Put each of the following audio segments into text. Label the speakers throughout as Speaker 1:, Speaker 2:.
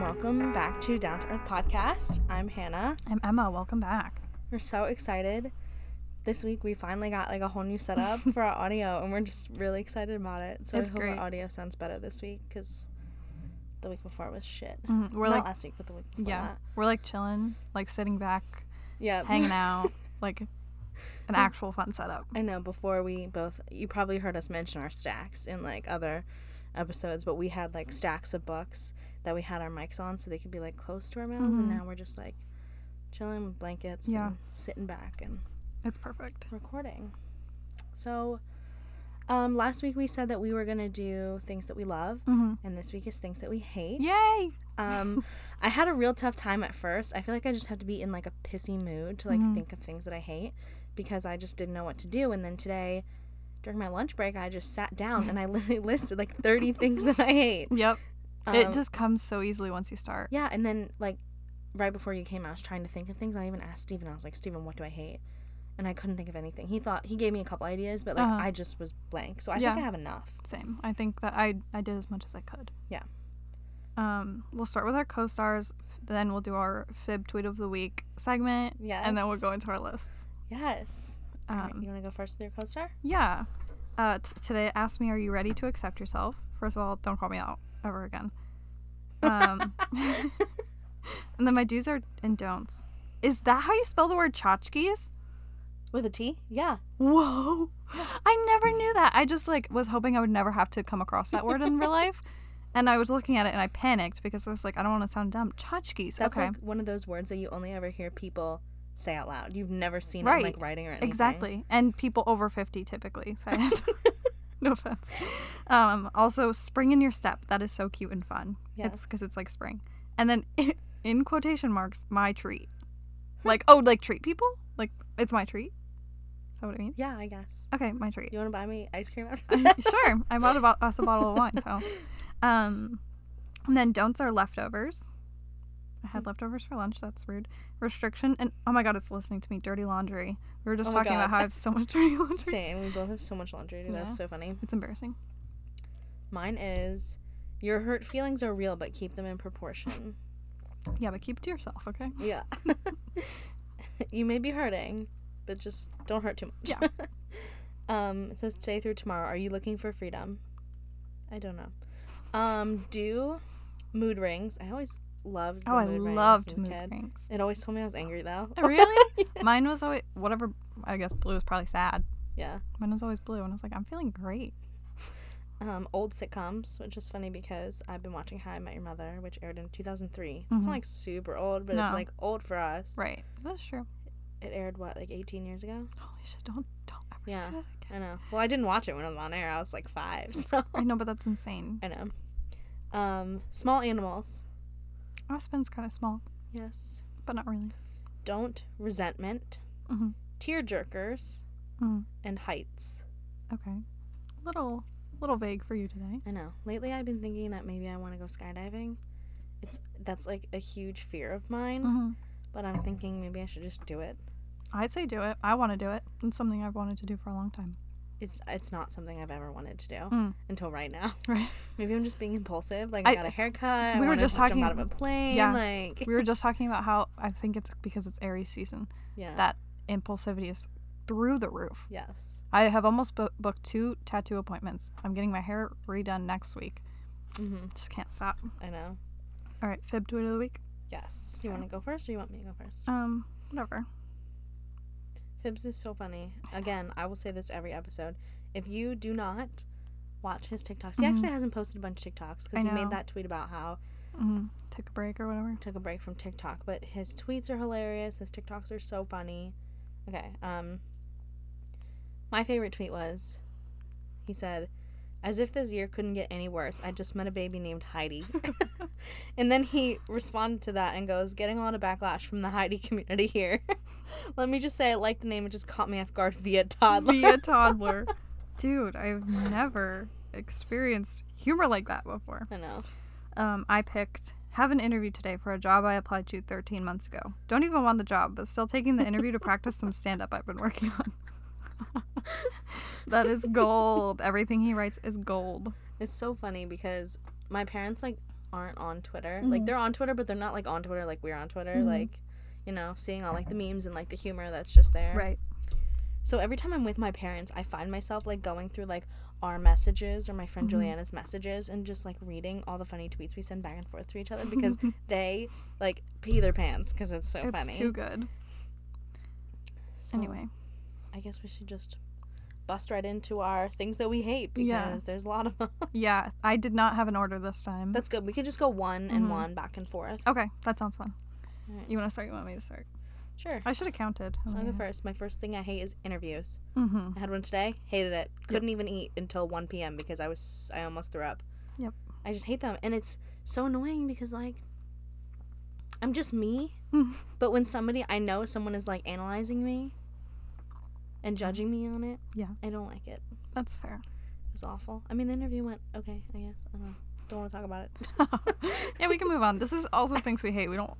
Speaker 1: welcome back to Down to Earth Podcast. I'm Hannah.
Speaker 2: I'm Emma. Welcome back.
Speaker 1: We're so excited. This week we finally got like a whole new setup for our audio, and we're just really excited about it. So
Speaker 2: It's
Speaker 1: I hope
Speaker 2: great.
Speaker 1: our audio sounds better this week because the week before was shit.
Speaker 2: Mhm. We're
Speaker 1: Not
Speaker 2: like,
Speaker 1: last week, but the week before
Speaker 2: yeah,
Speaker 1: that.
Speaker 2: we're like chilling, like sitting back,
Speaker 1: Yeah,
Speaker 2: hanging out, like an actual fun setup.
Speaker 1: I know. Before we both, you probably heard us mention our stacks in like other episodes, but we had like stacks of books that we had our mics on so they could be like close to our mouths, and
Speaker 2: Mhm.
Speaker 1: now we're just like chilling with blankets
Speaker 2: Yeah.
Speaker 1: and sitting back and
Speaker 2: It's perfect.
Speaker 1: recording. So, um, last week we said that we were gonna do things that we love,
Speaker 2: hmm
Speaker 1: and this week is things that we hate.
Speaker 2: Yay!
Speaker 1: Um, I had a real tough time at first. I feel like I just have to be in like a pissy mood to like
Speaker 2: Mm-hmm.
Speaker 1: think of things that I hate because I just didn't know what to do. And then today, during my lunch break, I just sat down and I literally listed like 30 things that I hate.
Speaker 2: Yep.
Speaker 1: Um,
Speaker 2: it just comes so easily once you start.
Speaker 1: yeah. And then like right before you came, I was trying to think of things. I even asked Steven, I was like, Steven, what do I hate? And I couldn't think of anything. He thought he gave me a couple ideas, but like
Speaker 2: Uh-huh.
Speaker 1: I just was blank. So I
Speaker 2: Yeah.
Speaker 1: think I have enough.
Speaker 2: Same. I think that I I did as much as I could.
Speaker 1: Yeah.
Speaker 2: Um, we'll start with our co-stars, f- then we'll do our fib tweet of the week segment, and then we'll
Speaker 1: Yes.
Speaker 2: go into our lists.
Speaker 1: Yes. All right,
Speaker 2: Um,
Speaker 1: you want to go first with your co-star?
Speaker 2: Yeah. Uh, t- today, asked me, "Are you ready to accept yourself?" First of all, don't call me out ever again. Um, and then my do's are and don'ts. Is that how you spell the word tchotchkes?
Speaker 1: With a T? Yeah.
Speaker 2: Whoa! I never knew that. I just like was hoping I would never have to come across that word in real life. And I was looking at it and I panicked because I was like, I don't want to sound dumb. Tchotchkes.
Speaker 1: That's
Speaker 2: okay.
Speaker 1: like one of those words that you only ever hear people say out loud. You've never seen it in,
Speaker 2: Right.
Speaker 1: like writing or anything.
Speaker 2: Exactly. And people over 50 typically say it. no offense. Um, also, spring in your step. That is so cute and fun.
Speaker 1: Yes.
Speaker 2: It's because it's like spring. And then in quotation marks, my treat. Like, oh, like treat people? Like, it's my treat? Is that what it means?
Speaker 1: Yeah, I guess.
Speaker 2: Okay, my treat.
Speaker 1: You want to buy me ice cream after that?
Speaker 2: sure. I bought a bo- us a bottle of wine, so. Um, and then don'ts are leftovers. I had leftovers for lunch. That's rude. Restriction and oh my god, it's listening to me. Dirty laundry. We were just
Speaker 1: Oh my
Speaker 2: talking about
Speaker 1: God.
Speaker 2: how I have so much dirty laundry.
Speaker 1: Same. We both have so much laundry to do. That's
Speaker 2: Yeah.
Speaker 1: so funny.
Speaker 2: It's embarrassing.
Speaker 1: Mine is your hurt feelings are real, but keep them in proportion.
Speaker 2: Yeah, but keep it to yourself, okay?
Speaker 1: yeah. you may be hurting, but just don't hurt too much.
Speaker 2: Yeah.
Speaker 1: um, it says today through tomorrow. Are you looking for freedom? I don't know. Um, do mood rings. I always loved the
Speaker 2: Oh, I
Speaker 1: mood rings
Speaker 2: loved
Speaker 1: as a
Speaker 2: mood
Speaker 1: kid.
Speaker 2: rings.
Speaker 1: It always told me I was angry though.
Speaker 2: Oh, really? Mine was always whatever. I guess blue is probably sad.
Speaker 1: Yeah.
Speaker 2: Mine was always blue, and I was like, I'm feeling great.
Speaker 1: Um, old sitcoms, which is funny because I've been watching How I Met Your Mother, which aired in 2003. It's not like super old, but it's
Speaker 2: Mm-hmm. No.
Speaker 1: like old for us.
Speaker 2: Right. That's true.
Speaker 1: It aired what, like 18 years ago?
Speaker 2: Holy shit! Don't don't ever
Speaker 1: Yeah.
Speaker 2: say that again.
Speaker 1: I know. Well, I didn't watch it when it was on air. I was like five, so
Speaker 2: I know, but that's insane.
Speaker 1: I know. Um, small animals.
Speaker 2: Aspen's kind of small,
Speaker 1: Yes.
Speaker 2: but not really.
Speaker 1: Don't resentment.
Speaker 2: Mhm.
Speaker 1: Tear jerkers
Speaker 2: Mm.
Speaker 1: and heights.
Speaker 2: Okay. Little little vague for you today.
Speaker 1: I know. Lately, I've been thinking that maybe I want to go skydiving. It's that's like a huge fear of mine,
Speaker 2: Mm-hmm.
Speaker 1: but I'm thinking maybe I should just do it.
Speaker 2: I'd say do it. I want to do it. It's something I've wanted to do for a long time.
Speaker 1: it's it's not something I've ever wanted to do
Speaker 2: Mm.
Speaker 1: until right now.
Speaker 2: Right.
Speaker 1: Maybe I'm just being impulsive. Like I,
Speaker 2: I-
Speaker 1: got a haircut. I
Speaker 2: we were
Speaker 1: wanna
Speaker 2: just
Speaker 1: jump out of
Speaker 2: talking-
Speaker 1: a plane.
Speaker 2: yeah.
Speaker 1: Like
Speaker 2: We were just talking about how I think it's because it's Aries season.
Speaker 1: yeah.
Speaker 2: That impulsivity is through the roof.
Speaker 1: yes.
Speaker 2: I have almost bo- booked two tattoo appointments. I'm getting my hair redone next week.
Speaker 1: hmm
Speaker 2: Just can't stop.
Speaker 1: I know.
Speaker 2: All right, fib tweet of the week.
Speaker 1: Yes. You want to go first, or you want me to go first?
Speaker 2: Um, whatever.
Speaker 1: Fibs is so funny. Again, I will say this every episode. If you do not watch his TikToks, he actually hasn't posted a bunch of TikToks
Speaker 2: Mm-hmm. I
Speaker 1: because he
Speaker 2: know.
Speaker 1: made that tweet about how
Speaker 2: Mm, take a break or whatever.
Speaker 1: took a break from TikTok, but his tweets are hilarious. His TikToks are so funny. Okay, um my favorite tweet was he said, "As if this year couldn't get any worse. I just met a baby named Heidi." and then he responded to that and goes, "Getting a lot of backlash from the Heidi community here." Let me just say I like the name. It just caught me off guard via toddler.
Speaker 2: Be a toddler. Dude, I've never experienced humor like that before.
Speaker 1: I know.
Speaker 2: Um, I picked have an interview today for a job I applied to 13 months ago. Don't even want the job, but still taking the interview to practice some stand up I've been working on. that is gold. Everything he writes is gold.
Speaker 1: It's so funny because my parents like aren't on Twitter.
Speaker 2: Mhm.
Speaker 1: Like they're on Twitter, but they're not like on Twitter like we're on Twitter.
Speaker 2: Mhm.
Speaker 1: Like, you know, seeing all like the memes and like the humor that's just there.
Speaker 2: Right.
Speaker 1: So every time I'm with my parents, I find myself like going through like our messages or my friend
Speaker 2: Mhm.
Speaker 1: Juliana's messages and just like reading all the funny tweets we send back and forth to each other because they like pee their pants because it's so
Speaker 2: it's
Speaker 1: funny.
Speaker 2: too good.
Speaker 1: So
Speaker 2: Anyway.
Speaker 1: I guess we should just bust right into our things that we hate because
Speaker 2: Yeah.
Speaker 1: there's a lot of them.
Speaker 2: Yeah, I did not have an order this time.
Speaker 1: That's good. We could just go one and
Speaker 2: Mhm.
Speaker 1: one back and forth.
Speaker 2: okay. That sounds fun.
Speaker 1: Alright. Uh,
Speaker 2: You want to start? You want me to start?
Speaker 1: Sure.
Speaker 2: I should have counted.
Speaker 1: I'll go first. My first thing I hate is interviews.
Speaker 2: Mm-hmm.
Speaker 1: I had one today. Hated it. Couldn't even eat until 1 p.m. because I was I almost threw up.
Speaker 2: Yep.
Speaker 1: I just hate them, and it's so annoying because like I'm just me, but when somebody I know someone is like analyzing me and judging me on it,
Speaker 2: Yeah.
Speaker 1: I don't like it.
Speaker 2: That's fair.
Speaker 1: It was awful. I mean, the interview went okay. I guess I don't know. Don't want to talk about it.
Speaker 2: yeah, we can move on. This is also things we hate. We don't.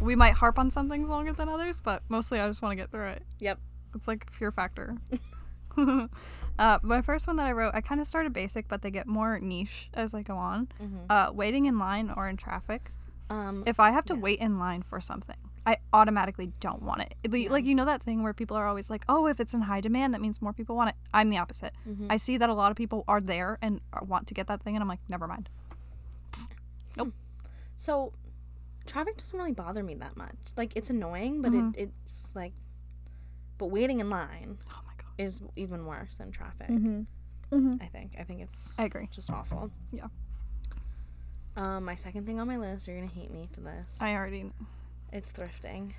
Speaker 2: We might harp on some things longer than others, but mostly I just want to get through it.
Speaker 1: Yep.
Speaker 2: It's like fear factor. uh, my first one that I wrote, I kind of started basic, but they get more niche as I go on.
Speaker 1: Mhm.
Speaker 2: Uh, waiting in line or in traffic.
Speaker 1: Um.
Speaker 2: If I have to
Speaker 1: Yes.
Speaker 2: wait in line for something, I automatically don't want it. It-
Speaker 1: Yeah.
Speaker 2: Like you know that thing where people are always like, "Oh, if it's in high demand, that means more people want it." I'm the opposite.
Speaker 1: mhm.
Speaker 2: I see that a lot of people are there and are- want to get that thing, and I'm like, never mind.
Speaker 1: So, traffic doesn't really bother me that much. Like, it's annoying, but
Speaker 2: Mhm.
Speaker 1: it, it's like, but waiting in line
Speaker 2: Oh my god.
Speaker 1: is even worse than traffic.
Speaker 2: Mm-hmm.
Speaker 1: I think. I think it's
Speaker 2: I agree.
Speaker 1: just awful.
Speaker 2: Yeah.
Speaker 1: Um, my second thing on my list, you're gonna hate me for this.
Speaker 2: I already,
Speaker 1: it's thrifting.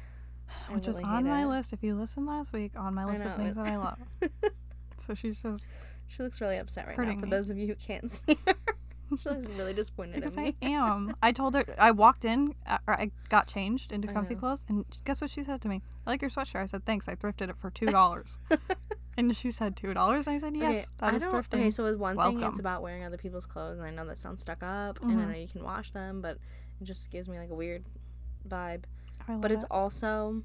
Speaker 1: I
Speaker 2: which was
Speaker 1: really
Speaker 2: on
Speaker 1: hate
Speaker 2: my
Speaker 1: it.
Speaker 2: list. If you listened last week, on my list of
Speaker 1: know,
Speaker 2: things
Speaker 1: it-
Speaker 2: that I love. so she's just
Speaker 1: She looks really upset right
Speaker 2: Hurting
Speaker 1: now. For
Speaker 2: me.
Speaker 1: those of you who can't see her, she looks really disappointed
Speaker 2: because
Speaker 1: in
Speaker 2: I
Speaker 1: me.
Speaker 2: am. I told her I walked in, uh, or I got changed into
Speaker 1: I
Speaker 2: comfy
Speaker 1: know.
Speaker 2: clothes, and guess what she said to me? I like your sweatshirt. I said thanks. I thrifted it for two dollars, and she said two dollars. I said yes,
Speaker 1: Okay,
Speaker 2: that
Speaker 1: I
Speaker 2: is
Speaker 1: don't-
Speaker 2: thrifting.
Speaker 1: Okay, so with one thing, it's
Speaker 2: Welcome.
Speaker 1: about wearing other people's clothes, and I know that sounds stuck up, and I
Speaker 2: Mm-hmm.
Speaker 1: know you can wash them, but it just gives me like a weird vibe.
Speaker 2: I love
Speaker 1: But it's
Speaker 2: it.
Speaker 1: also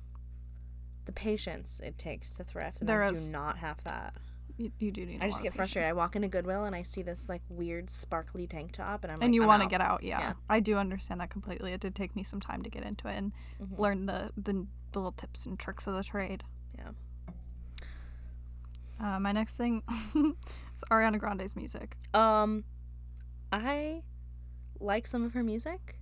Speaker 1: the patience it takes to thrift, and
Speaker 2: There
Speaker 1: I
Speaker 2: is-
Speaker 1: do not have that.
Speaker 2: you, you do need. a
Speaker 1: I just
Speaker 2: lot
Speaker 1: get
Speaker 2: of
Speaker 1: frustrated. I
Speaker 2: patience.
Speaker 1: walk into Goodwill and I see this like weird sparkly tank top, and I'm like,
Speaker 2: and you
Speaker 1: I'm
Speaker 2: want to
Speaker 1: out.
Speaker 2: get out, yeah.
Speaker 1: Yeah.
Speaker 2: I do understand that completely. It did take me some time to get into it and
Speaker 1: Mhm.
Speaker 2: learn the, the the little tips and tricks of the trade.
Speaker 1: Yeah.
Speaker 2: Uh, my next thing is Ariana Grande's music.
Speaker 1: Um, I like some of her music.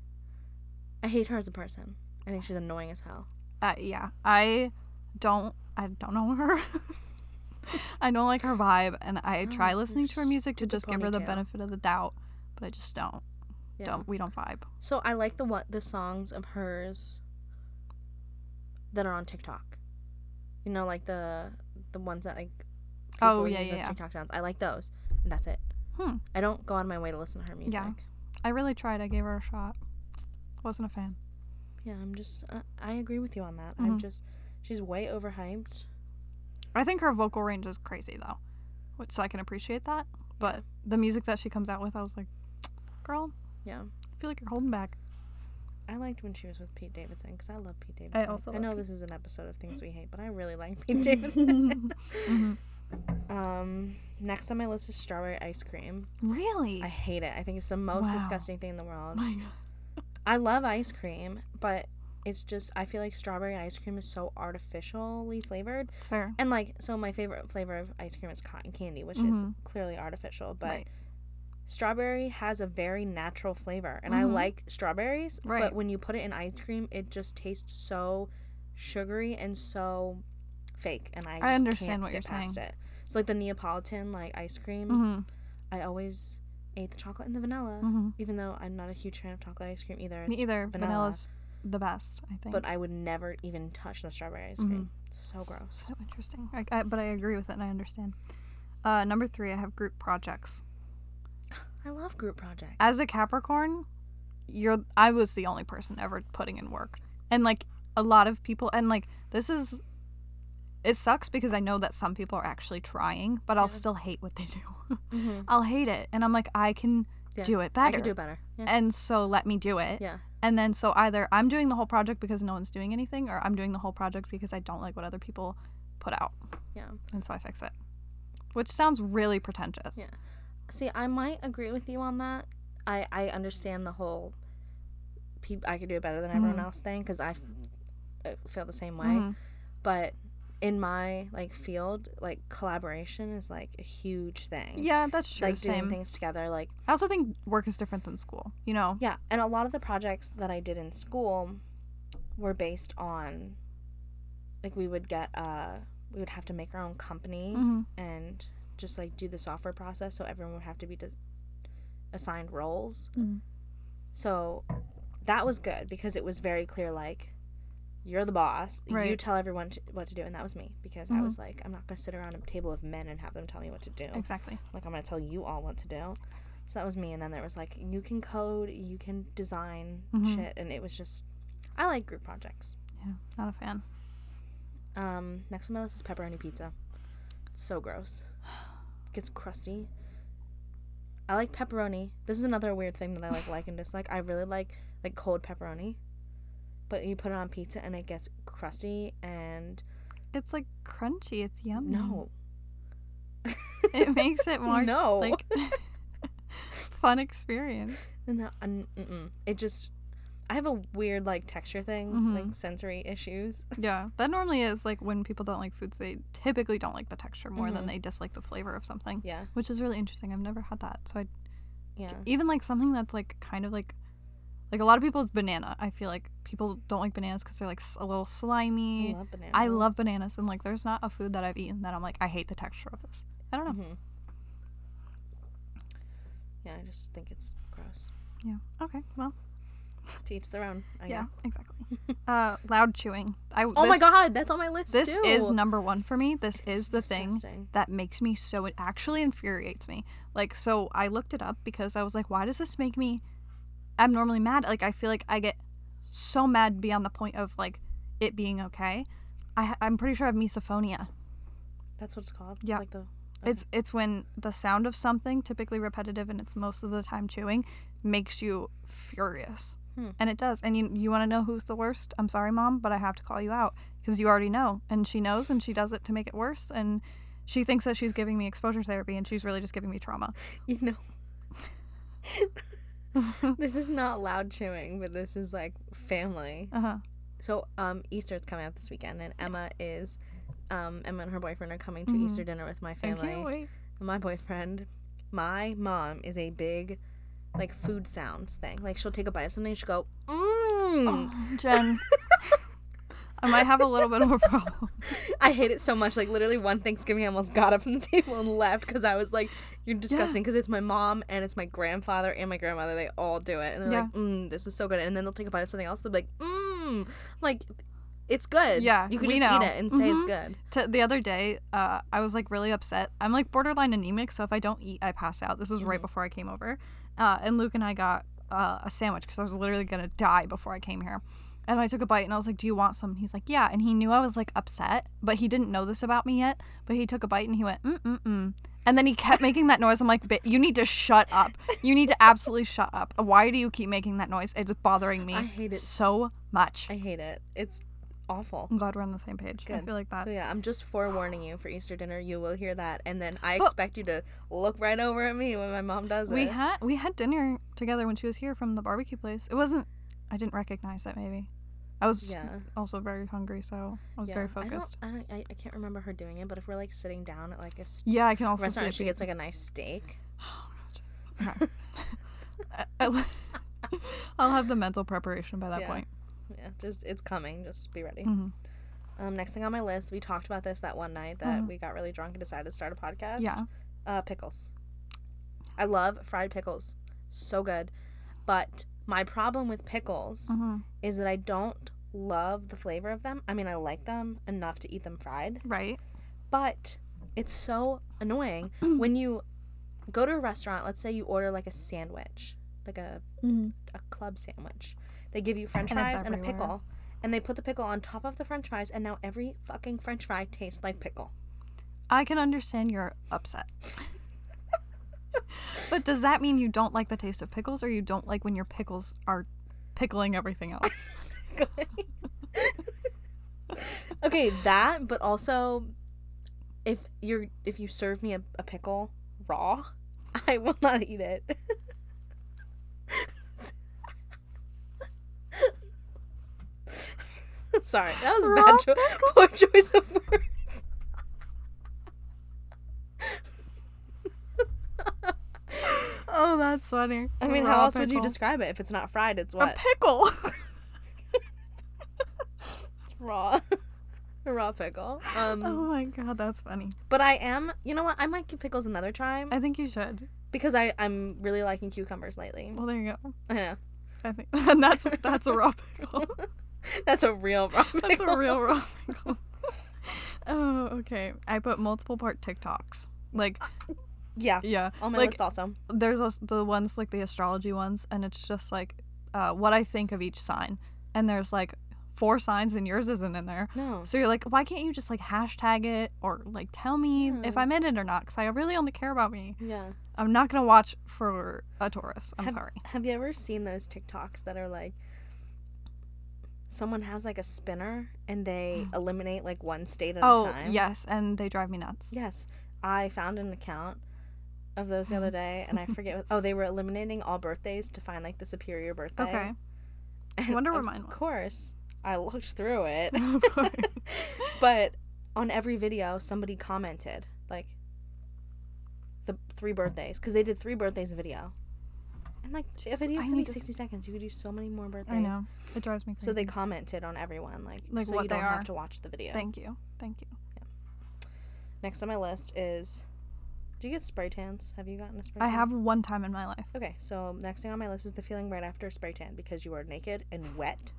Speaker 1: I hate her as a person. I think she's annoying as hell.
Speaker 2: Uh, yeah, I don't I don't know her. I don't like her vibe, and I
Speaker 1: No,
Speaker 2: try
Speaker 1: her
Speaker 2: listening to her music to
Speaker 1: Oh, stupid
Speaker 2: just give her the
Speaker 1: ponytail.
Speaker 2: benefit of the doubt, but I just don't.
Speaker 1: Yeah.
Speaker 2: Don't we don't vibe.
Speaker 1: So I like the what the songs of hers that are on TikTok. You know, like the the ones that like
Speaker 2: Oh,
Speaker 1: people
Speaker 2: yeah,
Speaker 1: use
Speaker 2: yeah,
Speaker 1: as
Speaker 2: yeah.
Speaker 1: TikTok sounds. I like those, and that's it.
Speaker 2: Hmm.
Speaker 1: I don't go out of my way to listen to her music.
Speaker 2: Yeah. I really tried. I gave her a shot. Wasn't a fan.
Speaker 1: Yeah, I'm just. Uh, I agree with you on that. I'm
Speaker 2: Mhm.
Speaker 1: just. She's way overhyped.
Speaker 2: I think her vocal range is crazy though, which so I can appreciate that. But the music that she comes out with, I was like, girl,
Speaker 1: Yeah.
Speaker 2: I feel like you're holding back.
Speaker 1: I liked when she was with Pete Davidson because I love Pete
Speaker 2: I
Speaker 1: Davidson.
Speaker 2: also
Speaker 1: I
Speaker 2: love
Speaker 1: know
Speaker 2: Pete-
Speaker 1: this is an episode of things we hate, but I really like Pete Davidson.
Speaker 2: Mhm.
Speaker 1: Um, next on my list is strawberry ice cream.
Speaker 2: Really?
Speaker 1: I hate it. I think it's the most
Speaker 2: Wow.
Speaker 1: disgusting thing in the world.
Speaker 2: my god.
Speaker 1: I love ice cream, but it's just I feel like strawberry ice cream is so artificially flavored.
Speaker 2: It's fair.
Speaker 1: And like, so my favorite flavor of ice cream is cotton candy, which is
Speaker 2: Mhm.
Speaker 1: clearly artificial, but
Speaker 2: right.
Speaker 1: strawberry has a very natural flavor and i
Speaker 2: Mhm.
Speaker 1: like strawberries
Speaker 2: Right.
Speaker 1: but when you put it in ice cream it just tastes so sugary and so fake and i, just
Speaker 2: understand
Speaker 1: can't
Speaker 2: what
Speaker 1: get
Speaker 2: you're
Speaker 1: past it so like the neapolitan like ice cream
Speaker 2: Mm-hmm.
Speaker 1: i always ate the chocolate and the vanilla
Speaker 2: Mm-hmm.
Speaker 1: even though i'm not a huge fan of chocolate ice cream either
Speaker 2: Me
Speaker 1: it's-
Speaker 2: either.
Speaker 1: vanilla.
Speaker 2: Vanilla's the best, I think.
Speaker 1: but i would never even touch the strawberry ice cream It's so
Speaker 2: It's
Speaker 1: gross
Speaker 2: So interesting. I, I, but I agree with it and I understand. Uh, number three, I have group projects.
Speaker 1: i love group projects
Speaker 2: As a Capricorn, you're I was the only person ever putting in work, and like a lot of people, and like this is. It sucks because I know that some people are actually trying, but I'll
Speaker 1: Yeah.
Speaker 2: still hate what they do.
Speaker 1: Mhm.
Speaker 2: I'll hate it, and I'm like, I can
Speaker 1: Yeah.
Speaker 2: do it better.
Speaker 1: i could do it better yeah
Speaker 2: And so let me do it.
Speaker 1: yeah
Speaker 2: And then so either I'm doing the whole project because no one's doing anything, or I'm doing the whole project because I don't like what other people put out.
Speaker 1: yeah
Speaker 2: And so I fix it. Which sounds really pretentious.
Speaker 1: Yeah. See, I might agree with you on that. I I understand the whole peop I could do it better than everyone
Speaker 2: Mhm.
Speaker 1: else thing because I f- uh, feel the same way.
Speaker 2: Mhm.
Speaker 1: But in my like field, like collaboration is like a huge thing.
Speaker 2: Yeah, that's true.
Speaker 1: like doing
Speaker 2: Same.
Speaker 1: things together, like
Speaker 2: I also think work is different than school. You know.
Speaker 1: yeah. And a lot of the projects that I did in school were based on like we would get uh we would have to make our own company
Speaker 2: Mhm.
Speaker 1: and just like do the software process so everyone would have to be di- assigned roles
Speaker 2: Mhm.
Speaker 1: so that was good because it was very clear like you're the boss you
Speaker 2: Right.
Speaker 1: tell everyone to, what to do and that was me because i
Speaker 2: Mhm.
Speaker 1: was like i'm not going to sit around a table of men and have them tell me what to do
Speaker 2: Exactly.
Speaker 1: like i'm going to tell you all what to do so that was me and then there was like you can code you can design
Speaker 2: Mhm.
Speaker 1: shit and it was just i like group projects
Speaker 2: Yeah, not a fan.
Speaker 1: um, next on my list is pepperoni pizza. It's so gross. gets crusty. I like pepperoni. This is another weird thing that I like like and dislike. I really like like cold pepperoni. But you put it on pizza and it gets crusty and
Speaker 2: It's like crunchy. It's yummy.
Speaker 1: no.
Speaker 2: It makes it more
Speaker 1: no.
Speaker 2: like fun experience.
Speaker 1: no un- mm-mm. it just I have a weird like texture thing,
Speaker 2: Mhm.
Speaker 1: like sensory issues.
Speaker 2: Yeah, that normally is like when people don't like foods, they typically don't like the texture more
Speaker 1: Mhm.
Speaker 2: than they dislike the flavor of something,
Speaker 1: Yeah.
Speaker 2: which is really interesting. I've never had that. So I
Speaker 1: Yeah.
Speaker 2: even like something that's like kind of like like a lot of people's banana. I feel like people don't like bananas because they're like s- a little
Speaker 1: I
Speaker 2: slimy.
Speaker 1: love bananas.
Speaker 2: I love bananas, and like there's not a food that I've eaten that I'm like I hate the texture of this. I don't know.
Speaker 1: Mhm. Yeah, I just think it's gross.
Speaker 2: Yeah. Okay. Well.
Speaker 1: To each their own. Mm-hmm. I
Speaker 2: yeah.
Speaker 1: guess.
Speaker 2: Exactly. uh, loud chewing. I.
Speaker 1: Oh my
Speaker 2: this-
Speaker 1: god, that's on my list
Speaker 2: This
Speaker 1: too.
Speaker 2: is number one for me. This
Speaker 1: It's
Speaker 2: is the thing
Speaker 1: disgusting.
Speaker 2: that makes me so it actually infuriates me. Like so I looked it up because I was like, why does this make me abnormally mad? Like I feel like I get so mad beyond the point of like it being okay. I ha- I'm pretty sure I have misophonia.
Speaker 1: That's what it's called.
Speaker 2: Yeah.
Speaker 1: It's like the
Speaker 2: It's it's when the sound of something, typically repetitive and it's most of the time chewing, makes you furious.
Speaker 1: Hmm.
Speaker 2: And it does. And you you want to know who's the worst? I'm sorry, mom, but I have to call you out because you already know. And she knows and she does it to make it worse and she thinks that she's giving me exposure therapy and she's really just giving me trauma.
Speaker 1: you know. this is not loud chewing, but this is like family.
Speaker 2: Uh-huh.
Speaker 1: So um Easter's coming up this weekend and Emma is um Emma and her boyfriend are coming to Easter dinner with my
Speaker 2: Mm-hmm. I can't
Speaker 1: family.
Speaker 2: wait.
Speaker 1: My boyfriend. My mom is a big like food sounds thing. Like she'll take a bite of something, she'll go,
Speaker 2: Oh.
Speaker 1: mmm.
Speaker 2: Jen. I might have a little bit of a problem.
Speaker 1: I hate it so much. Like literally one Thanksgiving, I almost got up from the table and left because I was like, "You're disgusting." Because it's my mom and it's my grandfather and my grandmother. They all do it, and they're like, mm, "This is so good." And then they'll take a bite of something else. They'll be like, "Mmm," like it's good.
Speaker 2: Yeah,
Speaker 1: you can just
Speaker 2: we know. Mm-hmm.
Speaker 1: eat it and say it's good.
Speaker 2: T- the other day, uh, I was like really upset. I'm like borderline anemic, so if I don't eat, I pass out. This was right
Speaker 1: Mm-hmm.
Speaker 2: before I came over, uh, and Luke and I got uh, a sandwich because I was literally gonna die before I came here. And I took a bite and I was like, "Do you want some?" And he's like, "Yeah." And he knew I was like upset, but he didn't know this about me yet. But he took a bite and he went, "Mm mm mm," and then he kept making that noise. I'm like, "Bit, you need to shut up. You need to absolutely shut up. Why do you keep making that noise? It's bothering me.
Speaker 1: I hate it s-
Speaker 2: so much."
Speaker 1: I hate it. It's awful.
Speaker 2: I'm glad we're on the same page. I
Speaker 1: Good.
Speaker 2: feel like that.
Speaker 1: So yeah, I'm just forewarning you for Easter dinner. You will hear that, and then I
Speaker 2: But-
Speaker 1: expect you to look right over at me when my mom does
Speaker 2: We
Speaker 1: it.
Speaker 2: had we had dinner together when she was here from the barbecue place. It wasn't. I didn't recognize it. Maybe I was just
Speaker 1: Yeah.
Speaker 2: also very hungry, so I was
Speaker 1: yeah,
Speaker 2: very
Speaker 1: I don't-
Speaker 2: focused.
Speaker 1: I, don't, I, I can't remember her doing it, but if we're like sitting down at like a s-
Speaker 2: yeah, I can also
Speaker 1: restaurant, and
Speaker 2: see
Speaker 1: she
Speaker 2: it Oh,
Speaker 1: gets like a nice steak.
Speaker 2: being- I'll have the mental preparation by that
Speaker 1: Yeah.
Speaker 2: point.
Speaker 1: Yeah, just it's coming. Just be ready.
Speaker 2: Mhm.
Speaker 1: Um, next thing on my list, we talked about this that one night that we got really drunk and decided to start a podcast.
Speaker 2: Uh-huh. Yeah.
Speaker 1: Uh, pickles. I love fried pickles. So good. But my problem with pickles
Speaker 2: Mhm.
Speaker 1: is that I don't love the flavor of them. I mean, I like them enough to eat them fried,
Speaker 2: Right.
Speaker 1: but it's so annoying when you go to a restaurant, let's say you order like a sandwich, like a a club sandwich. They give you french
Speaker 2: And it's
Speaker 1: fries and a
Speaker 2: everywhere.
Speaker 1: pickle. And they put the pickle on top of the french fries, and now every fucking french fry tastes like pickle.
Speaker 2: I can understand you're upset. but does that mean you don't like the taste of pickles, or you don't like when your pickles are pickling everything else?
Speaker 1: okay, that, but also if you're if you serve me a, a pickle raw, I will not eat it. Sorry, that was a
Speaker 2: Wrong
Speaker 1: bad cho- poor choice of words.
Speaker 2: Oh, that's funny.
Speaker 1: I mean, how else would you describe it if it's not fried? It's
Speaker 2: a
Speaker 1: what?
Speaker 2: pickle?
Speaker 1: It's raw. A raw pickle.
Speaker 2: oh
Speaker 1: Um,
Speaker 2: my god, that's funny.
Speaker 1: but I am. You know what? I might give pickles another try
Speaker 2: I think you should.
Speaker 1: because I I'm really liking cucumbers lately.
Speaker 2: Well, there you go.
Speaker 1: I know.
Speaker 2: I think and that's that's a raw pickle.
Speaker 1: That's a real raw pickle.
Speaker 2: That's a real raw pickle. oh, okay. I put multiple part TikToks. Like,
Speaker 1: Yeah.
Speaker 2: yeah.
Speaker 1: On my
Speaker 2: like,
Speaker 1: list also.
Speaker 2: there's als- the ones like the astrology ones, and it's just like uh, what I think of each sign. And there's like four signs, and yours isn't in there.
Speaker 1: No.
Speaker 2: So you're like, why can't you just like hashtag it or like tell me if
Speaker 1: Yeah.
Speaker 2: I'm in it or not? Because I really only care about me.
Speaker 1: Yeah.
Speaker 2: I'm not gonna watch for a Taurus. I'm
Speaker 1: Have-
Speaker 2: sorry.
Speaker 1: Have you ever seen those TikToks that are like someone has like a spinner and they eliminate like one state at
Speaker 2: Oh
Speaker 1: a time?
Speaker 2: yes, and they drive me nuts.
Speaker 1: Yes. I found an account of those the other day and I forget what, oh they were eliminating all birthdays to find like the superior birthday.
Speaker 2: Okay.
Speaker 1: And
Speaker 2: wonder where
Speaker 1: of
Speaker 2: mine was.
Speaker 1: Of course. I looked through it.
Speaker 2: Of course.
Speaker 1: but on every video somebody commented like the three birthdays because they did three birthdays a video. And like a video
Speaker 2: I
Speaker 1: can be
Speaker 2: need to s-
Speaker 1: 60 seconds. You could do so many more birthdays.
Speaker 2: I know. It drives me crazy.
Speaker 1: So they commented on everyone, like,
Speaker 2: Like
Speaker 1: so
Speaker 2: what
Speaker 1: you
Speaker 2: they
Speaker 1: don't
Speaker 2: are.
Speaker 1: have to watch the video.
Speaker 2: Thank you. Thank you.
Speaker 1: Next on my list is, do you get spray tans? Have you gotten a spray?
Speaker 2: I
Speaker 1: tan?
Speaker 2: have one time in my life.
Speaker 1: Okay, so next thing on my list is the feeling right after a spray tan because you are naked and wet,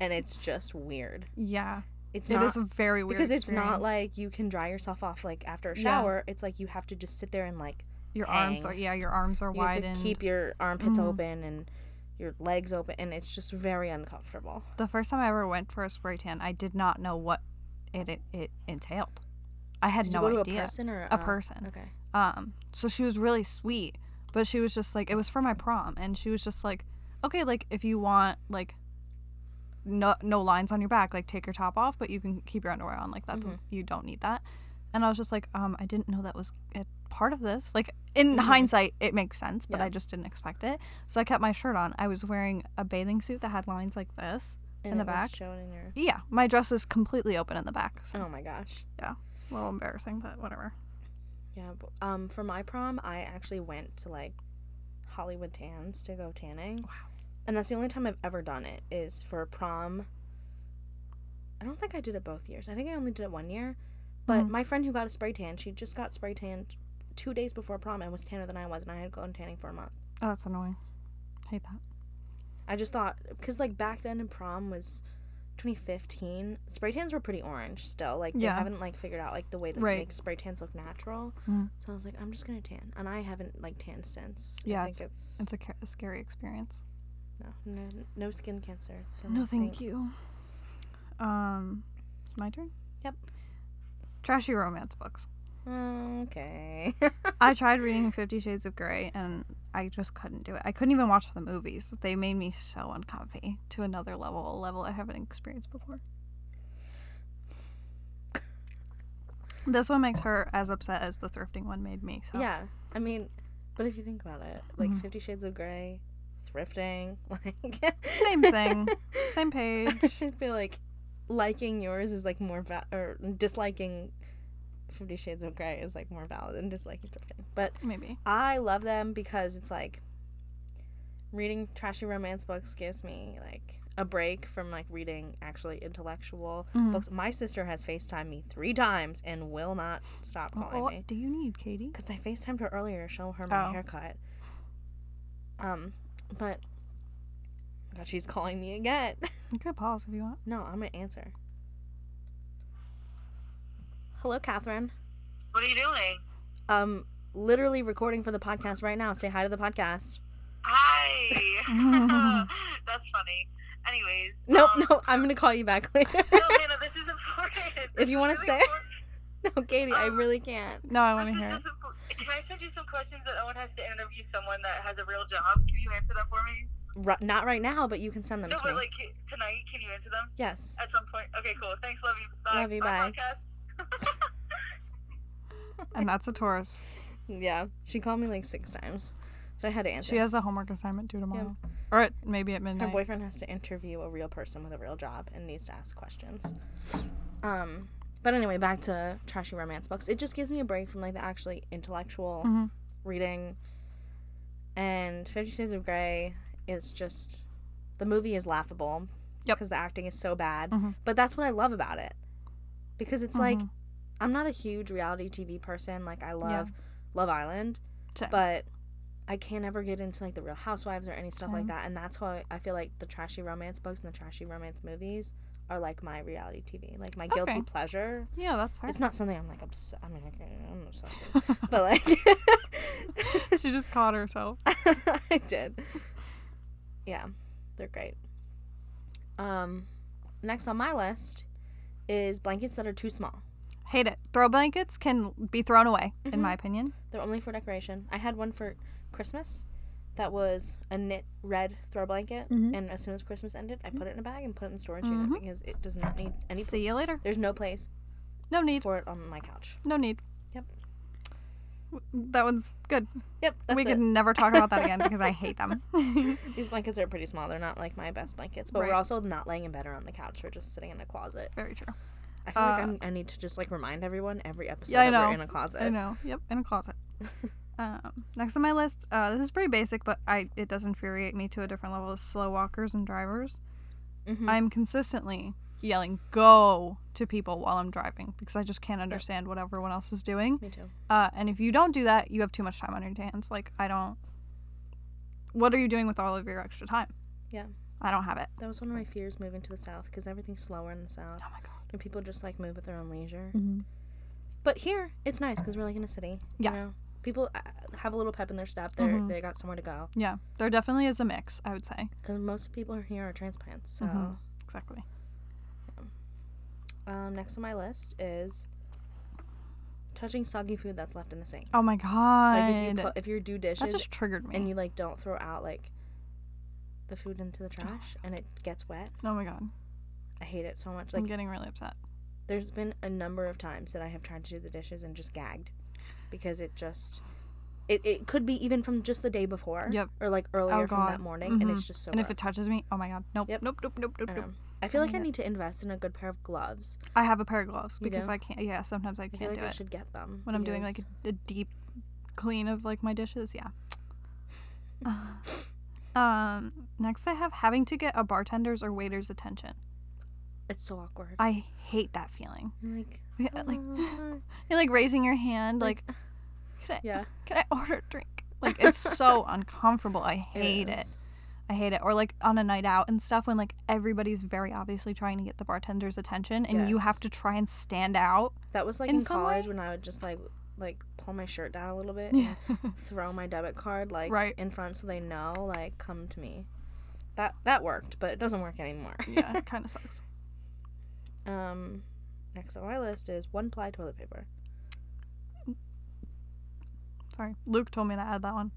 Speaker 1: and it's just weird.
Speaker 2: Yeah.
Speaker 1: It's
Speaker 2: It is
Speaker 1: not
Speaker 2: a very weird
Speaker 1: because it's not
Speaker 2: experience.
Speaker 1: like you can dry yourself off like after a
Speaker 2: Yeah.
Speaker 1: shower. It's like you have to just sit there and like
Speaker 2: your arms
Speaker 1: hang.
Speaker 2: are yeah, your arms are
Speaker 1: you have to
Speaker 2: widened.
Speaker 1: keep your armpits
Speaker 2: Mm-hmm.
Speaker 1: open and your legs open, and it's just very uncomfortable.
Speaker 2: the first time I ever went for a spray tan, I did not know what it it, it entailed. I had
Speaker 1: Did
Speaker 2: no
Speaker 1: you go
Speaker 2: idea.
Speaker 1: to a person or
Speaker 2: A person.
Speaker 1: Okay.
Speaker 2: Um, so she was really sweet, but she was just like, it was for my prom, and she was just like, okay, like if you want like no no lines on your back, like take your top off, but you can keep your underwear on, like that does
Speaker 1: Mm-hmm.
Speaker 2: you don't need that. And I was just like, um, I didn't know that was a part of this. Like in hindsight, it makes sense, but
Speaker 1: Mm-hmm. Yeah.
Speaker 2: I just didn't expect it. So I kept my shirt on. I was wearing a bathing suit that had lines like this.
Speaker 1: And
Speaker 2: the
Speaker 1: it was
Speaker 2: back?
Speaker 1: shown in your.
Speaker 2: Yeah, my dress is completely open in the back. So
Speaker 1: Oh my gosh.
Speaker 2: a little embarrassing, but whatever.
Speaker 1: Yeah, but, um, for my prom, I actually went to like Hollywood Tans to go tanning. Wow. And that's the only time I've ever done it is for prom. I don't think I did it both years. I think I only did it one year. But
Speaker 2: Mm.
Speaker 1: my friend who got a spray tan, she just got spray tanned two days before prom and was tanner than I was, and I had gone tanning for a month.
Speaker 2: Oh, that's annoying. Hate that.
Speaker 1: I just thought because like back then in prom was 2015, spray tans were pretty orange still. Like they
Speaker 2: Yeah.
Speaker 1: haven't like figured out like the way to
Speaker 2: Right.
Speaker 1: make spray tans look natural.
Speaker 2: Mm.
Speaker 1: So I was like, I'm just gonna tan, and I haven't like tanned since.
Speaker 2: Yeah,
Speaker 1: I think it's,
Speaker 2: It's a, ca- a scary experience.
Speaker 1: no, no no skin cancer. for
Speaker 2: No,
Speaker 1: me,
Speaker 2: thank you.
Speaker 1: thanks.
Speaker 2: Um, it's my turn.
Speaker 1: Yep.
Speaker 2: Trashy romance books.
Speaker 1: Okay.
Speaker 2: I tried reading Fifty Shades of Grey, and I just couldn't do it. I couldn't even watch the movies. They made me so uncomfy to another level, a level I haven't experienced before. This one makes her as upset as the thrifting one made me. So
Speaker 1: yeah, I mean, but if you think about it, like
Speaker 2: Mm-hmm.
Speaker 1: Fifty Shades of Grey, thrifting, like
Speaker 2: same thing, same page.
Speaker 1: I feel like liking yours is like more va- or disliking Fifty Shades of Grey is like more valid than disliking thrifting. But
Speaker 2: Maybe
Speaker 1: I love them because it's like reading trashy romance books gives me like a break from like reading actually intellectual
Speaker 2: Mhm.
Speaker 1: books. My sister has FaceTimed me three times and will not stop calling
Speaker 2: what
Speaker 1: me
Speaker 2: do you need, Katie?
Speaker 1: because I FaceTimed her earlier to show her my
Speaker 2: Oh.
Speaker 1: haircut. Um, but God, she's calling me again.
Speaker 2: You could pause if you want.
Speaker 1: no, I'm gonna answer. Hello, Catherine.
Speaker 3: What are you doing?
Speaker 1: Um, literally recording for the podcast right now. Say hi to the podcast.
Speaker 3: Hi. That's funny. Anyways.
Speaker 1: No,
Speaker 3: um,
Speaker 1: no, I'm gonna call you back later.
Speaker 3: No, Hannah, this is important.
Speaker 1: If you wanna
Speaker 3: This is
Speaker 1: say-
Speaker 3: important.
Speaker 1: no, Katie, I really can't.
Speaker 2: No, I want
Speaker 3: This
Speaker 2: to
Speaker 3: is
Speaker 2: hear it.
Speaker 3: just impor- Can I send you some questions that Owen has to interview someone that has a real job? Can you answer them for me?
Speaker 1: R- not right now, but you can send them
Speaker 3: No,
Speaker 1: to me.
Speaker 3: but like tonight, can you answer them
Speaker 1: yes.
Speaker 3: at some point? Okay, cool. Thanks, love you. Bye.
Speaker 1: Love you, bye.
Speaker 3: podcast.
Speaker 2: And that's a Taurus.
Speaker 1: Yeah. She called me like six times, so I had to answer.
Speaker 2: She has a homework assignment due tomorrow. or at, maybe at
Speaker 1: Her
Speaker 2: midnight.
Speaker 1: boyfriend has to interview a real person with a real job and needs to ask questions. Um, but anyway, back to trashy romance books. It just gives me a break from like the actually intellectual
Speaker 2: Mhm.
Speaker 1: reading. And Fifty Shades of Grey is just the movie is laughable
Speaker 2: Yep.
Speaker 1: because the acting is so bad.
Speaker 2: Mhm.
Speaker 1: But that's what I love about it because it's like I'm not a huge reality TV person. Like I love Love Island,
Speaker 2: Same.
Speaker 1: but I can't ever get into like the Real Housewives or any stuff like
Speaker 2: Same.
Speaker 1: that. And that's why I feel like the trashy romance books and the trashy romance movies are like my reality TV, like my guilty
Speaker 2: Okay.
Speaker 1: pleasure.
Speaker 2: yeah, that's fair.
Speaker 1: It's not something I'm like obsessed. I mean, like, I'm obsessed with, but like
Speaker 2: she just caught herself.
Speaker 1: I did. Yeah, they're great. Um, next on my list is blankets that are too small.
Speaker 2: Hate it. Throw blankets can be thrown away,
Speaker 1: Mm-hmm.
Speaker 2: in my opinion.
Speaker 1: They're only for decoration. I had one for Christmas that was a knit red throw blanket,
Speaker 2: Mm-hmm.
Speaker 1: and as soon as Christmas ended, I put it in a bag and put it in the storage unit because it does not need any.
Speaker 2: See you later.
Speaker 1: There's no place
Speaker 2: No need.
Speaker 1: for it on my couch.
Speaker 2: No need.
Speaker 1: Yep.
Speaker 2: W- That one's good.
Speaker 1: Yep, that's
Speaker 2: we
Speaker 1: it.
Speaker 2: could never talk about that again because I hate them.
Speaker 1: These blankets are pretty small. They're not like my best blankets, but
Speaker 2: Right.
Speaker 1: we're also not laying in bed or on the couch. We're just sitting in a closet.
Speaker 2: Very true.
Speaker 1: I feel like
Speaker 2: Uh,
Speaker 1: I'm, I need to just like remind everyone every episode
Speaker 2: Yeah, I
Speaker 1: that we're
Speaker 2: know.
Speaker 1: in a closet.
Speaker 2: I know. Yep, in a closet. um, next on my list, uh, this is pretty basic, but I it does infuriate me to a different level. Is slow walkers and drivers.
Speaker 1: Mhm.
Speaker 2: I'm consistently yelling "go" to people while I'm driving because I just can't understand what everyone else is doing.
Speaker 1: Me too.
Speaker 2: Uh, and if you don't do that, you have too much time on your hands. Like I don't. What are you doing with all of your extra time?
Speaker 1: Yeah.
Speaker 2: I don't have it.
Speaker 1: That was one of my fears moving to the south because everything's slower in the south
Speaker 2: Oh my god.
Speaker 1: and people just like move at their own leisure.
Speaker 2: Mhm.
Speaker 1: But here, it's nice because we're like in a city.
Speaker 2: Yeah.
Speaker 1: You know? People uh, have a little pep in their step. They are
Speaker 2: Mhm.
Speaker 1: they got somewhere to go
Speaker 2: Yeah, there definitely is a mix. I would say
Speaker 1: because most people here are transplants. So
Speaker 2: Mhm. exactly.
Speaker 1: um, next on my list is touching soggy food that's left in the sink.
Speaker 2: Oh my god.
Speaker 1: Like if you put, if you do
Speaker 2: that
Speaker 1: dishes
Speaker 2: just triggered me.
Speaker 1: and you like don't throw out like the food into the trash and it gets wet,
Speaker 2: oh my god.
Speaker 1: I hate it so much.
Speaker 2: I'm
Speaker 1: Like
Speaker 2: getting really upset.
Speaker 1: there's been a number of times that I have tried to do the dishes and just gagged because it just it, it could be even from just the day before.
Speaker 2: Yep. Oh,
Speaker 1: Or like earlier from
Speaker 2: God.
Speaker 1: that morning and it's
Speaker 2: Mhm.
Speaker 1: just so
Speaker 2: and if it
Speaker 1: gross.
Speaker 2: touches me, oh my god. Nope.
Speaker 1: Yep.
Speaker 2: Nope. Nope. Nope. Nope.
Speaker 1: I,
Speaker 2: Nope.
Speaker 1: know. I feel like I
Speaker 2: hate it.
Speaker 1: need to invest in a good pair of gloves.
Speaker 2: I have a pair of gloves
Speaker 1: You
Speaker 2: because
Speaker 1: do?
Speaker 2: I can't. Yeah, sometimes I
Speaker 1: I feel
Speaker 2: can't
Speaker 1: like
Speaker 2: do
Speaker 1: I
Speaker 2: it
Speaker 1: should get them
Speaker 2: when I'm doing like
Speaker 1: because-
Speaker 2: a, a deep clean of like my dishes. Yeah. um. Next, I have having to get a bartender's or waiter's attention.
Speaker 1: it's so awkward.
Speaker 2: I hate that feeling.
Speaker 1: I'm like
Speaker 2: Yeah, Like
Speaker 1: "Hello."
Speaker 2: you're like raising your hand, like, can I
Speaker 1: yeah,
Speaker 2: can I order a drink? Like it's so uncomfortable. I
Speaker 1: it
Speaker 2: hate it.
Speaker 1: is.
Speaker 2: I hate it. Or like on a night out and stuff when like everybody's very obviously trying to get the bartender's attention and you
Speaker 1: Yes.
Speaker 2: have to try and stand out.
Speaker 1: That was like in,
Speaker 2: In some way-
Speaker 1: college when I would just like like pull my shirt down a little bit and throw my debit card like
Speaker 2: Right.
Speaker 1: in front so they know like come to me. That that worked, but it doesn't work anymore.
Speaker 2: Yeah, it kind of sucks.
Speaker 1: Um, next on my list is one ply toilet paper.
Speaker 2: Sorry. Luke told me to add that one.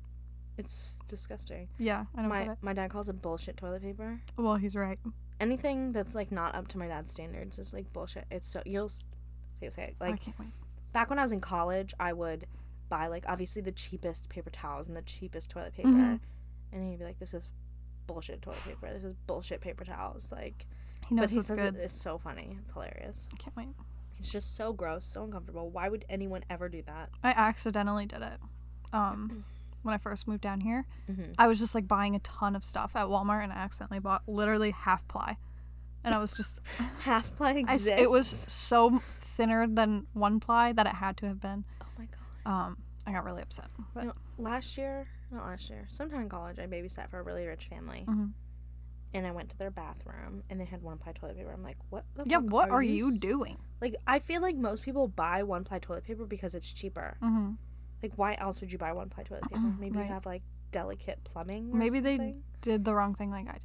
Speaker 1: It's disgusting.
Speaker 2: Yeah, I don't get
Speaker 1: My
Speaker 2: it.
Speaker 1: my dad calls it bullshit toilet paper.
Speaker 2: Well, he's right.
Speaker 1: Anything that's like not up to my dad's standards is like bullshit. It's so you'll s- see what I say.
Speaker 2: I
Speaker 1: Like
Speaker 2: can't wait.
Speaker 1: back when I was in college, I would buy like obviously the cheapest paper towels and the cheapest toilet paper,
Speaker 2: Mhm.
Speaker 1: and he'd be like, "This is bullshit toilet paper. This is bullshit paper towels." Like,
Speaker 2: He knows
Speaker 1: but he
Speaker 2: what's
Speaker 1: says
Speaker 2: good.
Speaker 1: it uh, is so funny. It's hilarious.
Speaker 2: I can't wait.
Speaker 1: It's just so gross, so uncomfortable. Why would anyone ever do that?
Speaker 2: I accidentally did it. Um when I first moved down here,
Speaker 1: Mhm.
Speaker 2: I was just like buying a ton of stuff at Walmart and I accidentally bought literally half ply. And I was just
Speaker 1: Half ply
Speaker 2: I s-
Speaker 1: exists.
Speaker 2: it was so thinner than one ply that it had to have been.
Speaker 1: Oh my god.
Speaker 2: Um, I got really upset. But
Speaker 1: You know, last year, not last year, sometime in college, I babysat for a really rich family,
Speaker 2: Mhm.
Speaker 1: and I went to their bathroom, and they had one ply toilet paper. I'm like, what? The
Speaker 2: yeah,
Speaker 1: fuck
Speaker 2: what are, you
Speaker 1: s-
Speaker 2: doing?
Speaker 1: Like, I feel like most people buy one ply toilet paper because it's cheaper.
Speaker 2: Mm-hmm.
Speaker 1: Like, why else would you buy one ply toilet paper? Maybe
Speaker 2: right.
Speaker 1: you have like delicate plumbing. Or
Speaker 2: Maybe they
Speaker 1: something.
Speaker 2: Did the wrong thing like I did.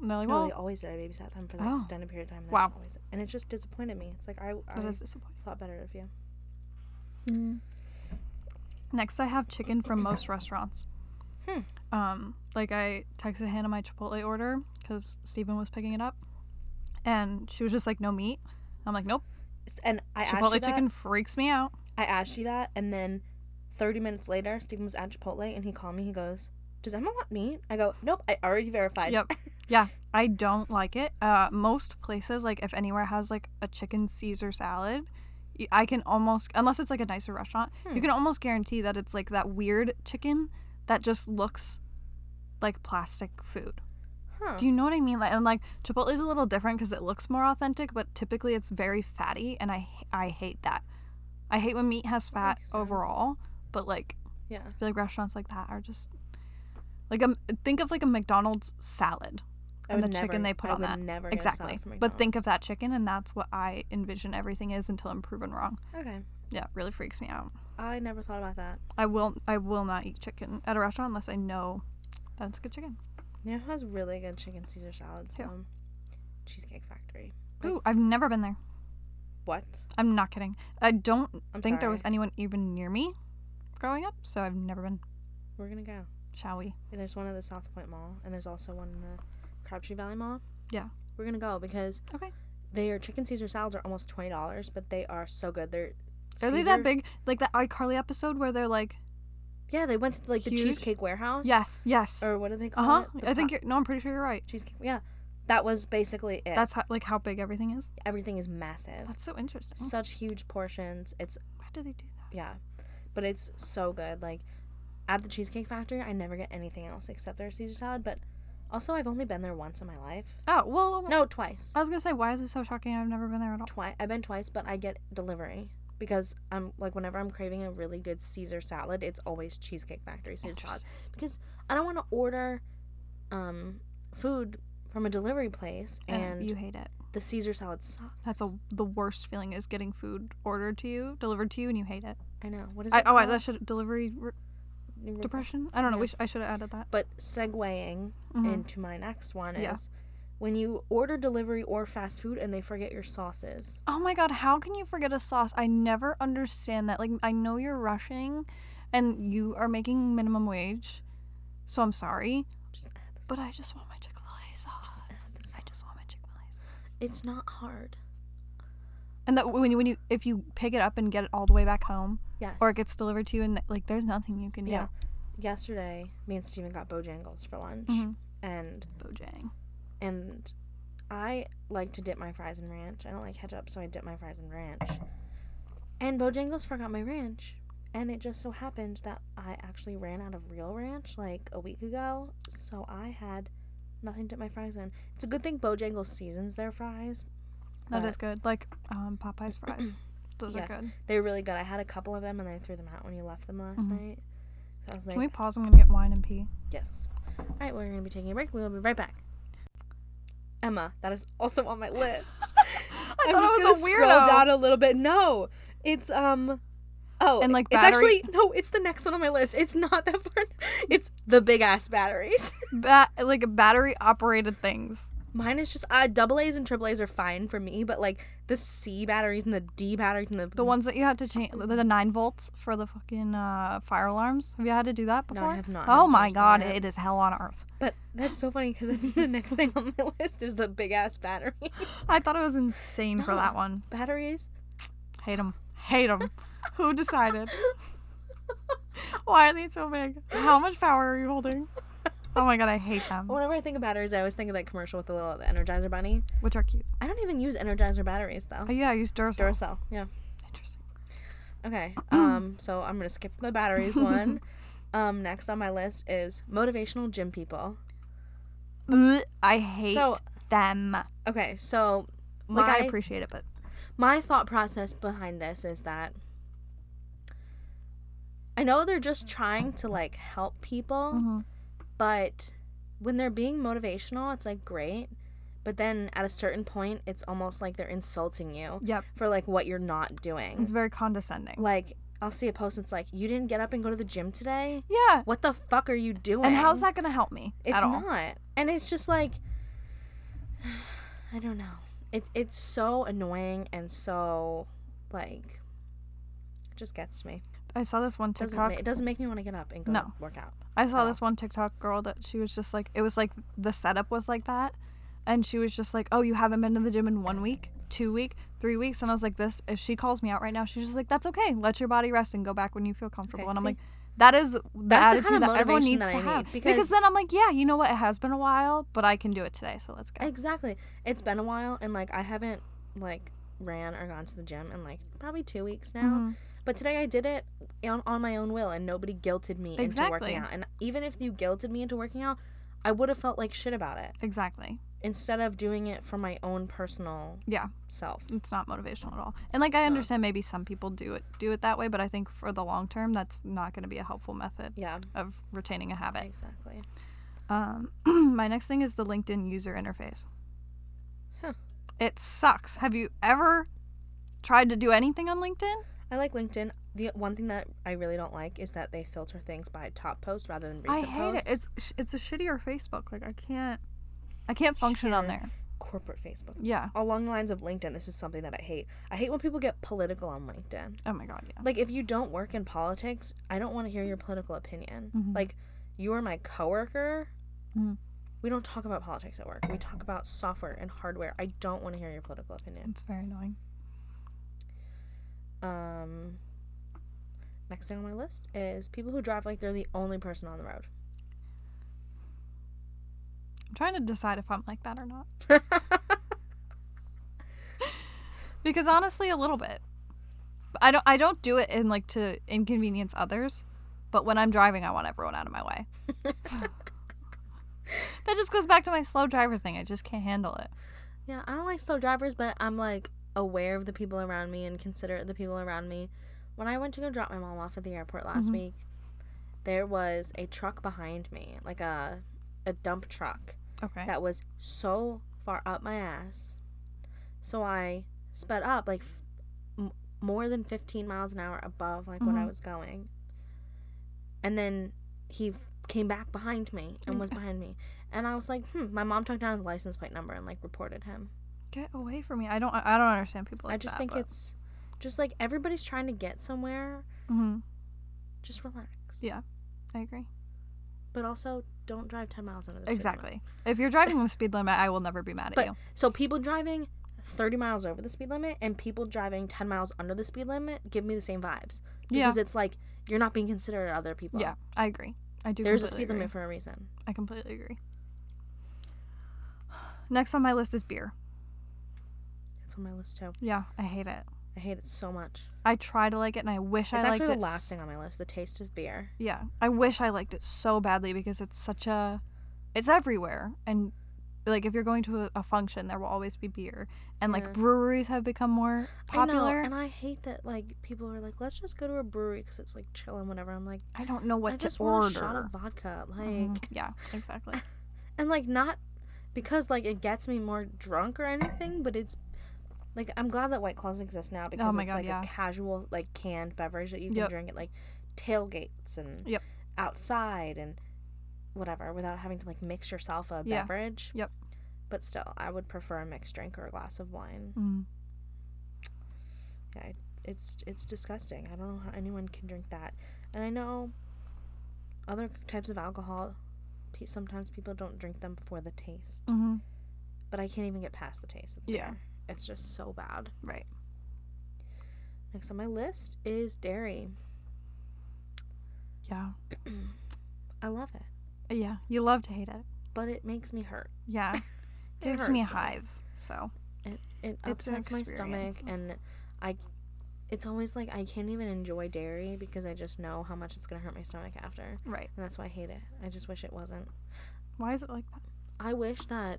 Speaker 2: And they're like,
Speaker 1: No,
Speaker 2: well,
Speaker 1: they always did. I babysat them for that
Speaker 2: Oh.
Speaker 1: extended period of time. That's
Speaker 2: Wow.
Speaker 1: always- and it just disappointed me. It's like I, I
Speaker 2: that is disappointing.
Speaker 1: thought better of you.
Speaker 2: Next, I have chicken from most restaurants.
Speaker 1: Hmm.
Speaker 2: Um, like I texted Hannah my Chipotle order because Steven was picking it up, and she was just like, "No meat." I'm like, "Nope."
Speaker 1: S- And I asked you
Speaker 2: Chipotle
Speaker 1: that.
Speaker 2: chicken freaks me out.
Speaker 1: I asked you that, and then 30 minutes later, Steven was at Chipotle, and he called me. He goes, does Emma want meat? I go, nope, I already verified.
Speaker 2: Yep. Yeah, I don't like it. Uh, most places, like if anywhere has like a chicken Caesar salad, y- I can almost unless it's like a nicer restaurant,
Speaker 1: Hmm.
Speaker 2: you can almost guarantee that it's like that weird chicken that just looks like plastic food.
Speaker 1: Huh.
Speaker 2: Do you know what I mean? Like, and like Chipotle is a little different because it looks more authentic, but typically it's very fatty, and I h- I hate that. I hate when meat has fat
Speaker 1: makes sense.
Speaker 2: overall, but like
Speaker 1: yeah.
Speaker 2: I feel like restaurants like that are just like a think of like a McDonald's salad
Speaker 1: I
Speaker 2: and
Speaker 1: would
Speaker 2: the chicken
Speaker 1: never-
Speaker 2: they put
Speaker 1: I
Speaker 2: on
Speaker 1: would
Speaker 2: that.
Speaker 1: Never get a salad
Speaker 2: exactly.
Speaker 1: uh, from
Speaker 2: But think of
Speaker 1: McDonald's.
Speaker 2: that chicken, and that's what I envision everything is until I'm proven wrong.
Speaker 1: Okay.
Speaker 2: Yeah, it really freaks me out.
Speaker 1: I never thought about that.
Speaker 2: I will I will not eat chicken at a restaurant unless I know that it's good chicken.
Speaker 1: You know who has really good chicken Caesar salads?
Speaker 2: Who?
Speaker 1: Um, Cheesecake Factory. Like-
Speaker 2: Ooh, I've never been there.
Speaker 1: What?
Speaker 2: I'm not kidding. I don't
Speaker 1: I'm
Speaker 2: think there was
Speaker 1: sorry.
Speaker 2: anyone even near me growing up, so I've never been.
Speaker 1: We're gonna go.
Speaker 2: Shall we?
Speaker 1: And there's one at the South Point Mall, and there's also one in the Crabtree Valley Mall.
Speaker 2: Yeah.
Speaker 1: We're gonna go because
Speaker 2: Okay.
Speaker 1: their chicken Caesar salads are almost twenty dollars, but they are so good. They're
Speaker 2: Are they
Speaker 1: Caesar-
Speaker 2: that big? Like that iCarly episode where they're like,
Speaker 1: Yeah, they went to like the
Speaker 2: Huge?
Speaker 1: Cheesecake Warehouse.
Speaker 2: yes, yes.
Speaker 1: Or what do they
Speaker 2: Uh
Speaker 1: call
Speaker 2: huh.
Speaker 1: it? The
Speaker 2: I think
Speaker 1: pro-
Speaker 2: you're. No, I'm pretty sure you're right.
Speaker 1: cheesecake. Yeah, that was basically it.
Speaker 2: That's how, like how big everything is.
Speaker 1: everything is massive.
Speaker 2: That's so interesting.
Speaker 1: Such huge portions. It's
Speaker 2: Why do they do that?
Speaker 1: yeah, but it's so good. Like at the Cheesecake Factory, I never get anything else except their Caesar salad. But also, I've only been there once in my life.
Speaker 2: Oh well,
Speaker 1: No, twice.
Speaker 2: I was gonna say, why is it so shocking? I've never been there at all.
Speaker 1: Twice. I've been twice, but I get delivery because I'm like whenever I'm craving a really good Caesar salad, it's always Cheesecake Factory Caesar salad because I don't want to order um food from a delivery place and,
Speaker 2: And you hate it.
Speaker 1: the Caesar salad sucks.
Speaker 2: That's a, the worst feeling is getting food ordered to you, delivered to you, and you hate it.
Speaker 1: I know. What is
Speaker 2: I,
Speaker 1: it?
Speaker 2: oh, I,
Speaker 1: called?
Speaker 2: that should delivery re-
Speaker 1: New York-
Speaker 2: depression. I don't know.
Speaker 1: Yeah.
Speaker 2: We sh- I should have added that.
Speaker 1: But segueing
Speaker 2: Mhm.
Speaker 1: into my next one
Speaker 2: Yeah.
Speaker 1: is when you order delivery or fast food and they forget your sauces.
Speaker 2: Oh my god, how can you forget a sauce? I never understand that. Like, I know you're rushing, and you are making minimum wage, so I'm sorry,
Speaker 1: Just add the,
Speaker 2: but I just want my Chick Fil A sauce.
Speaker 1: add the sauce.
Speaker 2: I just want my Chick Fil A sauce.
Speaker 1: It's not hard.
Speaker 2: And that when you, when you if you pick it up and get it all the way back home,
Speaker 1: Yes.
Speaker 2: or it gets delivered to you, and like there's nothing you can do.
Speaker 1: yeah. Yesterday, me and Steven got Bojangles for lunch,
Speaker 2: Mhm.
Speaker 1: and
Speaker 2: Bojang.
Speaker 1: and I like to dip my fries in ranch. I don't like ketchup, so I dip my fries in ranch. And Bojangles forgot my ranch, and it just so happened that I actually ran out of real ranch like a week ago, so I had nothing to dip my fries in. It's a good thing Bojangles seasons their fries.
Speaker 2: That
Speaker 1: but
Speaker 2: is good. Like um, Popeye's fries. Those
Speaker 1: Yes.
Speaker 2: are good.
Speaker 1: They're really good. I had a couple of them, and I threw them out when you left them last
Speaker 2: Mhm.
Speaker 1: night. So I was like,
Speaker 2: Can we pause? I'm gonna get wine and pee.
Speaker 1: yes. All right, we're gonna be taking a break. We will be right back. Emma, that is also on my list.
Speaker 2: I
Speaker 1: I'm
Speaker 2: thought
Speaker 1: just
Speaker 2: I
Speaker 1: gonna
Speaker 2: was a
Speaker 1: scroll
Speaker 2: weirdo.
Speaker 1: down a little bit. No, it's um. Oh,
Speaker 2: And, like,
Speaker 1: it's
Speaker 2: battery-
Speaker 1: actually no, it's the next one on my list. It's not that far. It's the big ass batteries.
Speaker 2: Ba- like battery operated things.
Speaker 1: Mine is just uh, double A's and triple A's are fine for me, but like the C batteries and the D batteries and the
Speaker 2: The ones that you had to change, the, the nine volts for the fucking uh, fire alarms. Have you had to do that
Speaker 1: No, I
Speaker 2: before?
Speaker 1: have not. I
Speaker 2: Oh
Speaker 1: haven't
Speaker 2: my
Speaker 1: changed them
Speaker 2: god,
Speaker 1: yet.
Speaker 2: it is hell on earth.
Speaker 1: But that's so funny because that's the next thing on my list is the big ass batteries.
Speaker 2: I thought it was insane for
Speaker 1: No.
Speaker 2: that one.
Speaker 1: Batteries.
Speaker 2: Hate them. Hate them. Who decided? Why are they so big? How much power are you holding? Oh my god, I hate them.
Speaker 1: Whenever I think of batteries, I always think of that commercial with the little the Energizer bunny.
Speaker 2: Which are cute.
Speaker 1: I don't even use Energizer batteries though.
Speaker 2: Oh yeah, I use Duracell.
Speaker 1: Duracell. Yeah.
Speaker 2: Interesting.
Speaker 1: Okay. Um, so I'm gonna skip the batteries one. Um, next on my list is motivational gym people.
Speaker 2: Ugh, I hate
Speaker 1: So-
Speaker 2: them. Like
Speaker 1: Okay, so my
Speaker 2: I appreciate it, but
Speaker 1: my thought process behind this is that I know they're just trying to like help people,
Speaker 2: Mhm.
Speaker 1: but when they're being motivational, it's like great. But then at a certain point, it's almost like they're insulting you
Speaker 2: yep,
Speaker 1: for like what you're not doing.
Speaker 2: it's very condescending.
Speaker 1: Like I'll see a post that's like, "You didn't get up and go to the gym today."
Speaker 2: yeah,
Speaker 1: What the fuck are you doing?
Speaker 2: and how's that gonna help me?
Speaker 1: It's
Speaker 2: at all?
Speaker 1: not. And it's just like I don't know. It it's so annoying and so like it just gets to me.
Speaker 2: I saw this one
Speaker 1: Doesn't
Speaker 2: TikTok.
Speaker 1: ma- it doesn't make me want to get up and go
Speaker 2: No.
Speaker 1: work out.
Speaker 2: I saw
Speaker 1: all.
Speaker 2: this one TikTok girl that she was just like, it was like the setup was like that, and she was just like, oh, you haven't been to the gym in one week, two week, three weeks, and I was like, this. If she calls me out right now, she's just like, that's okay. Let your body rest and go back when you feel comfortable.
Speaker 1: Okay,
Speaker 2: and I'm
Speaker 1: see?
Speaker 2: like, That is the
Speaker 1: That's the
Speaker 2: attitude
Speaker 1: kind of
Speaker 2: that everyone
Speaker 1: motivation that
Speaker 2: needs to
Speaker 1: I
Speaker 2: have.
Speaker 1: need,
Speaker 2: because,
Speaker 1: because-
Speaker 2: then I'm like, yeah, you know what? It has been a while, but I can do it today. So let's go.
Speaker 1: Exactly. It's been a while and like I haven't like ran or gone to the gym in like probably 2 weeks now.
Speaker 2: Mhm.
Speaker 1: But today I did it on, on my own will and nobody guilted me into
Speaker 2: Exactly.
Speaker 1: working out. And even if you guilted me into working out, I would have felt like shit about it
Speaker 2: Exactly.
Speaker 1: instead of doing it for my own personal
Speaker 2: Yeah,
Speaker 1: self.
Speaker 2: it's not motivational at all. And like I understand maybe some people do it do it that way, but I think for the long term that's not going to be a helpful method
Speaker 1: Yeah,
Speaker 2: of retaining a habit.
Speaker 1: exactly.
Speaker 2: Um, my next thing is the LinkedIn user interface.
Speaker 1: Huh.
Speaker 2: It sucks. Have you ever tried to do anything on LinkedIn?
Speaker 1: I like LinkedIn. The one thing that I really don't like is that they filter things by top post rather than recent
Speaker 2: I hate
Speaker 1: posts.
Speaker 2: it. It's sh- it's a shittier Facebook. Like I can't I can't function on
Speaker 1: Shittier.
Speaker 2: there.
Speaker 1: corporate Facebook.
Speaker 2: Yeah.
Speaker 1: Along the lines of LinkedIn, this is something that I hate. I hate when people get political on LinkedIn.
Speaker 2: Oh my god, yeah.
Speaker 1: Like if you don't work in politics, I don't want to hear your political opinion.
Speaker 2: Mhm.
Speaker 1: Like you are my coworker.
Speaker 2: Mhm.
Speaker 1: We don't talk about politics at work. We talk about software and hardware. I don't want to hear your political opinion.
Speaker 2: It's very annoying.
Speaker 1: Um next thing on my list is people who drive like they're the only person on the road.
Speaker 2: I'm trying to decide if I'm like that or not. because honestly, a little bit. I don't. I don't do it in like to inconvenience others, but when I'm driving, I want everyone out of my way. that just goes back to my slow driver thing. I just can't handle it.
Speaker 1: Yeah, I don't like slow drivers, but I'm like aware of the people around me and considerate of the people around me. When I went to go drop my mom off at the airport last
Speaker 2: Mhm.
Speaker 1: week, there was a truck behind me, like a a dump truck
Speaker 2: Okay.
Speaker 1: that was so far up my ass. So I sped up like f- m- more than 15 miles an hour above like what I
Speaker 2: Mhm.
Speaker 1: was going. And then he f- came back behind me and was behind me. And I was like, hmm, my mom took down his license plate number and like reported him.
Speaker 2: Get away from me. I don't. I don't understand people. Like
Speaker 1: I just
Speaker 2: that,
Speaker 1: think
Speaker 2: but-
Speaker 1: it's just like everybody's trying to get somewhere.
Speaker 2: Mhm.
Speaker 1: Just relax.
Speaker 2: Yeah. I agree.
Speaker 1: But also don't drive 10 miles under the speed limit.
Speaker 2: Exactly. If you're driving the speed limit, I will never be mad at
Speaker 1: But
Speaker 2: you.
Speaker 1: so people driving 30 miles over the speed limit and people driving 10 miles under the speed limit give me the same vibes.
Speaker 2: Yeah.
Speaker 1: Because it's like you're not being considerate of other people.
Speaker 2: yeah, I agree. I do.
Speaker 1: There's a
Speaker 2: completely
Speaker 1: speed
Speaker 2: agree.
Speaker 1: limit for a reason.
Speaker 2: I completely agree. Next on my list is beer.
Speaker 1: That's on my list too.
Speaker 2: Yeah, I hate it.
Speaker 1: I hate it so much.
Speaker 2: I try to like it, and I wish
Speaker 1: it's
Speaker 2: I liked
Speaker 1: actually the
Speaker 2: it. s-
Speaker 1: last thing on my list, the taste of beer.
Speaker 2: Yeah, I wish I liked it so badly because it's such a, it's everywhere, and like if you're going to a, a function, there will always be beer, and
Speaker 1: Yeah.
Speaker 2: like breweries have become more
Speaker 1: I know,
Speaker 2: popular. I,
Speaker 1: and I hate that like people are like, let's just go to a brewery because it's like chill and whatever. I'm like,
Speaker 2: don't know what
Speaker 1: I
Speaker 2: to
Speaker 1: just
Speaker 2: order.
Speaker 1: want a shot of vodka, like,
Speaker 2: Mhm, Yeah, exactly.
Speaker 1: and like not because like it gets me more drunk or anything, but it's like I'm glad that White Claws exist now because
Speaker 2: Oh my
Speaker 1: it's
Speaker 2: God,
Speaker 1: like
Speaker 2: yeah.
Speaker 1: a casual like canned beverage that you can
Speaker 2: Yep.
Speaker 1: drink at like tailgates and
Speaker 2: Yep.
Speaker 1: outside and whatever without having to like mix yourself a
Speaker 2: Yeah.
Speaker 1: beverage.
Speaker 2: Yep.
Speaker 1: But still, I would prefer a mixed drink or a glass of wine.
Speaker 2: Mm.
Speaker 1: Yeah, it- it's it's disgusting. I don't know how anyone can drink that. And I know other types of alcohol. pe- Sometimes people don't drink them for the taste,
Speaker 2: hmm
Speaker 1: but I can't even get past the taste. Of
Speaker 2: Yeah.
Speaker 1: beer. it's just so bad.
Speaker 2: Right.
Speaker 1: Next on my list is dairy.
Speaker 2: Yeah.
Speaker 1: I love it,
Speaker 2: Yeah. You love to hate it.
Speaker 1: but it makes me hurt.
Speaker 2: Yeah. gives
Speaker 1: hurts
Speaker 2: me
Speaker 1: me.
Speaker 2: hives. So.
Speaker 1: It it
Speaker 2: an
Speaker 1: upsets my stomach,
Speaker 2: experience.
Speaker 1: and I. It's always like I can't even enjoy dairy because I just know how much it's gonna hurt my stomach after,
Speaker 2: Right.
Speaker 1: and that's why I hate it. I just wish it wasn't.
Speaker 2: Why is it like that?
Speaker 1: I wish that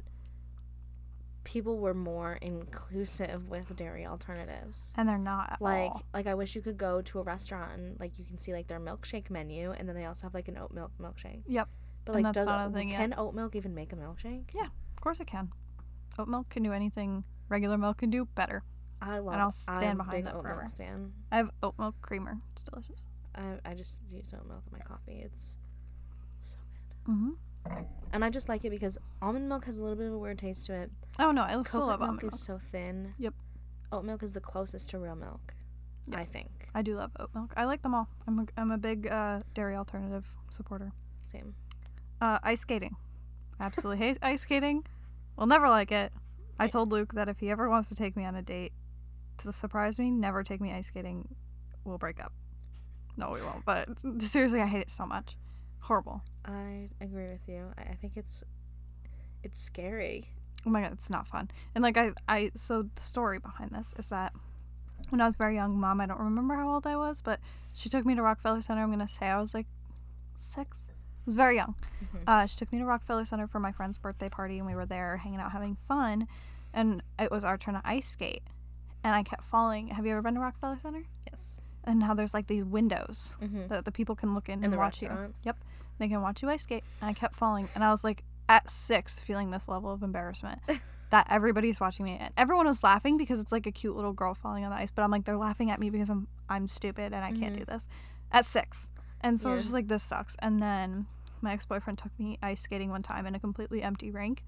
Speaker 1: people were more inclusive with dairy alternatives.
Speaker 2: And they're not at
Speaker 1: Like
Speaker 2: all.
Speaker 1: like I wish you could go to a restaurant and like you can see like their milkshake menu and then they also have like an oat milk milkshake.
Speaker 2: Yep.
Speaker 1: But
Speaker 2: And
Speaker 1: like does
Speaker 2: that's not a thing yet.
Speaker 1: can oat milk even make a milkshake?
Speaker 2: Yeah, of course it can. Oat milk can do anything regular milk can do better.
Speaker 1: I love
Speaker 2: I'll stand
Speaker 1: I'm
Speaker 2: behind
Speaker 1: big
Speaker 2: that
Speaker 1: oat
Speaker 2: forever.
Speaker 1: milk stand.
Speaker 2: I have oat milk creamer. It's delicious.
Speaker 1: I I just use oat milk in my coffee. It's so good.
Speaker 2: Mm-hmm.
Speaker 1: And I just like it because almond milk has a little bit of a weird taste to it.
Speaker 2: Oh no, I still
Speaker 1: Coconut
Speaker 2: love
Speaker 1: milk
Speaker 2: almond
Speaker 1: is
Speaker 2: milk.
Speaker 1: so thin.
Speaker 2: Yep.
Speaker 1: Oat milk is the closest to real milk. I think.
Speaker 2: I do love oat milk. I like them all. I'm a, I'm a big uh, dairy alternative supporter.
Speaker 1: Same.
Speaker 2: Uh, ice skating. Absolutely hate ice skating. Will never like it. I told Luke that if he ever wants to take me on a date to surprise me, never take me ice skating. We'll break up. No, we won't. But seriously, I hate it so much. Horrible.
Speaker 1: I agree with you. I, I think it's it's scary.
Speaker 2: oh my god it's not fun and like i i so the story behind this is that when i was very young mom i don't remember how old i was but she took me to rockefeller center i'm gonna say i was like six i was very young
Speaker 1: Mhm.
Speaker 2: uh, she took me to rockefeller center for my friend's birthday party and we were there hanging out having fun and it was our turn to ice skate and i kept falling have you ever been to rockefeller center
Speaker 1: Yes.
Speaker 2: and now there's like these windows
Speaker 1: Mhm.
Speaker 2: that the people can look in,
Speaker 1: In
Speaker 2: and
Speaker 1: the
Speaker 2: watch
Speaker 1: restaurant?
Speaker 2: you yep they can watch you ice skate and i kept falling and i was like at six feeling this level of embarrassment that everybody's watching me and everyone was laughing because it's like a cute little girl falling on the ice but i'm like they're laughing at me because i'm i'm stupid and i can't
Speaker 1: Mhm.
Speaker 2: do this at six and so i
Speaker 1: Yeah.
Speaker 2: was just like this sucks and then my ex-boyfriend took me ice skating one time in a completely empty rink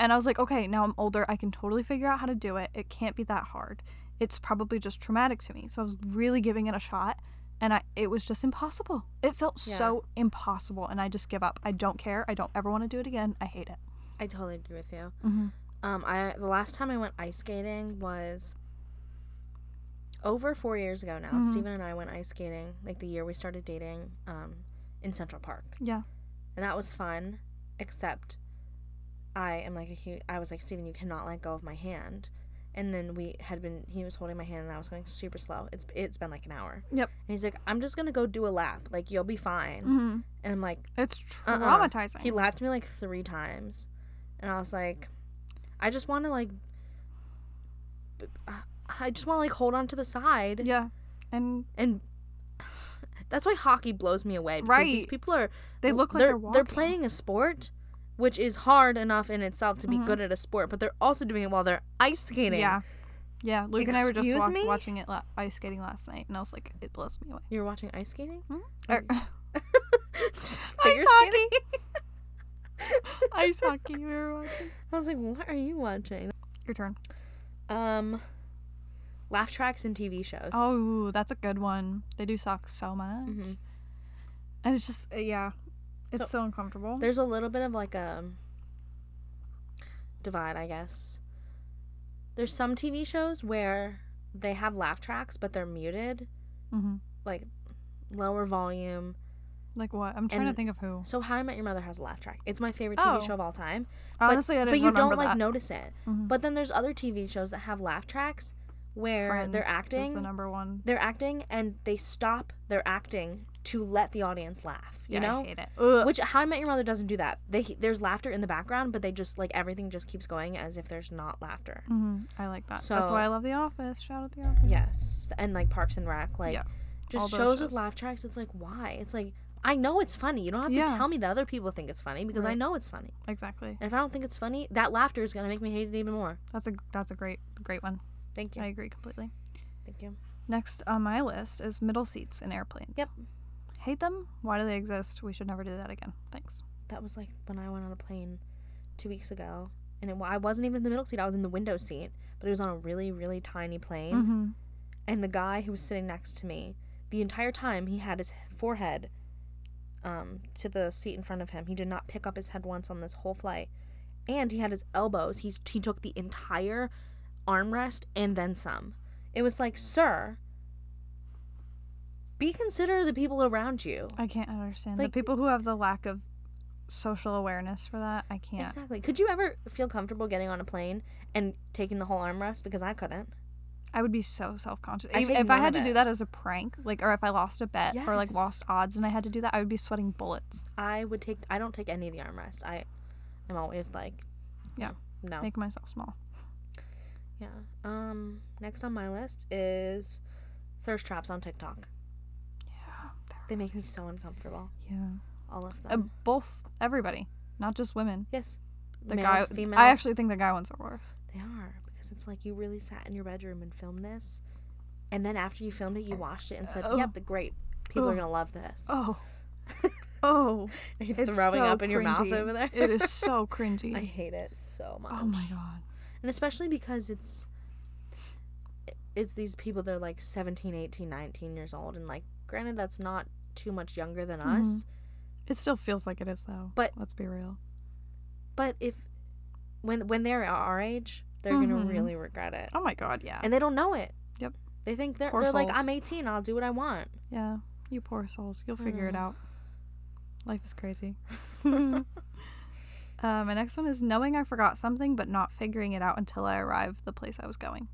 Speaker 2: and i was like okay now i'm older i can totally figure out how to do it it can't be that hard it's probably just traumatic to me so i was really giving it a shot and I, it was just impossible it felt
Speaker 1: Yeah.
Speaker 2: so impossible and i just give up i don't care i don't ever want to do it again i hate it
Speaker 1: I totally agree with you.
Speaker 2: mm-hmm.
Speaker 1: Um, I the last time I went ice skating was over four years ago now.
Speaker 2: Mhm.
Speaker 1: Steven and I went ice skating like the year we started dating, um, in Central Park,
Speaker 2: yeah
Speaker 1: and that was fun. Except, I am like a huge. I was like Steven, you cannot let go of my hand. And then we had been. He was holding my hand, and I was going super slow. It's it's been like an hour.
Speaker 2: Yep.
Speaker 1: And he's like, I'm just gonna go do a lap. Like you'll be fine.
Speaker 2: mm-hmm.
Speaker 1: And I'm like,
Speaker 2: it's
Speaker 1: Uh-uh.
Speaker 2: traumatizing
Speaker 1: He lapped me like three times, and I was like, I just want to like, b- uh, I just want to like hold on to the side,
Speaker 2: yeah and
Speaker 1: and that's why hockey blows me away. Because These
Speaker 2: Right.
Speaker 1: people are
Speaker 2: they look like
Speaker 1: they're
Speaker 2: they're, walking.
Speaker 1: they're playing a sport, which is hard enough in itself to be
Speaker 2: Mhm.
Speaker 1: good at a sport, but they're also doing it while they're ice skating.
Speaker 2: yeah yeah luke and i were just
Speaker 1: Excuse
Speaker 2: wa-
Speaker 1: me?
Speaker 2: watching it la- ice skating last night and i was like it blows me away
Speaker 1: you were watching ice skating,
Speaker 2: Or-
Speaker 1: figure skating.
Speaker 2: ice hockey we were watching
Speaker 1: I was like, what are you watching?
Speaker 2: your turn
Speaker 1: Um, laugh tracks and TV shows.
Speaker 2: oh that's a good one they do suck so much
Speaker 1: Mhm.
Speaker 2: and it's just uh, yeah it's
Speaker 1: So-
Speaker 2: so, uncomfortable
Speaker 1: there's a little bit of like a divide, I guess. There's some TV shows where they have laugh tracks, but they're muted,
Speaker 2: mm-hmm.
Speaker 1: like lower volume.
Speaker 2: like what i'm trying to
Speaker 1: And-
Speaker 2: think of who
Speaker 1: So How I Met Your Mother has a laugh track. It's my favorite TV
Speaker 2: Oh.
Speaker 1: show of all time. But-
Speaker 2: honestly i didn't
Speaker 1: but you
Speaker 2: remember
Speaker 1: don't like
Speaker 2: that.
Speaker 1: notice it.
Speaker 2: Mhm.
Speaker 1: But then there's other TV shows that have laugh tracks where
Speaker 2: Friends
Speaker 1: they're
Speaker 2: is the
Speaker 1: acting,
Speaker 2: number one
Speaker 1: they're acting, and they stop their acting to let the audience laugh. You
Speaker 2: Yeah,
Speaker 1: know,
Speaker 2: I hate it.
Speaker 1: Which How I Met Your Mother doesn't do that. They there's laughter in the background, but they just like everything just keeps going as if there's not laughter.
Speaker 2: Mhm, I like that. That's
Speaker 1: So-
Speaker 2: why I love The Office. Shout out The Office.
Speaker 1: Yes, and like Parks and Rec, like
Speaker 2: Yeah. All
Speaker 1: just
Speaker 2: those
Speaker 1: shows, with
Speaker 2: shows.
Speaker 1: laugh tracks. It's like why? It's like I know it's funny. You don't have
Speaker 2: Yeah.
Speaker 1: to tell me that other people think it's funny because I
Speaker 2: Right.
Speaker 1: know it's funny.
Speaker 2: Exactly.
Speaker 1: And if I don't think it's funny, that laughter is gonna make me hate it even more.
Speaker 2: That's a that's a great great one.
Speaker 1: Thank you.
Speaker 2: I agree completely.
Speaker 1: Thank you.
Speaker 2: Next on my list is middle seats in airplanes.
Speaker 1: Yep.
Speaker 2: Hate them. Why do they exist? We should never do that again. Thanks.
Speaker 1: That was like when I went on a plane two weeks ago, and it, well, I wasn't even in the middle seat. I was in the window seat, but it was on a really really tiny plane.
Speaker 2: Mm-hmm.
Speaker 1: and the guy who was sitting next to me the entire time he had his forehead um, to the seat in front of him he did not pick up his head once on this whole flight and he had his elbows he's, he took the entire armrest and then some it was like sir be considerate of the people around you
Speaker 2: I can't understand
Speaker 1: Like-
Speaker 2: the people who have the lack of social awareness for that. I can't.
Speaker 1: exactly could you ever feel comfortable getting on a plane and taking the whole armrest because i couldn't
Speaker 2: I would be so self conscious.
Speaker 1: I
Speaker 2: If,
Speaker 1: take
Speaker 2: if I
Speaker 1: none
Speaker 2: had
Speaker 1: of
Speaker 2: to
Speaker 1: it.
Speaker 2: do that as a prank, like, or if I lost a bet or like
Speaker 1: Yes.
Speaker 2: lost odds and I had to do that, I would be sweating bullets.
Speaker 1: i would take i don't take any of the armrest i am always like
Speaker 2: Yeah.
Speaker 1: no
Speaker 2: Make myself small.
Speaker 1: Yeah. Um. Next on my list is thirst traps on TikTok.
Speaker 2: Yeah. they're-
Speaker 1: They make me so uncomfortable.
Speaker 2: Yeah.
Speaker 1: All of them.
Speaker 2: Uh, both everybody, not just women.
Speaker 1: yes.
Speaker 2: The
Speaker 1: males,
Speaker 2: guy,
Speaker 1: females.
Speaker 2: I actually think the guy ones are worse.
Speaker 1: They are because it's like you really sat in your bedroom and filmed this, and then after you filmed it, you watched it and said,
Speaker 2: Oh.
Speaker 1: "Yep, the great people are
Speaker 2: Oh.
Speaker 1: gonna love this."
Speaker 2: Oh, oh,
Speaker 1: Are you throwing up in your mouth over there?
Speaker 2: it is so cringy.
Speaker 1: I hate it so much.
Speaker 2: oh my god.
Speaker 1: And especially because it's it's these people that are like 17, 18, 19 years old and like granted that's not too much younger than
Speaker 2: Mm-hmm.
Speaker 1: us,
Speaker 2: It still feels like it is though.
Speaker 1: But-
Speaker 2: let's be real.
Speaker 1: But if when when they're our age, they're gonna
Speaker 2: Mhm.
Speaker 1: really regret it,
Speaker 2: Oh my god, yeah.
Speaker 1: and they don't know it.
Speaker 2: Yep.
Speaker 1: They think they're
Speaker 2: Poor
Speaker 1: they're like
Speaker 2: souls.
Speaker 1: I'm 18, I'll do what I want.
Speaker 2: yeah. You poor souls. You'll figure it
Speaker 1: know.
Speaker 2: out. Life is crazy. uh, my next one is knowing I forgot something but not figuring it out until I arrived the place I was going.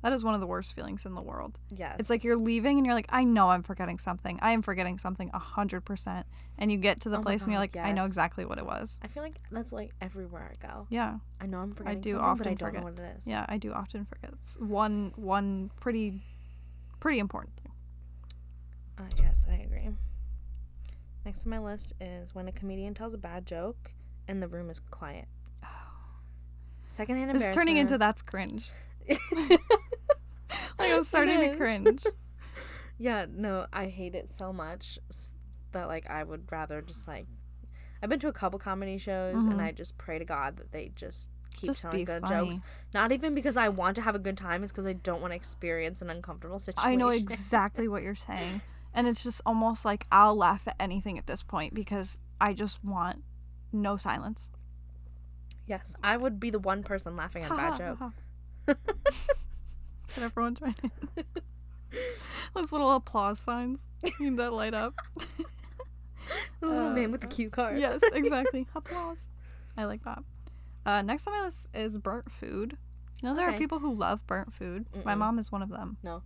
Speaker 2: That is one of the worst feelings in the world.
Speaker 1: Yes.
Speaker 2: It's like you're leaving and you're like, I know I'm forgetting something. I am forgetting something 100%. And you get to the
Speaker 1: Oh my
Speaker 2: place and you're like,
Speaker 1: God,
Speaker 2: I know
Speaker 1: yes.
Speaker 2: exactly what it was.
Speaker 1: I feel like that's like everywhere I go.
Speaker 2: Yeah.
Speaker 1: I know I'm forgetting
Speaker 2: do
Speaker 1: something, but I
Speaker 2: often
Speaker 1: don't
Speaker 2: forget.
Speaker 1: know what it is.
Speaker 2: Yeah, I do often forget. It's one one pretty pretty important thing.
Speaker 1: Uh, yes, I agree. Next on my list is when a comedian tells a bad joke and the room is quiet. Secondhand
Speaker 2: It's Oh. turning into
Speaker 1: embarrassment.
Speaker 2: that's cringe. Like I'm starting
Speaker 1: It
Speaker 2: to
Speaker 1: is.
Speaker 2: cringe.
Speaker 1: Yeah, no, I hate it so much s- that like I would rather just like I've been to a couple comedy shows and
Speaker 2: Mhm.
Speaker 1: I just pray to God that they just keep
Speaker 2: Just
Speaker 1: telling
Speaker 2: be
Speaker 1: good
Speaker 2: funny.
Speaker 1: jokes. Not even because I want to have a good time, it's because I don't want to experience an uncomfortable situation.
Speaker 2: I know exactly what you're saying. And it's just almost like I'll laugh at anything at this point because I just want no silence.
Speaker 1: Yes, I would be the one person laughing at a bad joke.
Speaker 2: Can everyone join in? Those little applause signs. Need that light up.
Speaker 1: The little man with the
Speaker 2: Uh,
Speaker 1: cue card.
Speaker 2: yes, exactly. applause. I like that. Uh, next on my list is burnt food. You know, there
Speaker 1: Okay.
Speaker 2: are people who love burnt food. My
Speaker 1: Mm-mm.
Speaker 2: mom is one of them.
Speaker 1: No.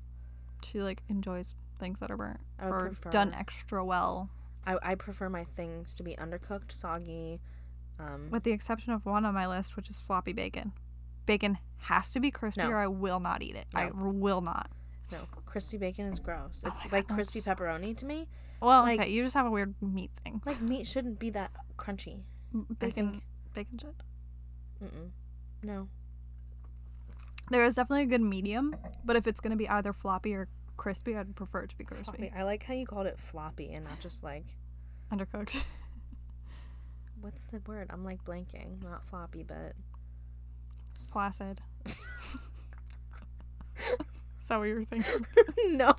Speaker 2: She like enjoys things that are burnt
Speaker 1: I would
Speaker 2: or
Speaker 1: prefer
Speaker 2: done extra well.
Speaker 1: I, I prefer my things to be undercooked, soggy. Um,
Speaker 2: With the exception of one on my list, which is floppy bacon. Bacon has to be crispy
Speaker 1: No.
Speaker 2: or I will not eat it. I
Speaker 1: No.
Speaker 2: r- will not.
Speaker 1: no, crispy bacon is gross.
Speaker 2: Oh
Speaker 1: It's
Speaker 2: my God,
Speaker 1: like
Speaker 2: no,
Speaker 1: crispy
Speaker 2: it's-
Speaker 1: pepperoni to me.
Speaker 2: Well,
Speaker 1: Like-
Speaker 2: okay, you just have a weird meat thing.
Speaker 1: Like meat shouldn't be that crunchy.
Speaker 2: M-
Speaker 1: I
Speaker 2: Bacon,
Speaker 1: think-
Speaker 2: bacon shit.
Speaker 1: Mm-mm. No.
Speaker 2: There is definitely a good medium, but if it's gonna be either floppy or crispy, I'd prefer it to be crispy.
Speaker 1: Floppy. I like how you called it floppy and not just like
Speaker 2: Undercooked.
Speaker 1: what's the word? I'm like blanking. Not floppy, but s-
Speaker 2: Placid. Is that what you were thinking?
Speaker 1: no.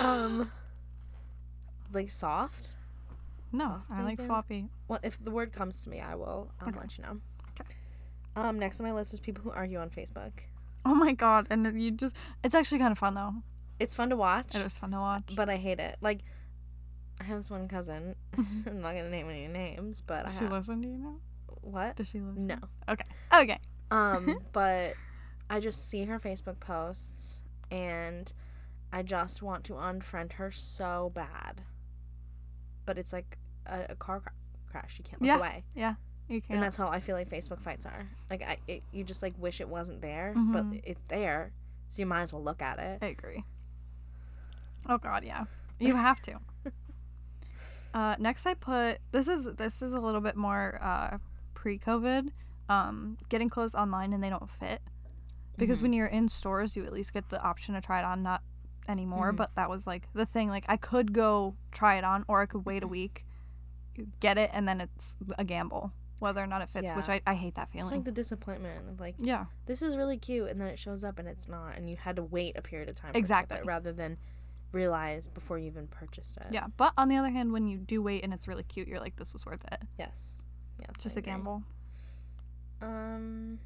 Speaker 1: um like soft?
Speaker 2: No,
Speaker 1: Soft
Speaker 2: I like
Speaker 1: bacon?
Speaker 2: floppy.
Speaker 1: Well, if the word comes to me, I will I'll
Speaker 2: Okay.
Speaker 1: let you know.
Speaker 2: Okay.
Speaker 1: Um next on my list is people who argue on Facebook.
Speaker 2: Oh my god! And then you just—it's actually kind of fun though.
Speaker 1: It's fun to watch,
Speaker 2: It was fun to watch.
Speaker 1: but I hate it. Like I have this one cousin. I'm not gonna name any names, but I
Speaker 2: Mm-hmm. she Mm-hmm.
Speaker 1: have
Speaker 2: listened to you now.
Speaker 1: what?
Speaker 2: Does she listen?
Speaker 1: No.
Speaker 2: Okay.
Speaker 1: Um, but I just see her Facebook posts and I just want to unfriend her so bad. But it's like a, a car cra- crash. You can't look
Speaker 2: Yeah,
Speaker 1: away.
Speaker 2: You can.
Speaker 1: And that's how I feel like Facebook fights are. Like I it, you just like wish it wasn't there,
Speaker 2: Mhm.
Speaker 1: but it's there. So you might as well look at it.
Speaker 2: I agree. Oh God, yeah. You have to. uh, next, I put this is this is a little bit more uh, pre-COVID. Um, getting clothes online and they don't fit because
Speaker 1: Mhm.
Speaker 2: when you're in stores, you at least get the option to try it on. Not anymore,
Speaker 1: Mhm.
Speaker 2: but that was like the thing. Like I could go try it on, or I could wait a week, get it, and then it's a gamble whether or not it fits. Which
Speaker 1: Yeah.
Speaker 2: I, I hate that
Speaker 1: It's
Speaker 2: feeling.
Speaker 1: like the disappointment of like
Speaker 2: yeah.
Speaker 1: this is really cute and then it shows up and it's not and you had to wait a period of time for it to fit,
Speaker 2: Exactly.
Speaker 1: rather than realize before you even purchased it.
Speaker 2: Yeah, but on the other hand, when you do wait and it's really cute, you're like, this was worth it.
Speaker 1: Yes. Yes.
Speaker 2: It's
Speaker 1: I
Speaker 2: just a
Speaker 1: agree.
Speaker 2: gamble.
Speaker 1: Um,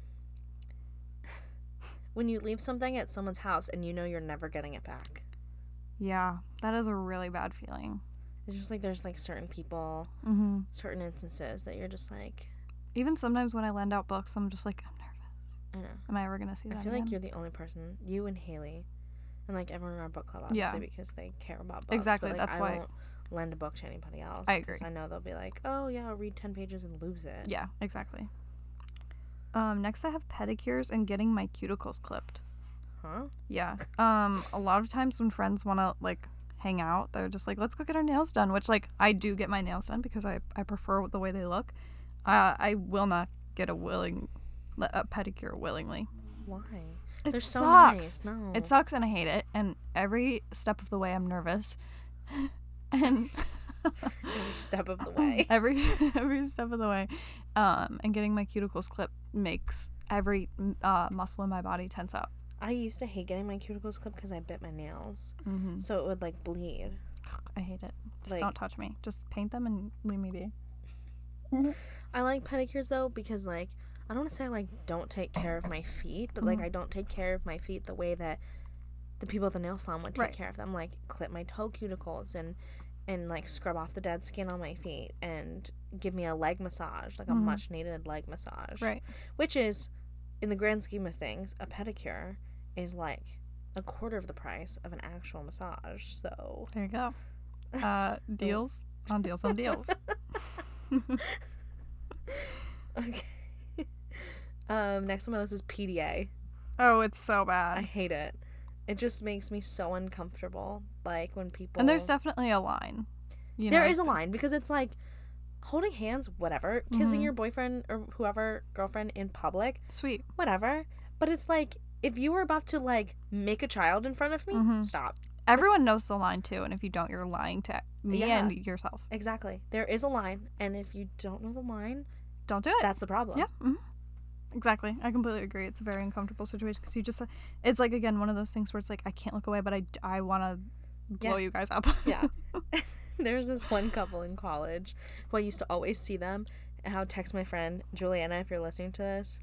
Speaker 1: when you leave something at someone's house and you know you're never getting it back,
Speaker 2: Yeah, that is a really bad feeling.
Speaker 1: it's just like there's like certain people,
Speaker 2: Mm-hmm.
Speaker 1: certain instances that you're just like,
Speaker 2: Even sometimes when I lend out books, I'm just like, I'm nervous.
Speaker 1: I know.
Speaker 2: Am I ever gonna see that
Speaker 1: I feel
Speaker 2: again?
Speaker 1: like you're the only person, you and Haley, and like everyone in our book club, obviously,
Speaker 2: Yeah.
Speaker 1: because they care about books.
Speaker 2: Exactly,
Speaker 1: But, like,
Speaker 2: that's
Speaker 1: I
Speaker 2: why.
Speaker 1: won't lend a book to anybody else.
Speaker 2: I
Speaker 1: 'cause
Speaker 2: agree.
Speaker 1: I know they'll be like, oh yeah, I'll read ten pages and lose it.
Speaker 2: yeah, exactly. Um, next, I have pedicures and getting my cuticles clipped.
Speaker 1: Huh?
Speaker 2: Yeah. Um, a lot of times when friends want to like hang out, they're just like, "Let's go get our nails done," which like I do get my nails done because I I prefer the way they look. Uh, I will not get a willing a pedicure willingly.
Speaker 1: Why?
Speaker 2: It
Speaker 1: They're so nice.
Speaker 2: sucks.
Speaker 1: No.
Speaker 2: It sucks and I hate it. And every step of the way, I'm nervous. and
Speaker 1: every step of the way.
Speaker 2: every every step of the way, um, and getting my cuticles clipped makes every uh, muscle in my body tense up.
Speaker 1: I used to hate getting my cuticles clipped because I bit my nails,
Speaker 2: Mm-hmm.
Speaker 1: so it would like bleed.
Speaker 2: I hate it. Just
Speaker 1: Like-
Speaker 2: don't touch me. Just paint them and leave me be.
Speaker 1: I like pedicures though because like
Speaker 2: Mm-hmm.
Speaker 1: I don't want to say like don't take care of my feet, but like I don't take care of my feet the way that the people at the nail salon would take
Speaker 2: Right.
Speaker 1: care of them, like clip my toe cuticles and and like scrub off the dead skin on my feet and give me a leg massage, like a
Speaker 2: Mhm.
Speaker 1: much needed leg massage.
Speaker 2: Right.
Speaker 1: Which is, in the grand scheme of things, a pedicure is like a quarter of the price of an actual massage. So
Speaker 2: There you go. Uh, deals on deals on deals.
Speaker 1: okay. um, next on my list is PDA.
Speaker 2: oh, it's so
Speaker 1: I
Speaker 2: bad.
Speaker 1: hate it. It just makes me so uncomfortable. Like when people
Speaker 2: And there's definitely a line. You
Speaker 1: There
Speaker 2: know?
Speaker 1: is a line because it's like holding hands, whatever, kissing
Speaker 2: Mhm.
Speaker 1: your boyfriend or whoever girlfriend in public,
Speaker 2: sweet.
Speaker 1: whatever. But it's like if you were about to like make a child in front of me,
Speaker 2: Mhm.
Speaker 1: stop.
Speaker 2: Everyone knows the line too, and if you don't, you're lying to me
Speaker 1: Yeah.
Speaker 2: and yourself.
Speaker 1: Exactly. There is a line, and if you don't know the line,
Speaker 2: Don't do it.
Speaker 1: that's the problem.
Speaker 2: Yeah. mhm. Exactly. I completely agree. It's a very uncomfortable situation because you just, it's like, again, one of those things where it's like, I can't look away, but I, I want to blow you guys up.
Speaker 1: Yeah. There's this one couple in college who I used to always see them. And I would text my friend Juliana if you're listening to this.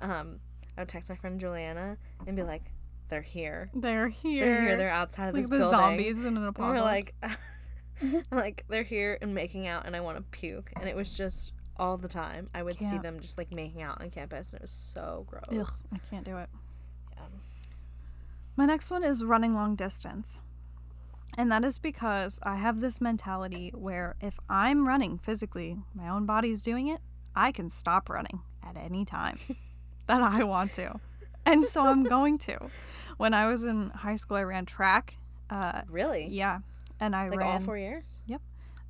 Speaker 1: Um, I would text my friend Juliana and be like, "They're here.
Speaker 2: they're here.
Speaker 1: They're here. They're outside of
Speaker 2: like
Speaker 1: this
Speaker 2: the
Speaker 1: building."
Speaker 2: zombies in an
Speaker 1: And we're
Speaker 2: apocalypse.
Speaker 1: like, I'm like they're here and making out, and I want to puke. And it was just all the time. I would see
Speaker 2: Can't.
Speaker 1: them just like making out on campus, and it was so
Speaker 2: Ugh,
Speaker 1: gross.
Speaker 2: I can't do it.
Speaker 1: Um,
Speaker 2: My next one is running long distance. And that is because I have this mentality where if I'm running physically, my own body's doing it, I can stop running at any time that I want to. And so I'm going to. When I was in high school, I ran track. Uh,
Speaker 1: Really?
Speaker 2: yeah. And I
Speaker 1: Like
Speaker 2: ran
Speaker 1: all four years?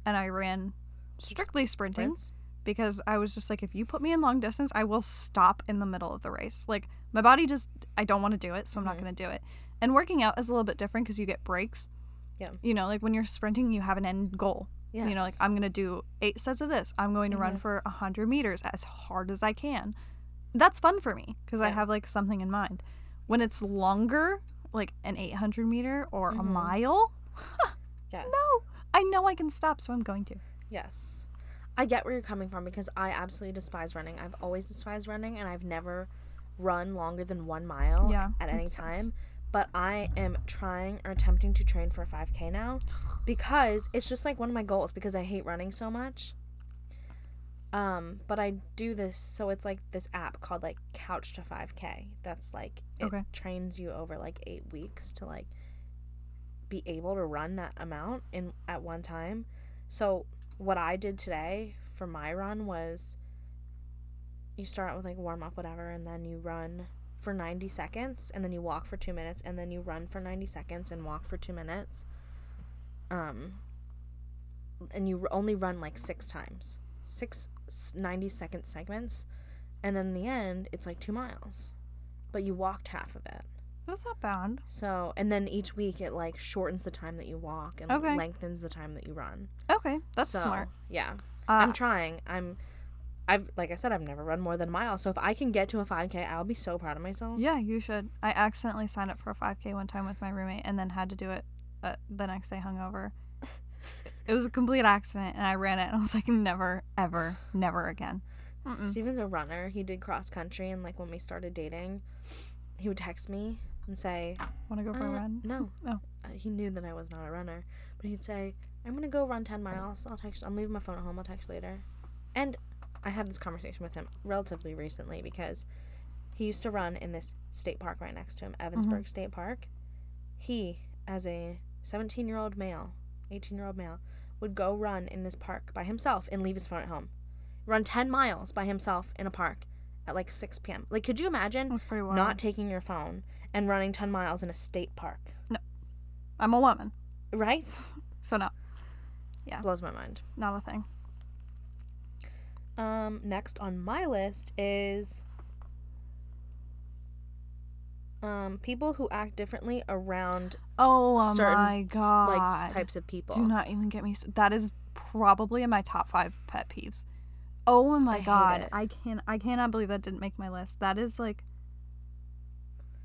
Speaker 2: and I ran strictly sprinting
Speaker 1: Sprints?
Speaker 2: because I was just like, if you put me in long distance, I will stop in the middle of the race. Like my body just, I don't want to do it, so I'm not
Speaker 1: Mhm.
Speaker 2: going to do it. And working out is a little bit different because you get breaks.
Speaker 1: Yeah.
Speaker 2: You know, like when you're sprinting, you have an end goal.
Speaker 1: Yes.
Speaker 2: You know, like I'm going to do eight sets of this. I'm going to run
Speaker 1: Mhm.
Speaker 2: for a hundred meters as hard as I can. That's fun for me because I
Speaker 1: Yeah.
Speaker 2: have like something in mind. When it's longer, like an 800 meter or a
Speaker 1: Mhm.
Speaker 2: mile,
Speaker 1: Yes.
Speaker 2: no, I know I can stop, so I'm going to.
Speaker 1: Yes. I get where you're coming from because I absolutely despise running. I've always despised running and I've never run longer than one mile
Speaker 2: Yeah,
Speaker 1: at any
Speaker 2: makes
Speaker 1: time.
Speaker 2: sense.
Speaker 1: But I am trying or attempting to train for a 5K now because it's just like one of my goals because I hate running so much. Um, but I do this so it's like this app called like Couch to 5K. That's like it
Speaker 2: Okay.
Speaker 1: trains you over like 8 weeks to like be able to run that amount in at one time. So what I did today for my run was you start out with like warm up whatever and then you run for 90 seconds and then you walk for 2 minutes and then you run for 90 seconds and walk for 2 minutes. Um and you r- only run like 6 times. 6 s- 90 second segments and then in the end it's like 2 miles. But you walked half of it.
Speaker 2: That's not bad.
Speaker 1: So, and then each week it like shortens the time that you walk and
Speaker 2: Okay.
Speaker 1: lengthens the time that you run.
Speaker 2: Okay, that's
Speaker 1: So,
Speaker 2: smart.
Speaker 1: Yeah.
Speaker 2: Uh,
Speaker 1: I'm trying. I'm I've like I said I've never run more than a mile, so if I can get to a 5k, I'll be so proud of myself.
Speaker 2: yeah, you should. I accidentally signed up for a 5K one time with my roommate and then had to do it uh, the next day hungover. it was a complete accident and I ran it and I was like, never, ever, never again. Mm-mm.
Speaker 1: Steven's a runner. He did cross country and like when we started dating, he would text me and say,
Speaker 2: Want to go for a
Speaker 1: "Uh,
Speaker 2: run?
Speaker 1: No.
Speaker 2: Oh.
Speaker 1: Uh, he knew that I was not a runner, but he'd say, "I'm going to go run 10 miles. I'll text I'm leaving my phone at home. I'll text later." And I had this conversation with him relatively recently because he used to run in this state park right next to him, Evansburg
Speaker 2: Mm-hmm.
Speaker 1: State Park. He, as a 17 year old male, 18 year old male, would go run in this park by himself and leave his phone at home. Run 10 miles by himself in a park at like 6 p.m. Like, could you imagine
Speaker 2: That's pretty wild.
Speaker 1: not taking your phone and running 10 miles in a state park?
Speaker 2: I'm a woman,
Speaker 1: Right?
Speaker 2: so no,
Speaker 1: Blows my mind.
Speaker 2: not a thing.
Speaker 1: Um, next on my list is um, people who act differently around
Speaker 2: Oh,
Speaker 1: certain
Speaker 2: my
Speaker 1: s-
Speaker 2: god.
Speaker 1: like s- types of people.
Speaker 2: Do not even get me. s that is probably in my top five pet peeves. Oh my
Speaker 1: I hate
Speaker 2: god,
Speaker 1: it.
Speaker 2: I can I cannot believe that didn't make my list. That is like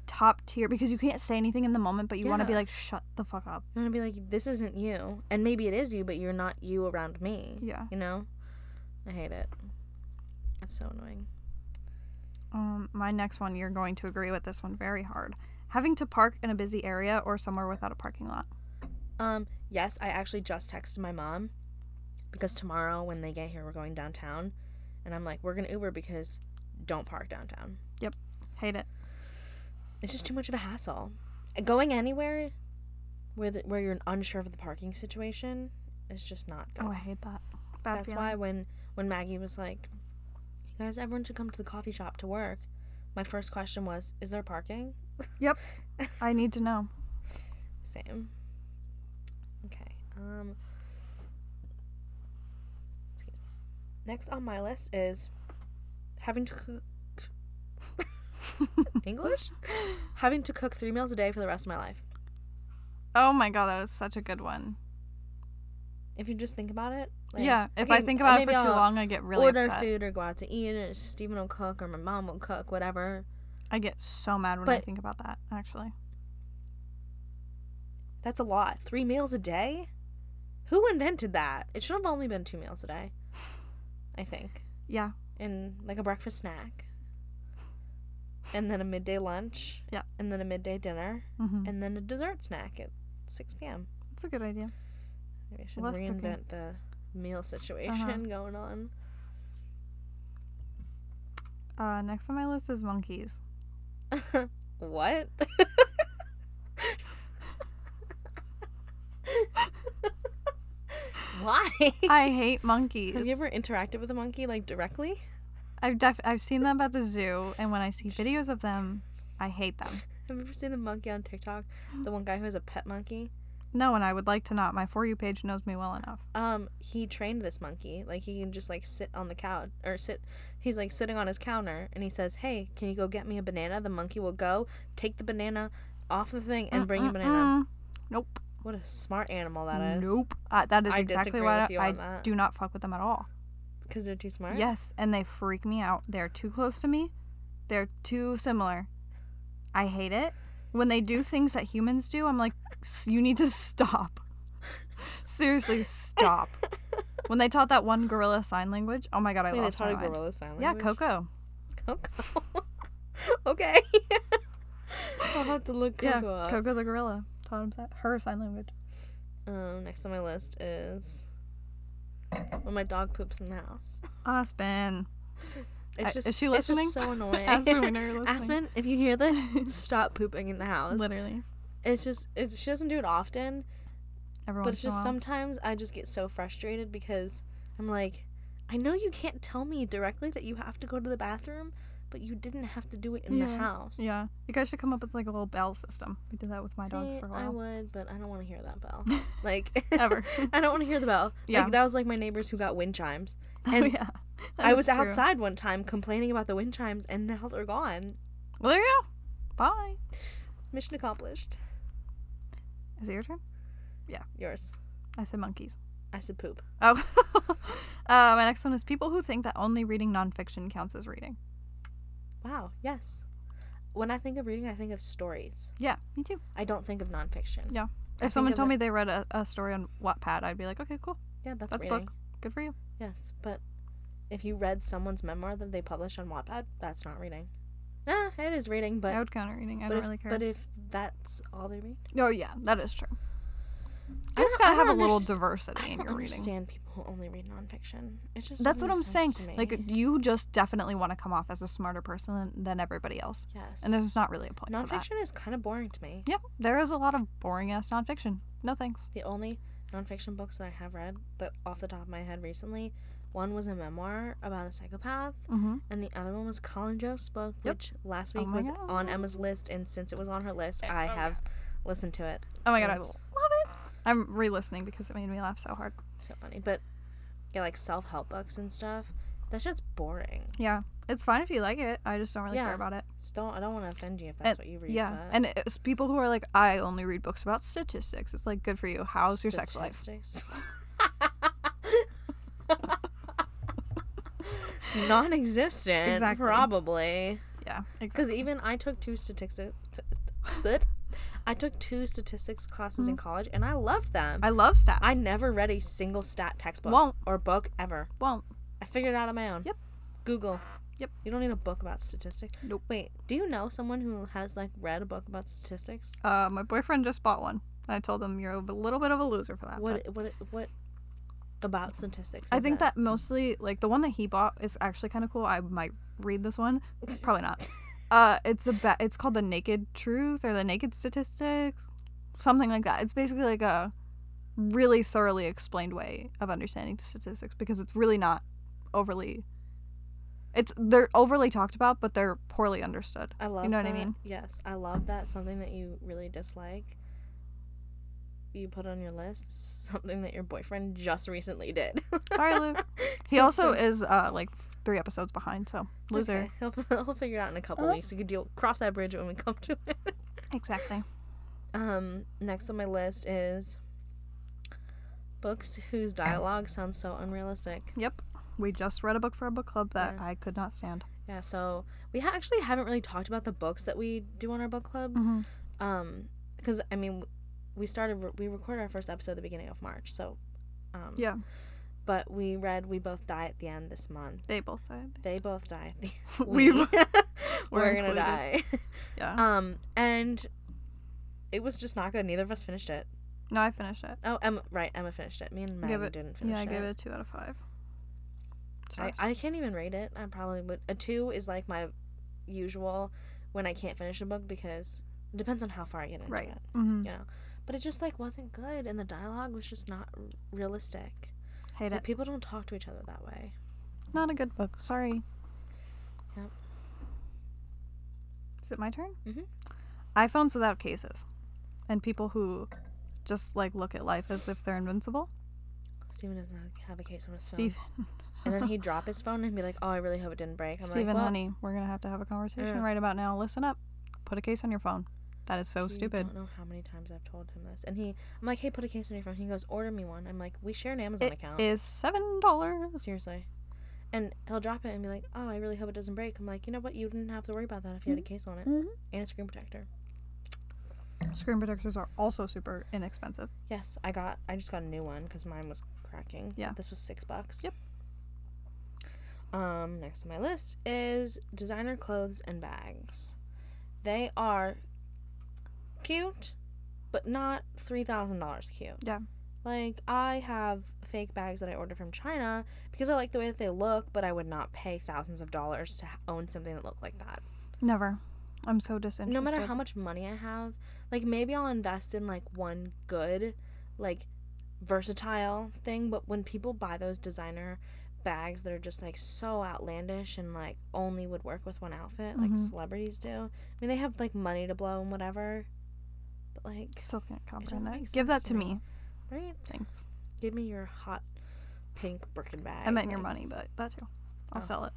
Speaker 2: top tier because you can't say anything in the moment, but you want to be
Speaker 1: Yeah.
Speaker 2: like, shut the fuck up.
Speaker 1: I'm gonna be like, this isn't you, and maybe it is you, but you're not you around me.
Speaker 2: Yeah.
Speaker 1: You know, I hate it. It's so annoying.
Speaker 2: Um, my next one, you're going to agree with this one very hard. Having to park in a busy area or somewhere without a parking lot.
Speaker 1: Um, yes, I actually just texted my mom because tomorrow when they get here, we're going downtown. And I'm like, we're going to Uber because don't park downtown.
Speaker 2: Hate it.
Speaker 1: It's just too much of a hassle. Going anywhere where, the, where you're unsure of the parking situation is just not good.
Speaker 2: Oh, I hate that. Bad
Speaker 1: That's
Speaker 2: feeling.
Speaker 1: why when when Maggie was like, "You guys, everyone should come to the coffee shop to work," my first question was, "Is there parking?"
Speaker 2: Yep. I need to know.
Speaker 1: Same. Okay. Um. excuse me. Next on my list is having to cook English, having to cook three meals a day for the rest of my life.
Speaker 2: Oh my god, that is such a good one.
Speaker 1: If you just think about it, like,
Speaker 2: yeah, if I
Speaker 1: okay,
Speaker 2: think about it for
Speaker 1: maybe
Speaker 2: too
Speaker 1: I'll
Speaker 2: long, I get really
Speaker 1: order
Speaker 2: upset.
Speaker 1: food or go out to eat, and Stephen will cook or my mom will cook, whatever.
Speaker 2: I get so mad when I
Speaker 1: But-
Speaker 2: think about that. Actually,
Speaker 1: That's a lot. Three meals a day? Who invented that? It should have only been two meals a day, I think.
Speaker 2: yeah,
Speaker 1: And like a breakfast snack. And then a midday lunch.
Speaker 2: Yeah.
Speaker 1: And then a midday dinner.
Speaker 2: mm-hmm.
Speaker 1: And then a dessert snack at 6 p.m.
Speaker 2: that's a good idea.
Speaker 1: Maybe I should
Speaker 2: Less cooking.
Speaker 1: reinvent the meal situation going on.
Speaker 2: Uh, next on my list is monkeys.
Speaker 1: what? Why?
Speaker 2: I hate monkeys.
Speaker 1: Have you ever interacted with a monkey like directly?
Speaker 2: I've def- I've seen them at the zoo, and when I see videos of them, I hate them.
Speaker 1: Have you ever seen the monkey on TikTok? The one guy who has a pet monkey.
Speaker 2: No, and I would like to not. My for you page knows me well enough.
Speaker 1: Um, he trained this monkey. Like he can just like sit on the couch or sit. He's like sitting on his counter, and he says, "Hey, can you go get me a banana?" The monkey will go take the banana off the thing and bring you a banana.
Speaker 2: Mm-mm-mm. Nope.
Speaker 1: What a smart animal that is.
Speaker 2: Nope. Uh, that is
Speaker 1: I
Speaker 2: exactly
Speaker 1: disagree
Speaker 2: why
Speaker 1: with you
Speaker 2: I
Speaker 1: on that.
Speaker 2: do not fuck with them at all.
Speaker 1: Because they're too smart.
Speaker 2: Yes, and they freak me out. They're too close to me. They're too similar. I hate it. When they do things that humans do, I'm like, "S- you need to stop. Seriously, stop. when they taught that one gorilla sign language, oh my god, I
Speaker 1: Wait, they
Speaker 2: lost
Speaker 1: taught
Speaker 2: my
Speaker 1: a
Speaker 2: mind.
Speaker 1: gorilla sign
Speaker 2: Yeah,
Speaker 1: language.
Speaker 2: Coco.
Speaker 1: Coco. okay. I'll have to look Coco uh,
Speaker 2: yeah,
Speaker 1: up.
Speaker 2: Coco the gorilla taught him si- her sign language.
Speaker 1: Um, next on my list is when my dog poops in the house.
Speaker 2: Aspen.
Speaker 1: It's
Speaker 2: Uh,
Speaker 1: just,
Speaker 2: is she
Speaker 1: It's just
Speaker 2: listening?
Speaker 1: so annoying.
Speaker 2: Aspen, we know you're listening.
Speaker 1: Oh, Aspen, if you hear this, stop pooping in the house.
Speaker 2: Literally.
Speaker 1: It's just, it's, she doesn't do it often,
Speaker 2: Everyone.
Speaker 1: but it's just sometimes I just get so frustrated because I'm like, I know you can't tell me directly that you have to go to the bathroom, but you didn't have to do it in the
Speaker 2: Yeah.
Speaker 1: house.
Speaker 2: Yeah. You guys should come up with like a little bell system. We did that with my dogs
Speaker 1: See,
Speaker 2: for a
Speaker 1: I
Speaker 2: while.
Speaker 1: would, but I don't want to hear that bell. Like
Speaker 2: Ever.
Speaker 1: I don't want to hear the bell.
Speaker 2: Yeah.
Speaker 1: Like that was like my neighbors who got wind chimes.
Speaker 2: oh,
Speaker 1: And
Speaker 2: yeah. That
Speaker 1: I
Speaker 2: is
Speaker 1: was
Speaker 2: true.
Speaker 1: outside one time complaining about the wind chimes and now they're gone.
Speaker 2: Well, there you go. Bye.
Speaker 1: Mission accomplished.
Speaker 2: Is it your turn?
Speaker 1: Yours.
Speaker 2: I said monkeys.
Speaker 1: I said poop.
Speaker 2: Oh. uh, my next one is people who think that only reading nonfiction counts as reading.
Speaker 1: Wow. Yes. When I think of reading, I think of stories.
Speaker 2: Yeah, me too.
Speaker 1: I don't think of nonfiction.
Speaker 2: Yeah.
Speaker 1: think
Speaker 2: If someone
Speaker 1: of
Speaker 2: told
Speaker 1: it-
Speaker 2: me they read a, a story on Wattpad, I'd be like, okay, cool.
Speaker 1: Yeah, that's,
Speaker 2: That's a
Speaker 1: reading.
Speaker 2: book. Good for you.
Speaker 1: Yes, but if you read someone's memoir that they published on Wattpad, that's not reading. Nah, it is reading, but
Speaker 2: I would count it reading. I
Speaker 1: but
Speaker 2: don't
Speaker 1: if,
Speaker 2: really care.
Speaker 1: but if that's all they read,
Speaker 2: oh, yeah, that is true.
Speaker 1: I
Speaker 2: You just
Speaker 1: don't- I
Speaker 2: gotta have a
Speaker 1: don't
Speaker 2: little
Speaker 1: underst-
Speaker 2: diversity
Speaker 1: I
Speaker 2: in
Speaker 1: don't
Speaker 2: your reading.
Speaker 1: understand people who only read nonfiction. It's just
Speaker 2: That's
Speaker 1: doesn't
Speaker 2: what I'm
Speaker 1: make sense
Speaker 2: saying.
Speaker 1: to me.
Speaker 2: Like, you just definitely want to come off as a smarter person than, than everybody else.
Speaker 1: yes,
Speaker 2: And there's not really a point. For that.
Speaker 1: nonfiction is kind of boring to me.
Speaker 2: Yeah, there is a lot of boring ass nonfiction. No thanks.
Speaker 1: The only nonfiction books that I have read that off the top of my head recently, one was a memoir about a psychopath,
Speaker 2: Mm-hmm.
Speaker 1: and the other one was Colin Jost's book,
Speaker 2: Yep.
Speaker 1: which last
Speaker 2: Oh
Speaker 1: week
Speaker 2: my
Speaker 1: was
Speaker 2: God.
Speaker 1: on Emma's list. And since it was on her list, I have listened to it.
Speaker 2: Oh my god, I love
Speaker 1: Sounds-
Speaker 2: it. I'm re-listening because it made me laugh so hard.
Speaker 1: So funny, but yeah, like self help books and stuff. That shit's boring.
Speaker 2: Yeah, it's fine if you like it. I just don't really
Speaker 1: Yeah.
Speaker 2: care about it.
Speaker 1: Just don't. I don't want to offend you if that's
Speaker 2: And-
Speaker 1: what you read.
Speaker 2: yeah,
Speaker 1: but-
Speaker 2: and it's people who are like, I only read books about statistics. It's like, good for you. How's your sex life?
Speaker 1: Statistics. Non-existent,
Speaker 2: Exactly.
Speaker 1: probably.
Speaker 2: Yeah,
Speaker 1: Because
Speaker 2: exactly.
Speaker 1: even I took two statistics. I took two statistics classes
Speaker 2: Mm-hmm.
Speaker 1: in college, and I loved them.
Speaker 2: I love stats.
Speaker 1: I never read a single stat textbook
Speaker 2: Won't.
Speaker 1: or book ever.
Speaker 2: won't.
Speaker 1: I figured it out on my own.
Speaker 2: Yep.
Speaker 1: Google.
Speaker 2: Yep.
Speaker 1: You don't need a book about statistics.
Speaker 2: Nope.
Speaker 1: Wait, do you know someone who has like read a book about statistics?
Speaker 2: Uh, my boyfriend just bought one. And I told him you're a little bit of a loser for that. but
Speaker 1: What what what about statistics?
Speaker 2: I
Speaker 1: is
Speaker 2: think
Speaker 1: it?
Speaker 2: that mostly like the one that he bought is actually kind of cool. I might read this one. Probably not. Uh, it's a ba- it's called the Naked Truth or the Naked Statistics, something like that. It's basically like a really thoroughly explained way of understanding statistics because it's really not overly. It's they're overly talked about, but they're poorly understood.
Speaker 1: I love
Speaker 2: know what I
Speaker 1: that.
Speaker 2: mean?
Speaker 1: Yes, I love that something that you really dislike you put on your list something that your boyfriend just recently did.
Speaker 2: All right, Luke. He
Speaker 1: That's
Speaker 2: also
Speaker 1: so-
Speaker 2: is uh like three episodes behind, so loser.
Speaker 1: Okay, He'll, he'll figure it out in a couple
Speaker 2: Uh.
Speaker 1: weeks. You could deal cross that bridge when we come to it.
Speaker 2: Exactly.
Speaker 1: Um, next on my list is books whose dialogue sounds so unrealistic.
Speaker 2: Yep. We just read a book for a book club that
Speaker 1: Yeah.
Speaker 2: I could not stand.
Speaker 1: Yeah, so we ha- actually haven't really talked about the books that we do on our book club.
Speaker 2: Mm-hmm.
Speaker 1: Um, because I mean, we started we recorded our first episode at the beginning of March, so um,
Speaker 2: Yeah,
Speaker 1: But we read We Both Die at the End this month.
Speaker 2: they both died.
Speaker 1: They both die. at the-
Speaker 2: We
Speaker 1: we
Speaker 2: both
Speaker 1: we're gonna
Speaker 2: included.
Speaker 1: die.
Speaker 2: Yeah.
Speaker 1: Um, and it was just not good. Neither of us finished it.
Speaker 2: No, I finished it.
Speaker 1: Oh, Emma, right. Emma finished it. Me and
Speaker 2: Give
Speaker 1: Maddie
Speaker 2: it-
Speaker 1: didn't
Speaker 2: Yeah,
Speaker 1: finish
Speaker 2: I
Speaker 1: it.
Speaker 2: gave it a two out of five.
Speaker 1: I,
Speaker 2: Sucks.
Speaker 1: I can't even rate it. I probably would. A two is like my usual when I can't finish a book because it depends on how far I get into
Speaker 2: right.
Speaker 1: it.
Speaker 2: Mm-hmm.
Speaker 1: You know, but it just like wasn't good, and the dialogue was just not r- realistic.
Speaker 2: Hate
Speaker 1: Like,
Speaker 2: it.
Speaker 1: people don't talk to each other that way.
Speaker 2: Not a good book. Sorry.
Speaker 1: Yep.
Speaker 2: Is it my turn?
Speaker 1: Mhm.
Speaker 2: iPhones without cases, and people who just like look at life as if they're invincible.
Speaker 1: Steven doesn't have a case on his phone.
Speaker 2: Steve,
Speaker 1: And then he'd drop his phone and be like, "Oh, I really hope it didn't break." I'm
Speaker 2: Stephen,
Speaker 1: like, well,
Speaker 2: honey, we're gonna have to have a conversation
Speaker 1: Yeah.
Speaker 2: right about now. Listen up. Put a case on your phone. That is so
Speaker 1: you
Speaker 2: stupid.
Speaker 1: don't know how many times I've told him this, and he, I'm like, "Hey, put a case on your phone." He goes, "Order me one." I'm like, "We share an Amazon
Speaker 2: It
Speaker 1: account."
Speaker 2: is seven dollars.
Speaker 1: Seriously. And he'll drop it and be like, "Oh, I really hope it doesn't break." I'm like, "You know what? You didn't have to worry about that if you had a case on it
Speaker 2: Mhm.
Speaker 1: and a screen protector."
Speaker 2: Screen protectors are also super inexpensive.
Speaker 1: Yes, I got. I just got a new one because mine was cracking.
Speaker 2: Yeah.
Speaker 1: This was six bucks.
Speaker 2: Yep.
Speaker 1: Um, next on my list is designer clothes and bags. They are cute, but not three thousand dollars cute.
Speaker 2: Yeah.
Speaker 1: Like I have fake bags that I ordered from China because I like the way that they look, but I would not pay thousands of dollars to ha- own something that looked like that.
Speaker 2: Never. I'm so disinterested.
Speaker 1: no matter how much money I have, like maybe I'll invest in like one good, like versatile thing, but when people buy those designer bags that are just like so outlandish and like only would work with one outfit, like
Speaker 2: Mhm.
Speaker 1: celebrities do. I mean, they have like money to blow and whatever. But like,
Speaker 2: Still can't comprehend
Speaker 1: make
Speaker 2: that.
Speaker 1: sense
Speaker 2: Give that
Speaker 1: to
Speaker 2: to
Speaker 1: me.
Speaker 2: me.
Speaker 1: right?
Speaker 2: Thanks.
Speaker 1: Give me your hot pink Birkin bag.
Speaker 2: I meant your
Speaker 1: like-
Speaker 2: money, but that too. I'll
Speaker 1: Oh.
Speaker 2: sell it.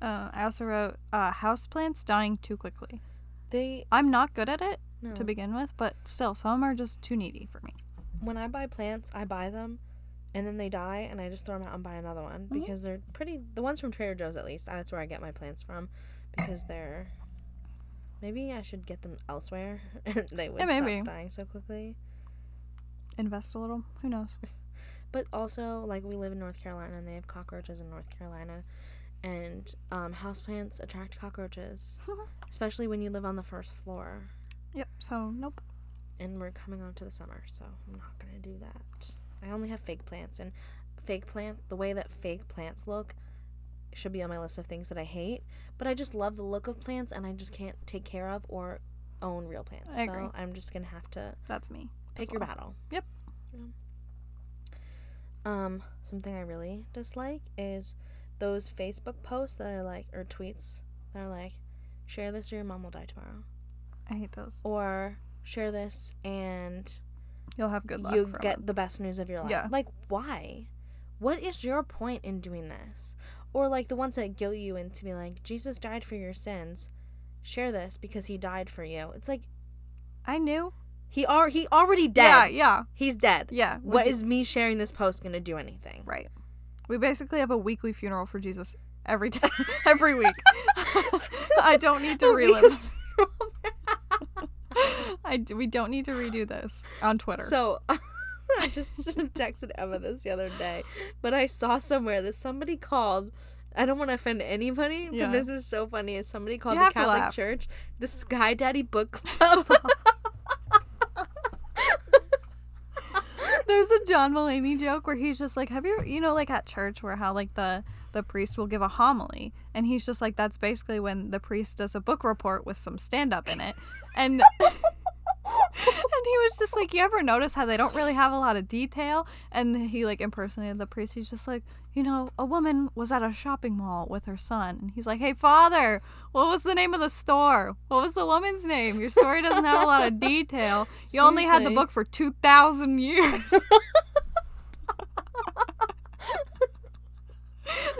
Speaker 2: Uh, I also wrote uh, houseplants dying too quickly.
Speaker 1: they
Speaker 2: I'm not good at it
Speaker 1: no.
Speaker 2: to begin with, but still, some are just too needy for me.
Speaker 1: when I buy plants, I buy them and then they die and I just throw them out and buy another one
Speaker 2: Mm-hmm.
Speaker 1: because they're pretty the ones from Trader Joe's at least. That's where I get my plants from because they're maybe I should get them elsewhere and they would
Speaker 2: Yeah, maybe.
Speaker 1: stop dying so quickly.
Speaker 2: Invest a little. Who knows?
Speaker 1: But also like we live in North Carolina and they have cockroaches in North Carolina and um, houseplants attract cockroaches, especially when you live on the first floor.
Speaker 2: Yep. So nope.
Speaker 1: and we're coming on to the summer, so I'm not gonna do that. I only have fake plants, and fake plant the way that fake plants look should be on my list of things that I hate. But I just love the look of plants, and I just can't take care of or own real plants.
Speaker 2: I agree.
Speaker 1: so I'm just gonna have to
Speaker 2: That's me.
Speaker 1: pick
Speaker 2: as
Speaker 1: your
Speaker 2: well.
Speaker 1: battle.
Speaker 2: Yep.
Speaker 1: Yeah. Um, something I really dislike is those Facebook posts that are like or tweets that are like, share this or your mom will die tomorrow,
Speaker 2: I hate those.
Speaker 1: or share this and
Speaker 2: You'll have good luck.
Speaker 1: you
Speaker 2: from
Speaker 1: get
Speaker 2: it.
Speaker 1: the best news of your life.
Speaker 2: Yeah.
Speaker 1: Like, why? What is your point in doing this? Or like the ones that guilt you into be like, Jesus died for your sins. Share this because he died for you. It's like
Speaker 2: I knew.
Speaker 1: he are he already dead.
Speaker 2: Yeah. Yeah.
Speaker 1: He's dead.
Speaker 2: Yeah.
Speaker 1: What
Speaker 2: would you-
Speaker 1: is me sharing this post gonna do anything?
Speaker 2: right? We basically have a weekly funeral for Jesus every day, every week. I don't need to
Speaker 1: A
Speaker 2: relive. I d- we don't need to redo this on Twitter.
Speaker 1: So I just texted Emma this the other day, but I saw somewhere that somebody called I don't want to offend anybody,
Speaker 2: Yeah.
Speaker 1: but this is so funny. Is somebody called
Speaker 2: You
Speaker 1: the
Speaker 2: have to
Speaker 1: Catholic
Speaker 2: laugh.
Speaker 1: Church the Sky Daddy Book Club?
Speaker 2: There's a John Mulaney joke where he's just like, "Have you, you know, like at church where how like the the priest will give a homily, and he's just like, that's basically when the priest does a book report with some stand up in it, and." and he was just like, you ever notice how they don't really have a lot of detail? And he like impersonated the priest. He's just like, you know, a woman was at a shopping mall with her son, and he's like, hey father, what was the name of the store? What was the woman's name? Your story doesn't have a lot of detail. You only had the
Speaker 1: Seriously.
Speaker 2: book for two thousand years.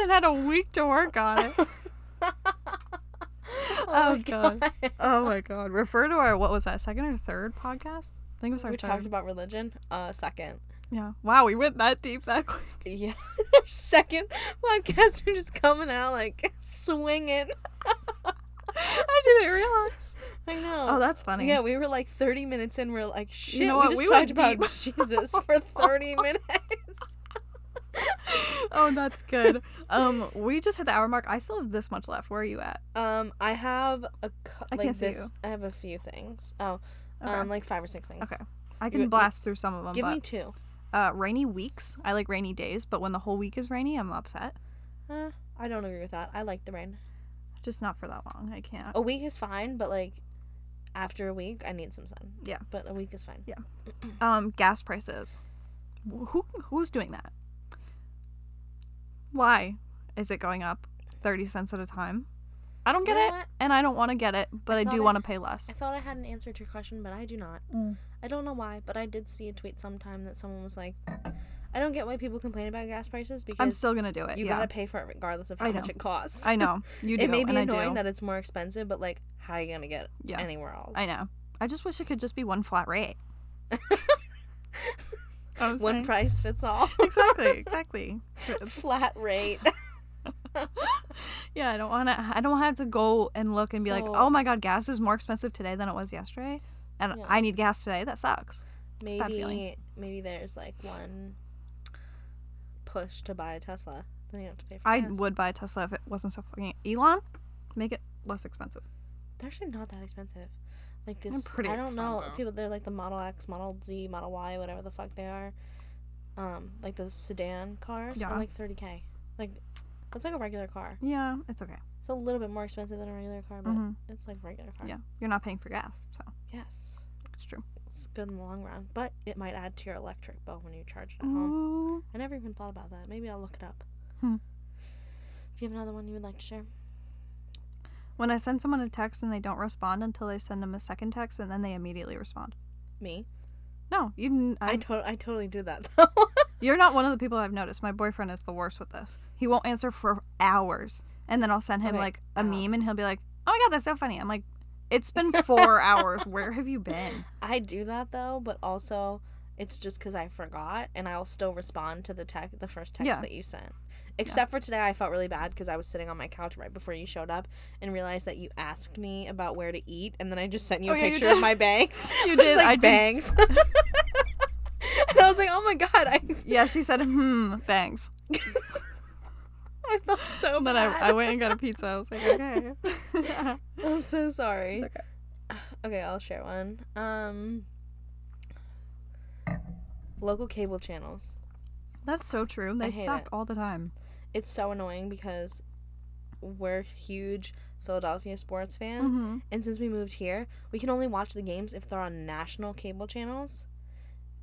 Speaker 2: and had a week to work on it.
Speaker 1: oh,
Speaker 2: Oh, God. Oh my god. Refer to our what was that, second or third podcast? I think it was our
Speaker 1: We
Speaker 2: third.
Speaker 1: talked about religion. Uh, second.
Speaker 2: yeah. Wow, we went that deep that quick.
Speaker 1: Yeah, our second podcast. We're just coming out like swinging.
Speaker 2: I didn't realize.
Speaker 1: I know.
Speaker 2: Oh, that's funny.
Speaker 1: Yeah, we were like 30 minutes in. We're like, shit,
Speaker 2: know
Speaker 1: we
Speaker 2: what?
Speaker 1: just
Speaker 2: We
Speaker 1: talked
Speaker 2: went
Speaker 1: about Jesus for 30 minutes.
Speaker 2: Oh, that's good. um, we just hit the hour mark. I still have this much left. Where are you at?
Speaker 1: Um, I have a cou-
Speaker 2: I
Speaker 1: like
Speaker 2: can't see
Speaker 1: this. I have a few things. Oh,
Speaker 2: Okay.
Speaker 1: um, like five or six things.
Speaker 2: Okay. I can
Speaker 1: you-
Speaker 2: blast through some of them,
Speaker 1: Give
Speaker 2: but
Speaker 1: me two.
Speaker 2: uh, rainy weeks. I like rainy days, but when the whole week is rainy, I'm upset.
Speaker 1: Uh, I don't agree with that. I like the rain.
Speaker 2: Just not for that long. I can't.
Speaker 1: A week is fine, but like after a week, I need some sun.
Speaker 2: Yeah.
Speaker 1: But a week is fine.
Speaker 2: Um, gas prices. Wh- Who who's doing that? Why is it going up thirty cents at a time? I don't get
Speaker 1: You know
Speaker 2: it,
Speaker 1: what?
Speaker 2: and I don't want to get it, but I,
Speaker 1: thought
Speaker 2: do
Speaker 1: I-
Speaker 2: want to pay less.
Speaker 1: I thought I had an answer to your question, but I do not.
Speaker 2: Mm.
Speaker 1: I don't know why, but I did see a tweet sometime that someone was like, "I don't get why people complain about gas prices because
Speaker 2: I'm still gonna do it.
Speaker 1: you
Speaker 2: yeah.
Speaker 1: gotta pay for it regardless of
Speaker 2: I
Speaker 1: how much
Speaker 2: know.
Speaker 1: it costs."
Speaker 2: I know you do.
Speaker 1: it may be
Speaker 2: and I do.
Speaker 1: annoying that it's more expensive, but like, how are you gonna get
Speaker 2: Yeah,
Speaker 1: anywhere else?
Speaker 2: I know. I just wish it could just be one flat rate. I'm
Speaker 1: One
Speaker 2: saying.
Speaker 1: price fits all.
Speaker 2: exactly, exactly. It's-
Speaker 1: Flat rate.
Speaker 2: yeah, I don't want to. I don't have to go and look and be like,
Speaker 1: So-
Speaker 2: oh my god, gas is more expensive today than it was yesterday, and
Speaker 1: Yeah.
Speaker 2: I need gas today. That sucks. a bad
Speaker 1: maybe
Speaker 2: feeling.
Speaker 1: maybe there's like one push to buy a Tesla. Then you don't have to pay for
Speaker 2: I
Speaker 1: gas.
Speaker 2: would buy a Tesla if it wasn't so fucking Elon. Make it less expensive.
Speaker 1: They're actually not that expensive. Like
Speaker 2: They're
Speaker 1: this,
Speaker 2: pretty
Speaker 1: I don't know.
Speaker 2: expensive.
Speaker 1: People, they're like the Model X, Model Z, Model Y, whatever the fuck they are. Um, like the sedan cars
Speaker 2: Yeah.
Speaker 1: are like thirty k. Like that's like a regular car.
Speaker 2: Yeah, it's okay.
Speaker 1: It's a little bit more expensive than a regular car, but
Speaker 2: Mhm.
Speaker 1: it's like regular car.
Speaker 2: Yeah, you're not paying for gas, so
Speaker 1: Yes.
Speaker 2: it's true.
Speaker 1: It's good in the long run, but it might add to your electric bill when you charge it at home.
Speaker 2: Ooh.
Speaker 1: I never even thought about that. Maybe I'll look it up.
Speaker 2: Hmm.
Speaker 1: Do you have another one you would like to share?
Speaker 2: When I send someone a text and they don't respond until I send them a second text and then they immediately respond.
Speaker 1: Me?
Speaker 2: No, you.
Speaker 1: I,
Speaker 2: I,
Speaker 1: to- I totally do that though.
Speaker 2: You're not one of the people I've noticed. My boyfriend is the worst with this. He won't answer for hours, and then I'll send him
Speaker 1: Okay.
Speaker 2: like a
Speaker 1: Ah.
Speaker 2: meme, and he'll be like, "Oh my god, that's so funny." I'm like, "It's been four hours. Where have you been?"
Speaker 1: I do that though, but also it's just because I forgot, and I'll still respond to the text, the first text
Speaker 2: Yeah.
Speaker 1: that you sent. Except for today, I felt really bad because I was sitting on my couch right before you showed up and realized that you asked me about where to eat, and then I just sent you
Speaker 2: Oh,
Speaker 1: a
Speaker 2: yeah, you
Speaker 1: picture
Speaker 2: did.
Speaker 1: of my bangs.
Speaker 2: You
Speaker 1: I was
Speaker 2: did,
Speaker 1: like
Speaker 2: I did.
Speaker 1: bangs. and I was like, oh my god, I,
Speaker 2: Yeah, she said, "Hmm, thanks."
Speaker 1: I felt so
Speaker 2: Then
Speaker 1: bad.
Speaker 2: I, I went and got a pizza. I was like, "Okay."
Speaker 1: I'm so sorry.
Speaker 2: It's
Speaker 1: Okay. I'll share one. Um, local cable channels.
Speaker 2: that's so true. They
Speaker 1: hate
Speaker 2: suck
Speaker 1: it.
Speaker 2: all the time.
Speaker 1: It's so annoying because we're huge Philadelphia sports fans,
Speaker 2: Mhm.
Speaker 1: and since we moved here, we can only watch the games if they're on national cable channels.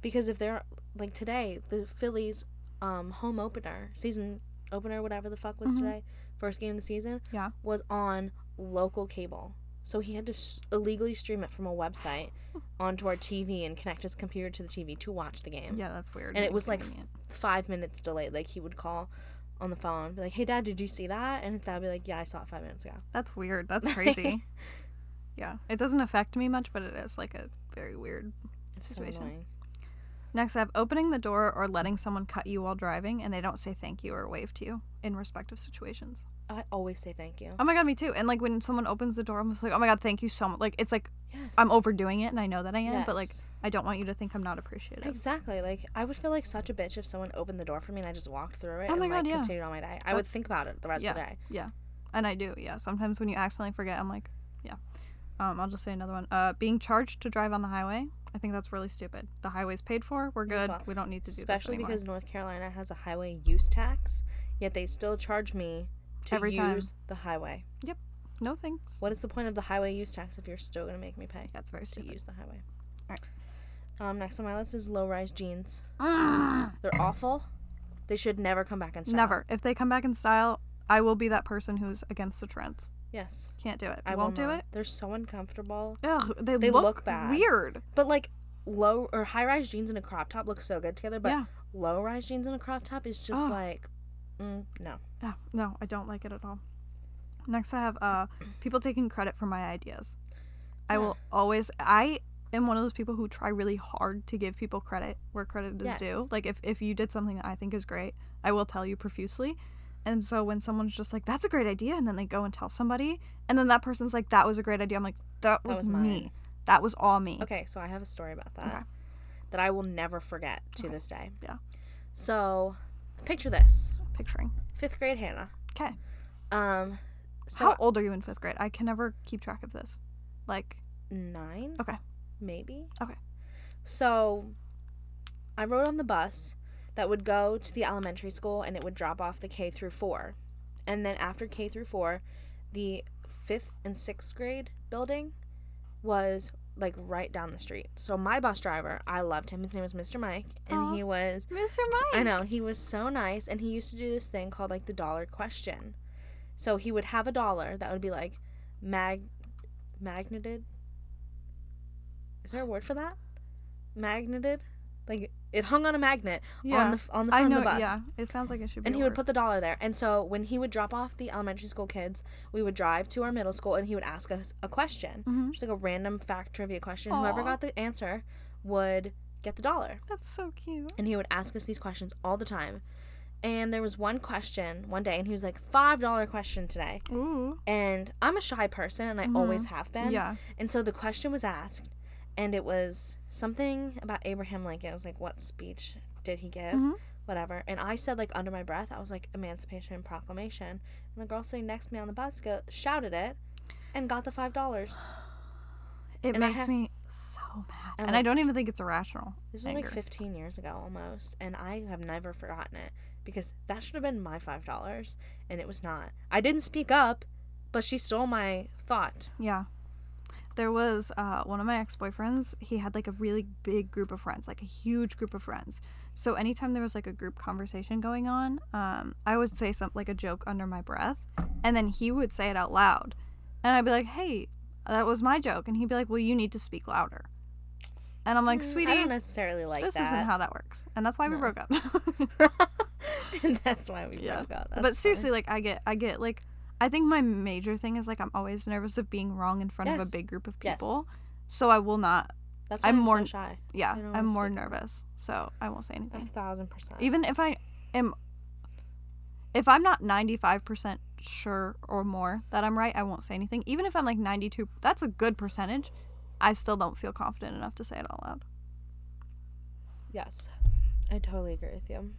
Speaker 1: Because if they're like today, the Phillies um, home opener, season opener, whatever the fuck was
Speaker 2: Mhm.
Speaker 1: today, first game of the season,
Speaker 2: Yeah.
Speaker 1: was on local cable. So he had to s- illegally stream it from a website onto our TV and connect his computer to the TV to watch the game.
Speaker 2: Yeah, that's weird.
Speaker 1: And it was, like,
Speaker 2: inconvenient.
Speaker 1: Five minutes delayed. Like he would call on the phone, be like, "Hey, Dad, did you see that?" And his dad would be like, "Yeah, I saw it five minutes ago."
Speaker 2: that's weird. That's crazy. yeah, it doesn't affect me much, but it is like a very weird
Speaker 1: It's
Speaker 2: Situation.
Speaker 1: so annoying.
Speaker 2: Next up, opening the door or letting someone cut you while driving and they don't say thank you or wave to you in respective situations.
Speaker 1: I always say thank you.
Speaker 2: Oh my god, me too. And like when someone opens the door, I'm just like, oh my god, thank you so much. Like it's like
Speaker 1: Yes.
Speaker 2: I'm overdoing it and I know that I am, but like
Speaker 1: Yes.
Speaker 2: I don't want you to think I'm not appreciative.
Speaker 1: Exactly. Like I would feel like such a bitch if someone opened the door for me and I just walked through it
Speaker 2: Oh
Speaker 1: and
Speaker 2: my
Speaker 1: like
Speaker 2: God, yeah.
Speaker 1: continued on my day. I would think about it the rest of the day.
Speaker 2: Yeah. And I do, yeah. Sometimes when you accidentally forget, I'm like, yeah. Um, I'll just say another one. Uh, being charged to drive on the highway. I think that's really stupid. The highway's paid for. We're good.
Speaker 1: well.
Speaker 2: We don't need to do
Speaker 1: Especially
Speaker 2: this anymore.
Speaker 1: because North Carolina has a highway use tax, yet they still charge me to
Speaker 2: Every time.
Speaker 1: use the highway.
Speaker 2: no thanks.
Speaker 1: What is the point of the highway use tax if you're still gonna make me pay
Speaker 2: That's very
Speaker 1: to
Speaker 2: stupid.
Speaker 1: use the highway?
Speaker 2: Alright.
Speaker 1: Um, next on my list is low-rise jeans.
Speaker 2: Mm.
Speaker 1: They're awful. They should never come back in style.
Speaker 2: Never. If they come back in style, I will be that person who's against the trend.
Speaker 1: Yes.
Speaker 2: Can't do it.
Speaker 1: I
Speaker 2: won't
Speaker 1: will
Speaker 2: do
Speaker 1: not.
Speaker 2: it.
Speaker 1: They're so uncomfortable.
Speaker 2: Ugh, they,
Speaker 1: They
Speaker 2: look,
Speaker 1: look bad.
Speaker 2: weird.
Speaker 1: But like low or high rise jeans and a crop top look so good together. But
Speaker 2: Yeah.
Speaker 1: low rise jeans and a crop top is just
Speaker 2: Oh.
Speaker 1: like, mm, no.
Speaker 2: Yeah, no, I don't like it at all. Next, I have uh, people taking credit for my ideas. I
Speaker 1: Yeah.
Speaker 2: will always. I am one of those people who try really hard to give people credit where credit is
Speaker 1: Yes.
Speaker 2: due. Like if if you did something that I think is great, I will tell you profusely. And so when someone's just like, "That's a great idea," and then they go and tell somebody, and then that person's like, "That was a great idea," I'm like, "That was,
Speaker 1: was
Speaker 2: me.
Speaker 1: mine."
Speaker 2: That was all me."
Speaker 1: Okay, so I have a story about that
Speaker 2: Mm. Okay.
Speaker 1: that I will never forget to this day.
Speaker 2: Yeah.
Speaker 1: So, picture this:
Speaker 2: Picturing.
Speaker 1: fifth grade Hannah.
Speaker 2: Okay.
Speaker 1: Um, so
Speaker 2: How old are you in fifth grade? I can never keep track of this. Like,
Speaker 1: nine.
Speaker 2: Okay.
Speaker 1: Maybe.
Speaker 2: Okay.
Speaker 1: So, I rode on the bus that would go to the elementary school and it would drop off the K through four. And then after K through four, the fifth and sixth grade building was like right down the street. So, my bus driver, I loved him. His name was Mr. Mike, and
Speaker 2: Aw.
Speaker 1: he was
Speaker 2: Mr.
Speaker 1: I know. He was so nice. And he used to do this thing called like the dollar question. So he would have a dollar that would be like mag magneted. Is there a word for that? Magneted? Like it hung on a magnet on the f- on the front of the bus.
Speaker 2: Yeah, it sounds like it should be.
Speaker 1: And he
Speaker 2: a
Speaker 1: would
Speaker 2: word.
Speaker 1: put the dollar there. And so when he would drop off the elementary school kids, we would drive to our middle school and he would ask us a question.
Speaker 2: Mhm.
Speaker 1: Just like a random fact trivia question. Whoever
Speaker 2: Aw.
Speaker 1: got the answer would get the dollar
Speaker 2: That's so cute.
Speaker 1: and he would ask us these questions all the time. And there was one question one day, and he was like, $5 question today.
Speaker 2: Ooh.
Speaker 1: And I'm a shy person, and I always have been.
Speaker 2: Yeah.
Speaker 1: And so the question was asked, and it was something about Abraham Lincoln. It was like, what speech did he give?
Speaker 2: Mhm.
Speaker 1: Whatever. And I said, like, under my breath, I was like, Emancipation Proclamation. And the girl sitting next to me on the bus go- shouted it and got the $5.
Speaker 2: It
Speaker 1: And I
Speaker 2: makes
Speaker 1: have-
Speaker 2: me so mad.
Speaker 1: I'm
Speaker 2: And I
Speaker 1: like-
Speaker 2: don't even think it's irrational.
Speaker 1: This was like
Speaker 2: Anger.
Speaker 1: 15 years ago almost, and I have never forgotten it because that should have been my $5, and it was not. I didn't speak up, but she stole my thought.
Speaker 2: Yeah. There was uh, one of my ex boyfriends. He had like a really big group of friends, like a huge group of friends. So anytime there was like a group conversation going on, um, I would say some like a joke under my breath, and then he would say it out loud, and I'd be like, "Hey, that was my joke," and he'd be like, "Well, you need to speak louder," and I'm like,
Speaker 1: Mm,
Speaker 2: "Sweetie,
Speaker 1: I don't necessarily like
Speaker 2: this
Speaker 1: that.
Speaker 2: is isn't how that works and that's why we
Speaker 1: No.
Speaker 2: broke up
Speaker 1: and that's why we
Speaker 2: Yeah.
Speaker 1: broke up. That's
Speaker 2: but
Speaker 1: funny.
Speaker 2: seriously like i get i get like i think my major thing is like i'm always nervous of being wrong in front of a
Speaker 1: Yes.
Speaker 2: big group of
Speaker 1: Yes.
Speaker 2: people so i will not
Speaker 1: that's why I'm,
Speaker 2: I'm more-
Speaker 1: so shy.
Speaker 2: yeah
Speaker 1: I don't wanna
Speaker 2: i'm more
Speaker 1: speak up.
Speaker 2: nervous so i won't say
Speaker 1: A
Speaker 2: anything
Speaker 1: thousand percent.
Speaker 2: even if i am if i'm not 95% sure or more that i'm right i won't say anything even if i'm like 92 that's a good percentage i still don't feel confident enough to say it out loud
Speaker 1: yes, I totally agree with you.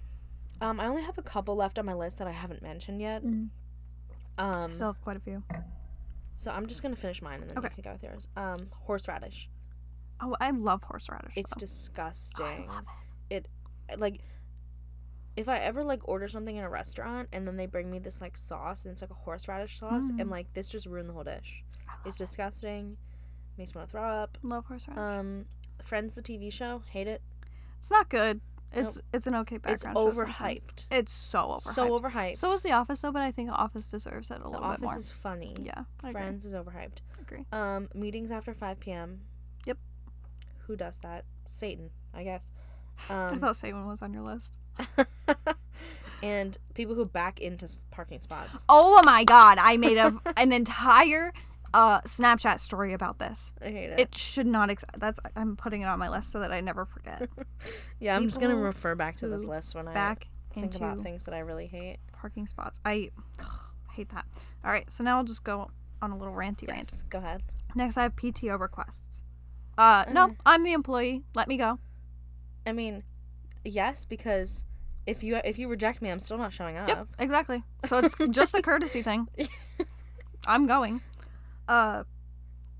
Speaker 1: Um, I only have a couple left on my list that I haven't mentioned yet. Um,
Speaker 2: Mm. still have quite a few
Speaker 1: so I'm just gonna finish mine and then
Speaker 2: Okay.
Speaker 1: you can go with yours. Um, horseradish.
Speaker 2: oh i love horseradish
Speaker 1: It's
Speaker 2: though.
Speaker 1: disgusting.
Speaker 2: Oh, I love it.
Speaker 1: like if I ever like order something in a restaurant and then they bring me this like sauce and it's like a horseradish sauce,
Speaker 2: Mm.
Speaker 1: and like this just ruined the whole dish.
Speaker 2: I love
Speaker 1: It's disgusting. Makes me want to throw up.
Speaker 2: Love horseradish.
Speaker 1: Um, Friends, the TV show, hate it.
Speaker 2: it's not good. It's it's an okay
Speaker 1: It's
Speaker 2: background. show sometimes.
Speaker 1: overhyped.
Speaker 2: It's so overhyped.
Speaker 1: So overhyped.
Speaker 2: So is The Office though, but I think Office deserves it a
Speaker 1: the
Speaker 2: little bit
Speaker 1: Office
Speaker 2: more.
Speaker 1: is funny.
Speaker 2: yeah, I agree.
Speaker 1: Friends is overhyped.
Speaker 2: agree.
Speaker 1: Um, meetings after five p.m.
Speaker 2: Yep.
Speaker 1: Who does that? Satan, I guess.
Speaker 2: I
Speaker 1: Um,
Speaker 2: thought Satan was on your list.
Speaker 1: and people who back into s- parking spots.
Speaker 2: Oh my God! I made a, an entire uh, Snapchat story about this.
Speaker 1: I hate
Speaker 2: It should not. Ex- that's I'm putting it on my list so that I never forget.
Speaker 1: Yeah, I'm just gonna
Speaker 2: People
Speaker 1: refer back to this
Speaker 2: who
Speaker 1: list when I
Speaker 2: Back
Speaker 1: think about
Speaker 2: into
Speaker 1: things that I really hate.
Speaker 2: parking spots. I hate that. All right, so now I'll just go on a little ranty rant.
Speaker 1: Yes, go ahead.
Speaker 2: Next, I have PTO requests. Uh, no,
Speaker 1: Okay.
Speaker 2: I'm the employee. Let me go.
Speaker 1: I mean, yes, because if you if you reject me, I'm still not showing up.
Speaker 2: Yep, exactly. So it's just a courtesy thing. I'm going. Uh,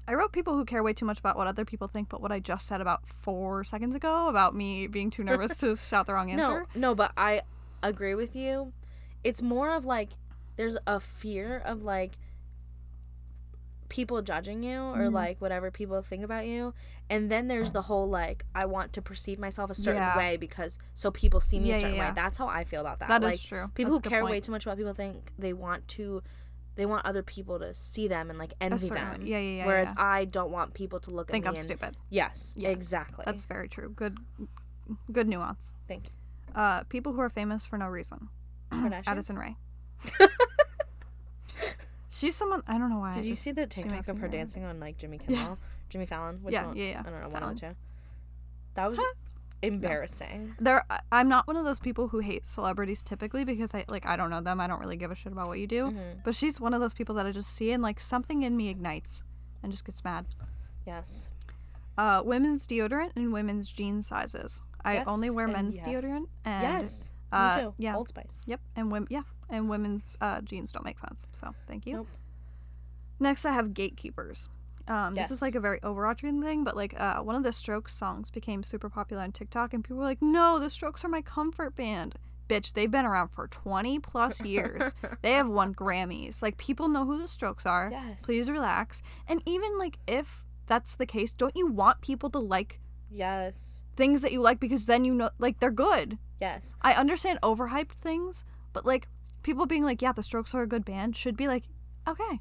Speaker 2: I wrote people who care way too much about what other people think, but what I just said about four seconds ago about me being too nervous to shout the wrong answer.
Speaker 1: No, no, but I agree with you. It's more of like there's a fear of like people judging you or
Speaker 2: Mhm.
Speaker 1: like whatever people think about you. And then there's the whole like I want to perceive myself a certain
Speaker 2: Yeah.
Speaker 1: way because so people see me
Speaker 2: Yeah,
Speaker 1: a
Speaker 2: yeah,
Speaker 1: certain
Speaker 2: yeah.
Speaker 1: way. That's how I feel about that.
Speaker 2: That is
Speaker 1: like
Speaker 2: true.
Speaker 1: people
Speaker 2: That's a
Speaker 1: who
Speaker 2: good
Speaker 1: care way
Speaker 2: point.
Speaker 1: too much about people think they want to they want other people to see them and like envy
Speaker 2: certain way.
Speaker 1: them.
Speaker 2: Yeah, yeah, yeah,
Speaker 1: Whereas
Speaker 2: yeah.
Speaker 1: I don't want people to look
Speaker 2: think
Speaker 1: at
Speaker 2: I'm
Speaker 1: me and
Speaker 2: stupid.
Speaker 1: yes,
Speaker 2: Yeah.
Speaker 1: exactly.
Speaker 2: That's very true. Good, good nuance.
Speaker 1: Thank you.
Speaker 2: Uh, people who are famous for no reason.
Speaker 1: Kardashians?
Speaker 2: Addison Ray. She's someone I don't know why. I
Speaker 1: Did you
Speaker 2: just-
Speaker 1: see the
Speaker 2: she
Speaker 1: TikTok
Speaker 2: makes
Speaker 1: of
Speaker 2: me
Speaker 1: her
Speaker 2: nervous.
Speaker 1: dancing on like Jimmy Kimmel, Jimmy Fallon? Which
Speaker 2: Yeah,
Speaker 1: one?
Speaker 2: yeah, yeah,
Speaker 1: I don't know, one of the two. That was
Speaker 2: Huh.
Speaker 1: embarrassing.
Speaker 2: There, I- I'm not one of those people who hate celebrities typically because I like I don't know them. I don't really give a shit about what you do.
Speaker 1: Mhm.
Speaker 2: But she's one of those people that I just see and like something in me ignites and just gets mad.
Speaker 1: Yes.
Speaker 2: Uh, women's deodorant and women's jean sizes. I
Speaker 1: Yes
Speaker 2: only wear
Speaker 1: and
Speaker 2: men's
Speaker 1: yes.
Speaker 2: deodorant and
Speaker 1: yes.
Speaker 2: uh,
Speaker 1: me too.
Speaker 2: yeah.
Speaker 1: Old Spice.
Speaker 2: Yep, and women. Yeah, and women's uh, jeans don't make sense. So thank you.
Speaker 1: Nope.
Speaker 2: Next, I have gatekeepers. Um, This
Speaker 1: Yes.
Speaker 2: is like a very overarching thing, but like uh, one of the Strokes songs became super popular on TikTok, and people were like, "No, the Strokes are my comfort band." Bitch, they've been around for 20 plus years. they have won Grammys. Like people know who the Strokes are.
Speaker 1: Yes.
Speaker 2: Please relax. And even like if that's the case, don't you want people to like
Speaker 1: Yes.
Speaker 2: things that you like because then you know like they're good.
Speaker 1: Yes.
Speaker 2: I understand overhyped things, but like people being like, yeah, the Strokes are a good band should be like, okay,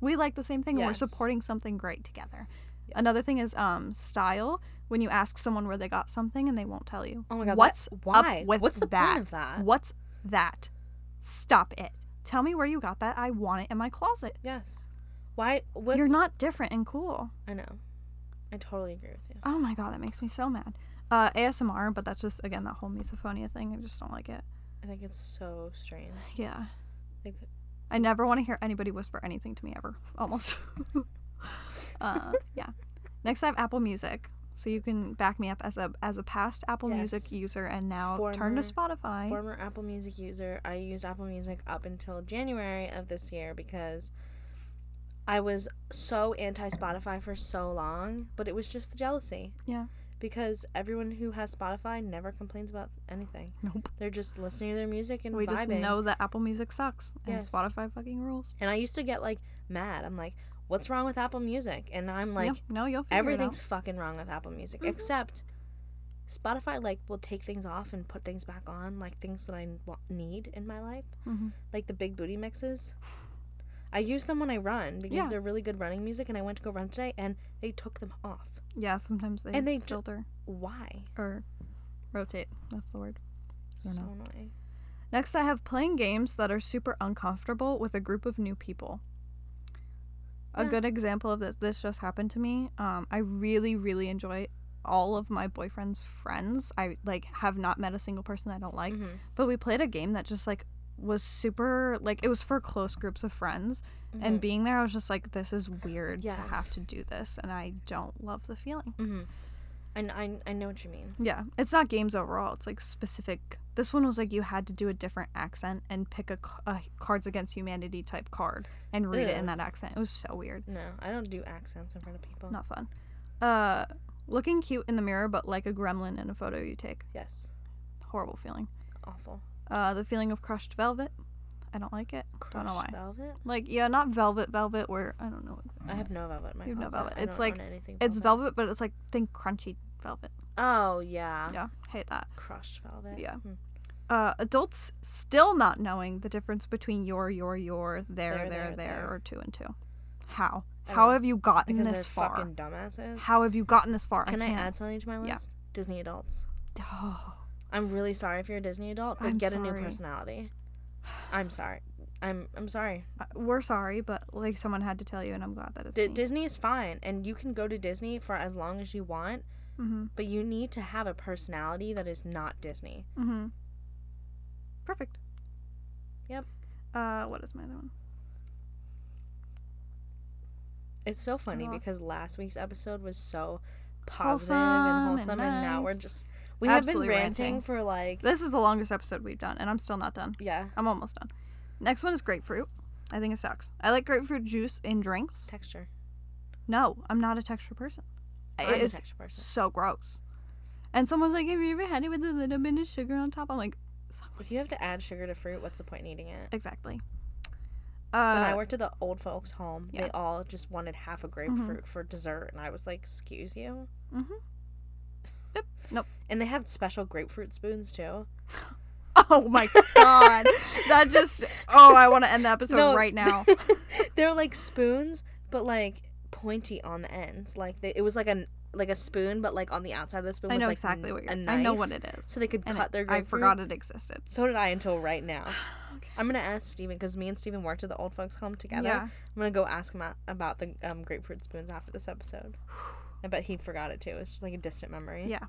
Speaker 2: we like the same thing and we're
Speaker 1: Yes.
Speaker 2: supporting something great together. Another
Speaker 1: Yes.
Speaker 2: thing is um style. When you ask someone where they got something and they won't tell you.
Speaker 1: Oh my god.
Speaker 2: what's
Speaker 1: that-
Speaker 2: up
Speaker 1: why?
Speaker 2: with
Speaker 1: what's the
Speaker 2: that?
Speaker 1: point of that?
Speaker 2: What's that? Stop it. Tell me where you got that. I want it in my closet.
Speaker 1: Yes. Why? What?
Speaker 2: You're not different and cool.
Speaker 1: I know. I totally agree with you.
Speaker 2: Oh my god, that makes me so mad. Uh, ASMR, but that's just again that whole misophonia thing. I just don't like it.
Speaker 1: I think it's so strange.
Speaker 2: Yeah.
Speaker 1: Like,
Speaker 2: I never want to hear anybody whisper anything to me ever. Almost. uh, yeah. Next, I have Apple Music, so you can back me up as a as a past Apple
Speaker 1: Yes.
Speaker 2: Music user, and now turn to Spotify.
Speaker 1: former Apple Music user, I used Apple Music up until January of this year because I was so anti Spotify for so long, but it was just the jealousy.
Speaker 2: Yeah.
Speaker 1: Because everyone who has Spotify never complains about anything.
Speaker 2: Nope.
Speaker 1: They're just listening to their music and
Speaker 2: We
Speaker 1: vibing.
Speaker 2: just know that Apple Music sucks, and
Speaker 1: Yes.
Speaker 2: Spotify fucking rules.
Speaker 1: And I used to get like mad. I'm like, what's wrong with Apple Music? And I'm like,
Speaker 2: Yep, no, you'll figure
Speaker 1: everything's
Speaker 2: It Mm-hmm.
Speaker 1: fucking wrong with Apple Music except Spotify like will take things off and put things back on, like things that I wa- need in my life,
Speaker 2: Mhm.
Speaker 1: like the big booty mixes. I use them when I run because
Speaker 2: Yeah.
Speaker 1: they're really good running music, and I went to go run today, and they took them off.
Speaker 2: out. yeah, sometimes they
Speaker 1: and they ju-
Speaker 2: filter
Speaker 1: Why?
Speaker 2: or rotate. That's the word. don't
Speaker 1: So
Speaker 2: know.
Speaker 1: annoying.
Speaker 2: Next, I have playing games that are super uncomfortable with a group of new people. A
Speaker 1: Yeah.
Speaker 2: good example of this, this just happened to me. Um, I really, really enjoy all of my boyfriend's friends. I like have not met a single person I don't like,
Speaker 1: Mhm.
Speaker 2: but we played a game that just like was super like it was for close groups of friends. And being there, I was just like, this is weird to have
Speaker 1: Yes.
Speaker 2: to do this, and I don't love the feeling.
Speaker 1: Mhm. And I I know what you mean.
Speaker 2: Yeah, it's not games overall. It's like specific. This one was like you had to do a different accent and pick a, c- a Cards Against Humanity type card and read it in
Speaker 1: Ugh.
Speaker 2: that accent. It was so weird.
Speaker 1: No, I don't do accents in front of people.
Speaker 2: Not fun. Uh, looking cute in the mirror, but like a gremlin in a photo you take.
Speaker 1: Yes,
Speaker 2: Horrible feeling.
Speaker 1: awful.
Speaker 2: Uh, the feeling of crushed velvet. I don't like it. don't know
Speaker 1: Crushed
Speaker 2: why.
Speaker 1: Velvet.
Speaker 2: Like yeah, not velvet, velvet. Where I don't know.
Speaker 1: I have no velvet in my
Speaker 2: Mm. You have no
Speaker 1: closet.
Speaker 2: velvet.
Speaker 1: I
Speaker 2: It's
Speaker 1: don't
Speaker 2: like-
Speaker 1: own anything
Speaker 2: It's velvet, but it's like think crunchy velvet.
Speaker 1: Oh yeah.
Speaker 2: Yeah, hate that.
Speaker 1: crushed velvet.
Speaker 2: Yeah.
Speaker 1: Hmm.
Speaker 2: uh, adults still not knowing the difference between your, your, your, there,
Speaker 1: There,
Speaker 2: there,
Speaker 1: there,
Speaker 2: there,
Speaker 1: there.
Speaker 2: or two and two. How?
Speaker 1: I
Speaker 2: How
Speaker 1: know.
Speaker 2: have you gotten
Speaker 1: Because
Speaker 2: this
Speaker 1: they're
Speaker 2: far?
Speaker 1: fucking dumbasses.
Speaker 2: How have you gotten this far?
Speaker 1: Can I,
Speaker 2: can't.
Speaker 1: add something to my
Speaker 2: Yeah.
Speaker 1: list? Disney adults.
Speaker 2: Oh,
Speaker 1: I'm really sorry if you're a Disney adult, but
Speaker 2: I'm
Speaker 1: get a new
Speaker 2: sorry.
Speaker 1: personality. I'm sorry. I'm I'm sorry.
Speaker 2: uh, we're sorry, but like someone had to tell you, and I'm glad that it's
Speaker 1: D-
Speaker 2: me.
Speaker 1: Disney is fine, and you can go to Disney for as long as you want,
Speaker 2: mm-hmm.
Speaker 1: but you need to have a personality that is not Disney.
Speaker 2: Mm-hmm. Perfect.
Speaker 1: Yep.
Speaker 2: Uh, what is my other one?
Speaker 1: It's so funny
Speaker 2: Awesome.
Speaker 1: because last week's episode was so positive
Speaker 2: Wholesome
Speaker 1: and
Speaker 2: and
Speaker 1: wholesome, and, now we're
Speaker 2: nice.
Speaker 1: just we
Speaker 2: Absolutely
Speaker 1: have been
Speaker 2: ranting.
Speaker 1: ranting, for like
Speaker 2: This is the longest episode we've done, and I'm still not done.
Speaker 1: yeah
Speaker 2: I'm almost done. Next one is grapefruit. I think it sucks. I like grapefruit juice in drinks.
Speaker 1: texture.
Speaker 2: No, I'm not a texture person.
Speaker 1: I'm a
Speaker 2: it's
Speaker 1: texture person.
Speaker 2: so gross. And someone's like, "Have you ever had it with a little bit of sugar on top?" I'm like,
Speaker 1: If you have to add sugar to fruit, what's the point in eating it?
Speaker 2: exactly.
Speaker 1: when
Speaker 2: Uh,
Speaker 1: I worked at the old folks' home,
Speaker 2: yeah. Mm-hmm.
Speaker 1: they all just wanted half a grapefruit for dessert, and I was like, "Excuse you."
Speaker 2: Mhm. Yep. Nope.
Speaker 1: And they have special grapefruit spoons too.
Speaker 2: oh my god, that just oh, I want to end the episode
Speaker 1: No.
Speaker 2: right now.
Speaker 1: They're like spoons, but like pointy on the ends. Like they, it was like a like a spoon, but like on the outside of the spoon
Speaker 2: I
Speaker 1: was
Speaker 2: know
Speaker 1: like
Speaker 2: exactly
Speaker 1: n-
Speaker 2: what you're.
Speaker 1: a
Speaker 2: I know
Speaker 1: knife,
Speaker 2: what it is.
Speaker 1: So they could
Speaker 2: And
Speaker 1: cut
Speaker 2: it-
Speaker 1: their
Speaker 2: I
Speaker 1: grapefruit.
Speaker 2: forgot it existed.
Speaker 1: So did I until right now.
Speaker 2: okay.
Speaker 1: I'm gonna ask Steven because me and Steven worked at the old folks' home together.
Speaker 2: Yeah.
Speaker 1: I'm gonna go ask him a- about the um, grapefruit spoons after this episode. I bet he forgot it too. It's just like a distant memory.
Speaker 2: Yeah.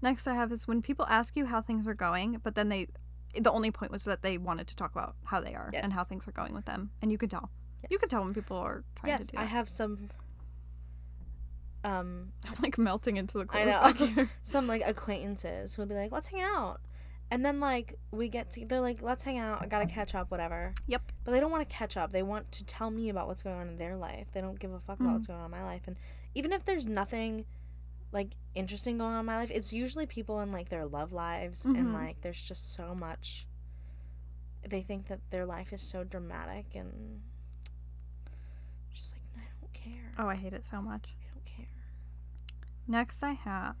Speaker 2: Next I have is when people ask you how things are going, but then they the only point was that they wanted to talk about how they are and how
Speaker 1: Yes.
Speaker 2: things are going with them. And you can tell. You can
Speaker 1: Yes.
Speaker 2: tell when people are trying
Speaker 1: Yes,
Speaker 2: to do
Speaker 1: I
Speaker 2: that.
Speaker 1: have some um
Speaker 2: I'm like melting into the clothes
Speaker 1: know.
Speaker 2: back here.
Speaker 1: some like acquaintances who would be like, "Let's hang out." And then like we get to they're like, "Let's hang out. I got to catch up whatever."
Speaker 2: Yep.
Speaker 1: But they don't want to catch up. They want to tell me about what's going on in their life. They don't give a fuck
Speaker 2: Mm.
Speaker 1: about what's going on in my life. And even if there's nothing like interesting going on in my life, it's usually people in like their love lives
Speaker 2: Mhm.
Speaker 1: and like there's just so much they think that their life is so dramatic and just like I don't care.
Speaker 2: Oh, I hate it so much.
Speaker 1: I don't care.
Speaker 2: Oh, Next I have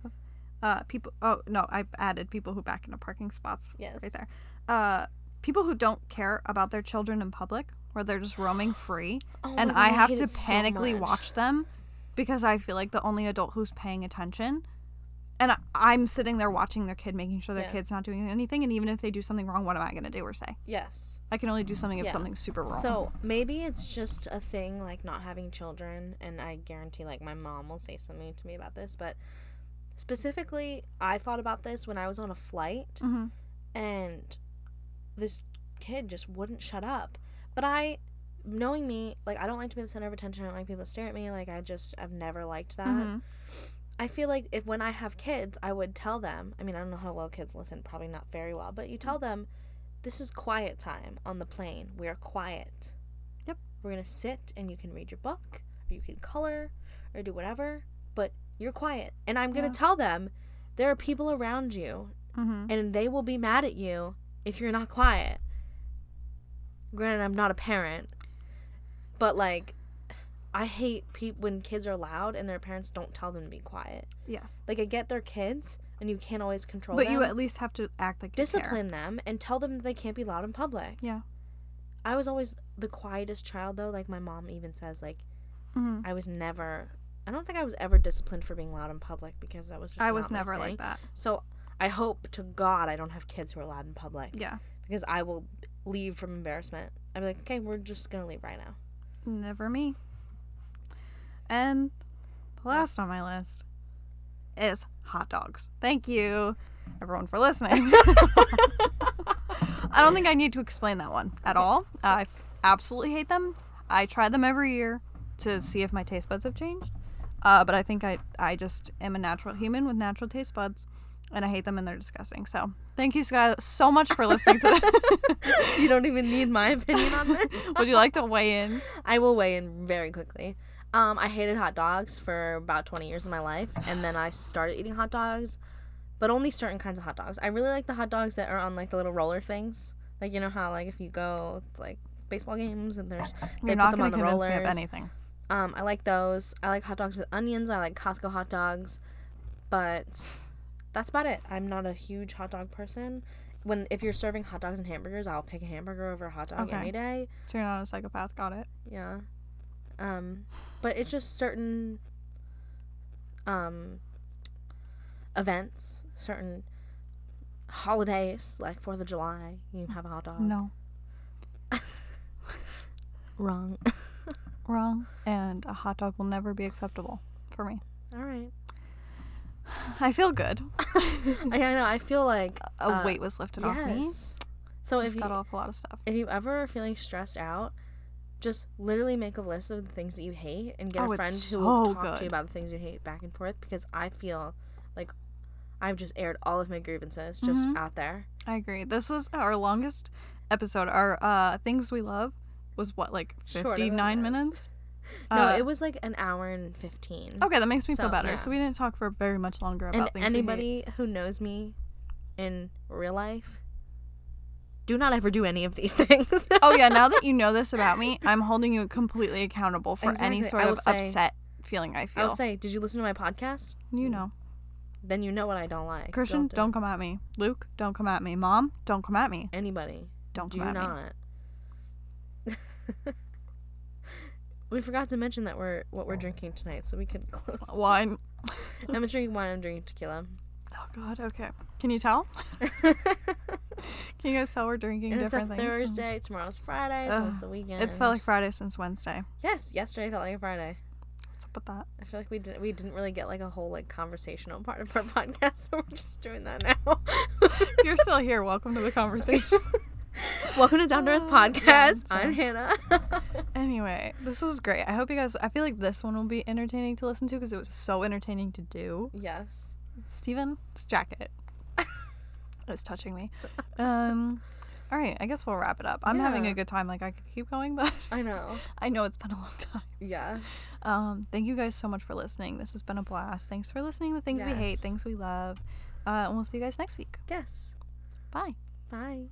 Speaker 2: uh people oh no, I added people who back into parking spots
Speaker 1: Yes.
Speaker 2: right there. Uh people who don't care about their children in public where they're just roaming free
Speaker 1: Oh
Speaker 2: and
Speaker 1: my God,
Speaker 2: I have
Speaker 1: hate
Speaker 2: to
Speaker 1: it so
Speaker 2: panically
Speaker 1: much.
Speaker 2: watch them because I feel like the only adult who's paying attention. And I, I'm sitting there watching their kid, making sure their
Speaker 1: Yeah.
Speaker 2: kid's not doing anything. And even if they do something wrong, what am I going to do or say?
Speaker 1: Yes.
Speaker 2: I can only do something if
Speaker 1: Mm-hmm. Yeah.
Speaker 2: something's super wrong.
Speaker 1: So maybe it's just a thing like not having children, and I guarantee like my mom will say something to me about this, but specifically, I thought about this when I was on a flight
Speaker 2: hmm
Speaker 1: and this kid just wouldn't shut up. But I, knowing me, like I don't like to be the center of attention, I don't like people to stare at me, like I just, I've never liked that.
Speaker 2: Mhm.
Speaker 1: I feel like if when I have kids, I would tell them. I mean, I don't know how well kids listen, probably not very well, but you tell
Speaker 2: Mm.
Speaker 1: them, this is quiet time on the plane. We are quiet.
Speaker 2: Yep.
Speaker 1: We're going to sit and you can read your book or you can color or do whatever, but you're quiet. And I'm going
Speaker 2: Yeah.
Speaker 1: to tell them there are people around you
Speaker 2: Mhm.
Speaker 1: and they will be mad at you if you're not quiet. Granted, I'm not a parent, but like, I hate peop when kids are loud and their parents don't tell them to be quiet.
Speaker 2: Yes.
Speaker 1: Like I get their kids, and you can't always control.
Speaker 2: But
Speaker 1: them.
Speaker 2: you at least have to act like you care.
Speaker 1: discipline them and tell them that they can't be loud in public.
Speaker 2: Yeah.
Speaker 1: I was always the quietest child, though. Like my mom even says, like
Speaker 2: Mhm.
Speaker 1: I was never. I don't think I was ever disciplined for being loud in public because that was just.
Speaker 2: I was
Speaker 1: not my
Speaker 2: never like
Speaker 1: thing.
Speaker 2: that.
Speaker 1: So I hope to God I don't have kids who are loud in public
Speaker 2: Yeah.
Speaker 1: because I will leave from embarrassment. I'd be like, okay, we're just gonna leave right now.
Speaker 2: Never me. And the last on my list is hot dogs. Thank you, everyone, for listening. I don't think I need to explain that one at all. I absolutely hate them. I try them every year to see if my taste buds have changed. Uh, but I think I, I just am a natural human with natural taste buds, and I hate them and they're disgusting. So thank you guys so much for listening to this.
Speaker 1: you don't even need my opinion on this.
Speaker 2: Would you like to weigh in?
Speaker 1: I will weigh in very quickly. Um, I hated hot dogs for about 20 years of my life, and then I started eating hot dogs, but only certain kinds of hot dogs. I really like the hot dogs that are on like the little roller things. Like you know how like if you go to, like baseball games and there's they
Speaker 2: You're
Speaker 1: put
Speaker 2: not
Speaker 1: them
Speaker 2: going
Speaker 1: on
Speaker 2: to
Speaker 1: the
Speaker 2: convince
Speaker 1: rollers.
Speaker 2: me of anything.
Speaker 1: Um, I like those. I like hot dogs with onions. I like Costco hot dogs, but that's about it. I'm not a huge hot dog person. When if you're serving hot dogs and hamburgers, I'll pick a hamburger over a hot dog
Speaker 2: Okay.
Speaker 1: any day.
Speaker 2: So you're not a psychopath. Got it.
Speaker 1: Yeah. Um, but it's just certain um, events, certain holidays, like Fourth of July, you have a hot dog.
Speaker 2: No,
Speaker 1: Wrong.
Speaker 2: wrong. And a hot dog will never be acceptable for me.
Speaker 1: All right.
Speaker 2: I feel good.
Speaker 1: I, I know. I feel like
Speaker 2: A
Speaker 1: Uh,
Speaker 2: weight was lifted off me.
Speaker 1: yes. So
Speaker 2: Just
Speaker 1: if you,
Speaker 2: got off a lot of stuff.
Speaker 1: if you ever are feeling stressed out, just literally make a list of the things that you hate and get
Speaker 2: Oh,
Speaker 1: a
Speaker 2: it's
Speaker 1: friend who will
Speaker 2: so
Speaker 1: talk to
Speaker 2: good.
Speaker 1: you about the things you hate back and forth because I feel like I've just aired all of my grievances just
Speaker 2: Mhm.
Speaker 1: out there.
Speaker 2: I agree. This was our longest episode. Our uh things we love was what like
Speaker 1: Short of
Speaker 2: 59 minutes.
Speaker 1: No,
Speaker 2: Uh,
Speaker 1: it was like an hour and 15.
Speaker 2: Okay, that makes me
Speaker 1: Mm. So,
Speaker 2: feel better.
Speaker 1: yeah.
Speaker 2: So we didn't talk for very much longer
Speaker 1: and
Speaker 2: about things we hate.
Speaker 1: anybody who knows me in real life, do not ever do any of these things.
Speaker 2: oh yeah, now that you know this about me, I'm holding you completely accountable for any
Speaker 1: Exactly.
Speaker 2: sort
Speaker 1: I
Speaker 2: of
Speaker 1: will say-
Speaker 2: upset feeling I
Speaker 1: I
Speaker 2: feel.
Speaker 1: will say, did you listen to my podcast?
Speaker 2: you know,
Speaker 1: Then you know what I don't like.
Speaker 2: Christian,
Speaker 1: do
Speaker 2: don't,
Speaker 1: it.
Speaker 2: come at me. Luke, don't come at me. Mom, don't come at me.
Speaker 1: anybody.
Speaker 2: Don't
Speaker 1: Do
Speaker 2: come at me.
Speaker 1: not. we forgot to mention that we're what
Speaker 2: Oh.
Speaker 1: we're drinking tonight, so we can close.
Speaker 2: One.
Speaker 1: I'm drinking wine. I'm drinking tequila.
Speaker 2: Oh God. Okay. Can you tell? Can you guys tell we're drinking
Speaker 1: And it's a
Speaker 2: different things?
Speaker 1: Thursday. Tomorrow's Friday. It's
Speaker 2: Ugh.
Speaker 1: almost the weekend.
Speaker 2: It's felt like Friday since Wednesday.
Speaker 1: yes. Yesterday felt like a Friday.
Speaker 2: What's up with that?
Speaker 1: I feel like we didn't we didn't really get like a whole like conversational part of our podcast, so we're just doing that now.
Speaker 2: If You're still here. Welcome to the conversation.
Speaker 1: Welcome to Down to Earth
Speaker 2: Oh, yeah,
Speaker 1: podcast.
Speaker 2: I'm
Speaker 1: I'm Hannah.
Speaker 2: anyway, this was great. I hope you guys. I feel like this one will be entertaining to listen to because it was so entertaining to do.
Speaker 1: yes.
Speaker 2: Steven's jacket. it's touching me. Um, all right, I guess we'll wrap it up. I'm having
Speaker 1: Yeah.
Speaker 2: a good time. Like I could keep going, but
Speaker 1: I know.
Speaker 2: I know it's been a long time.
Speaker 1: Yeah.
Speaker 2: Um, thank you guys so much for listening. This has been a blast. Thanks for listening to things we hate,
Speaker 1: Yes.
Speaker 2: things we love. Uh, and we'll see you guys next week.
Speaker 1: Yes.
Speaker 2: Bye.
Speaker 1: Bye.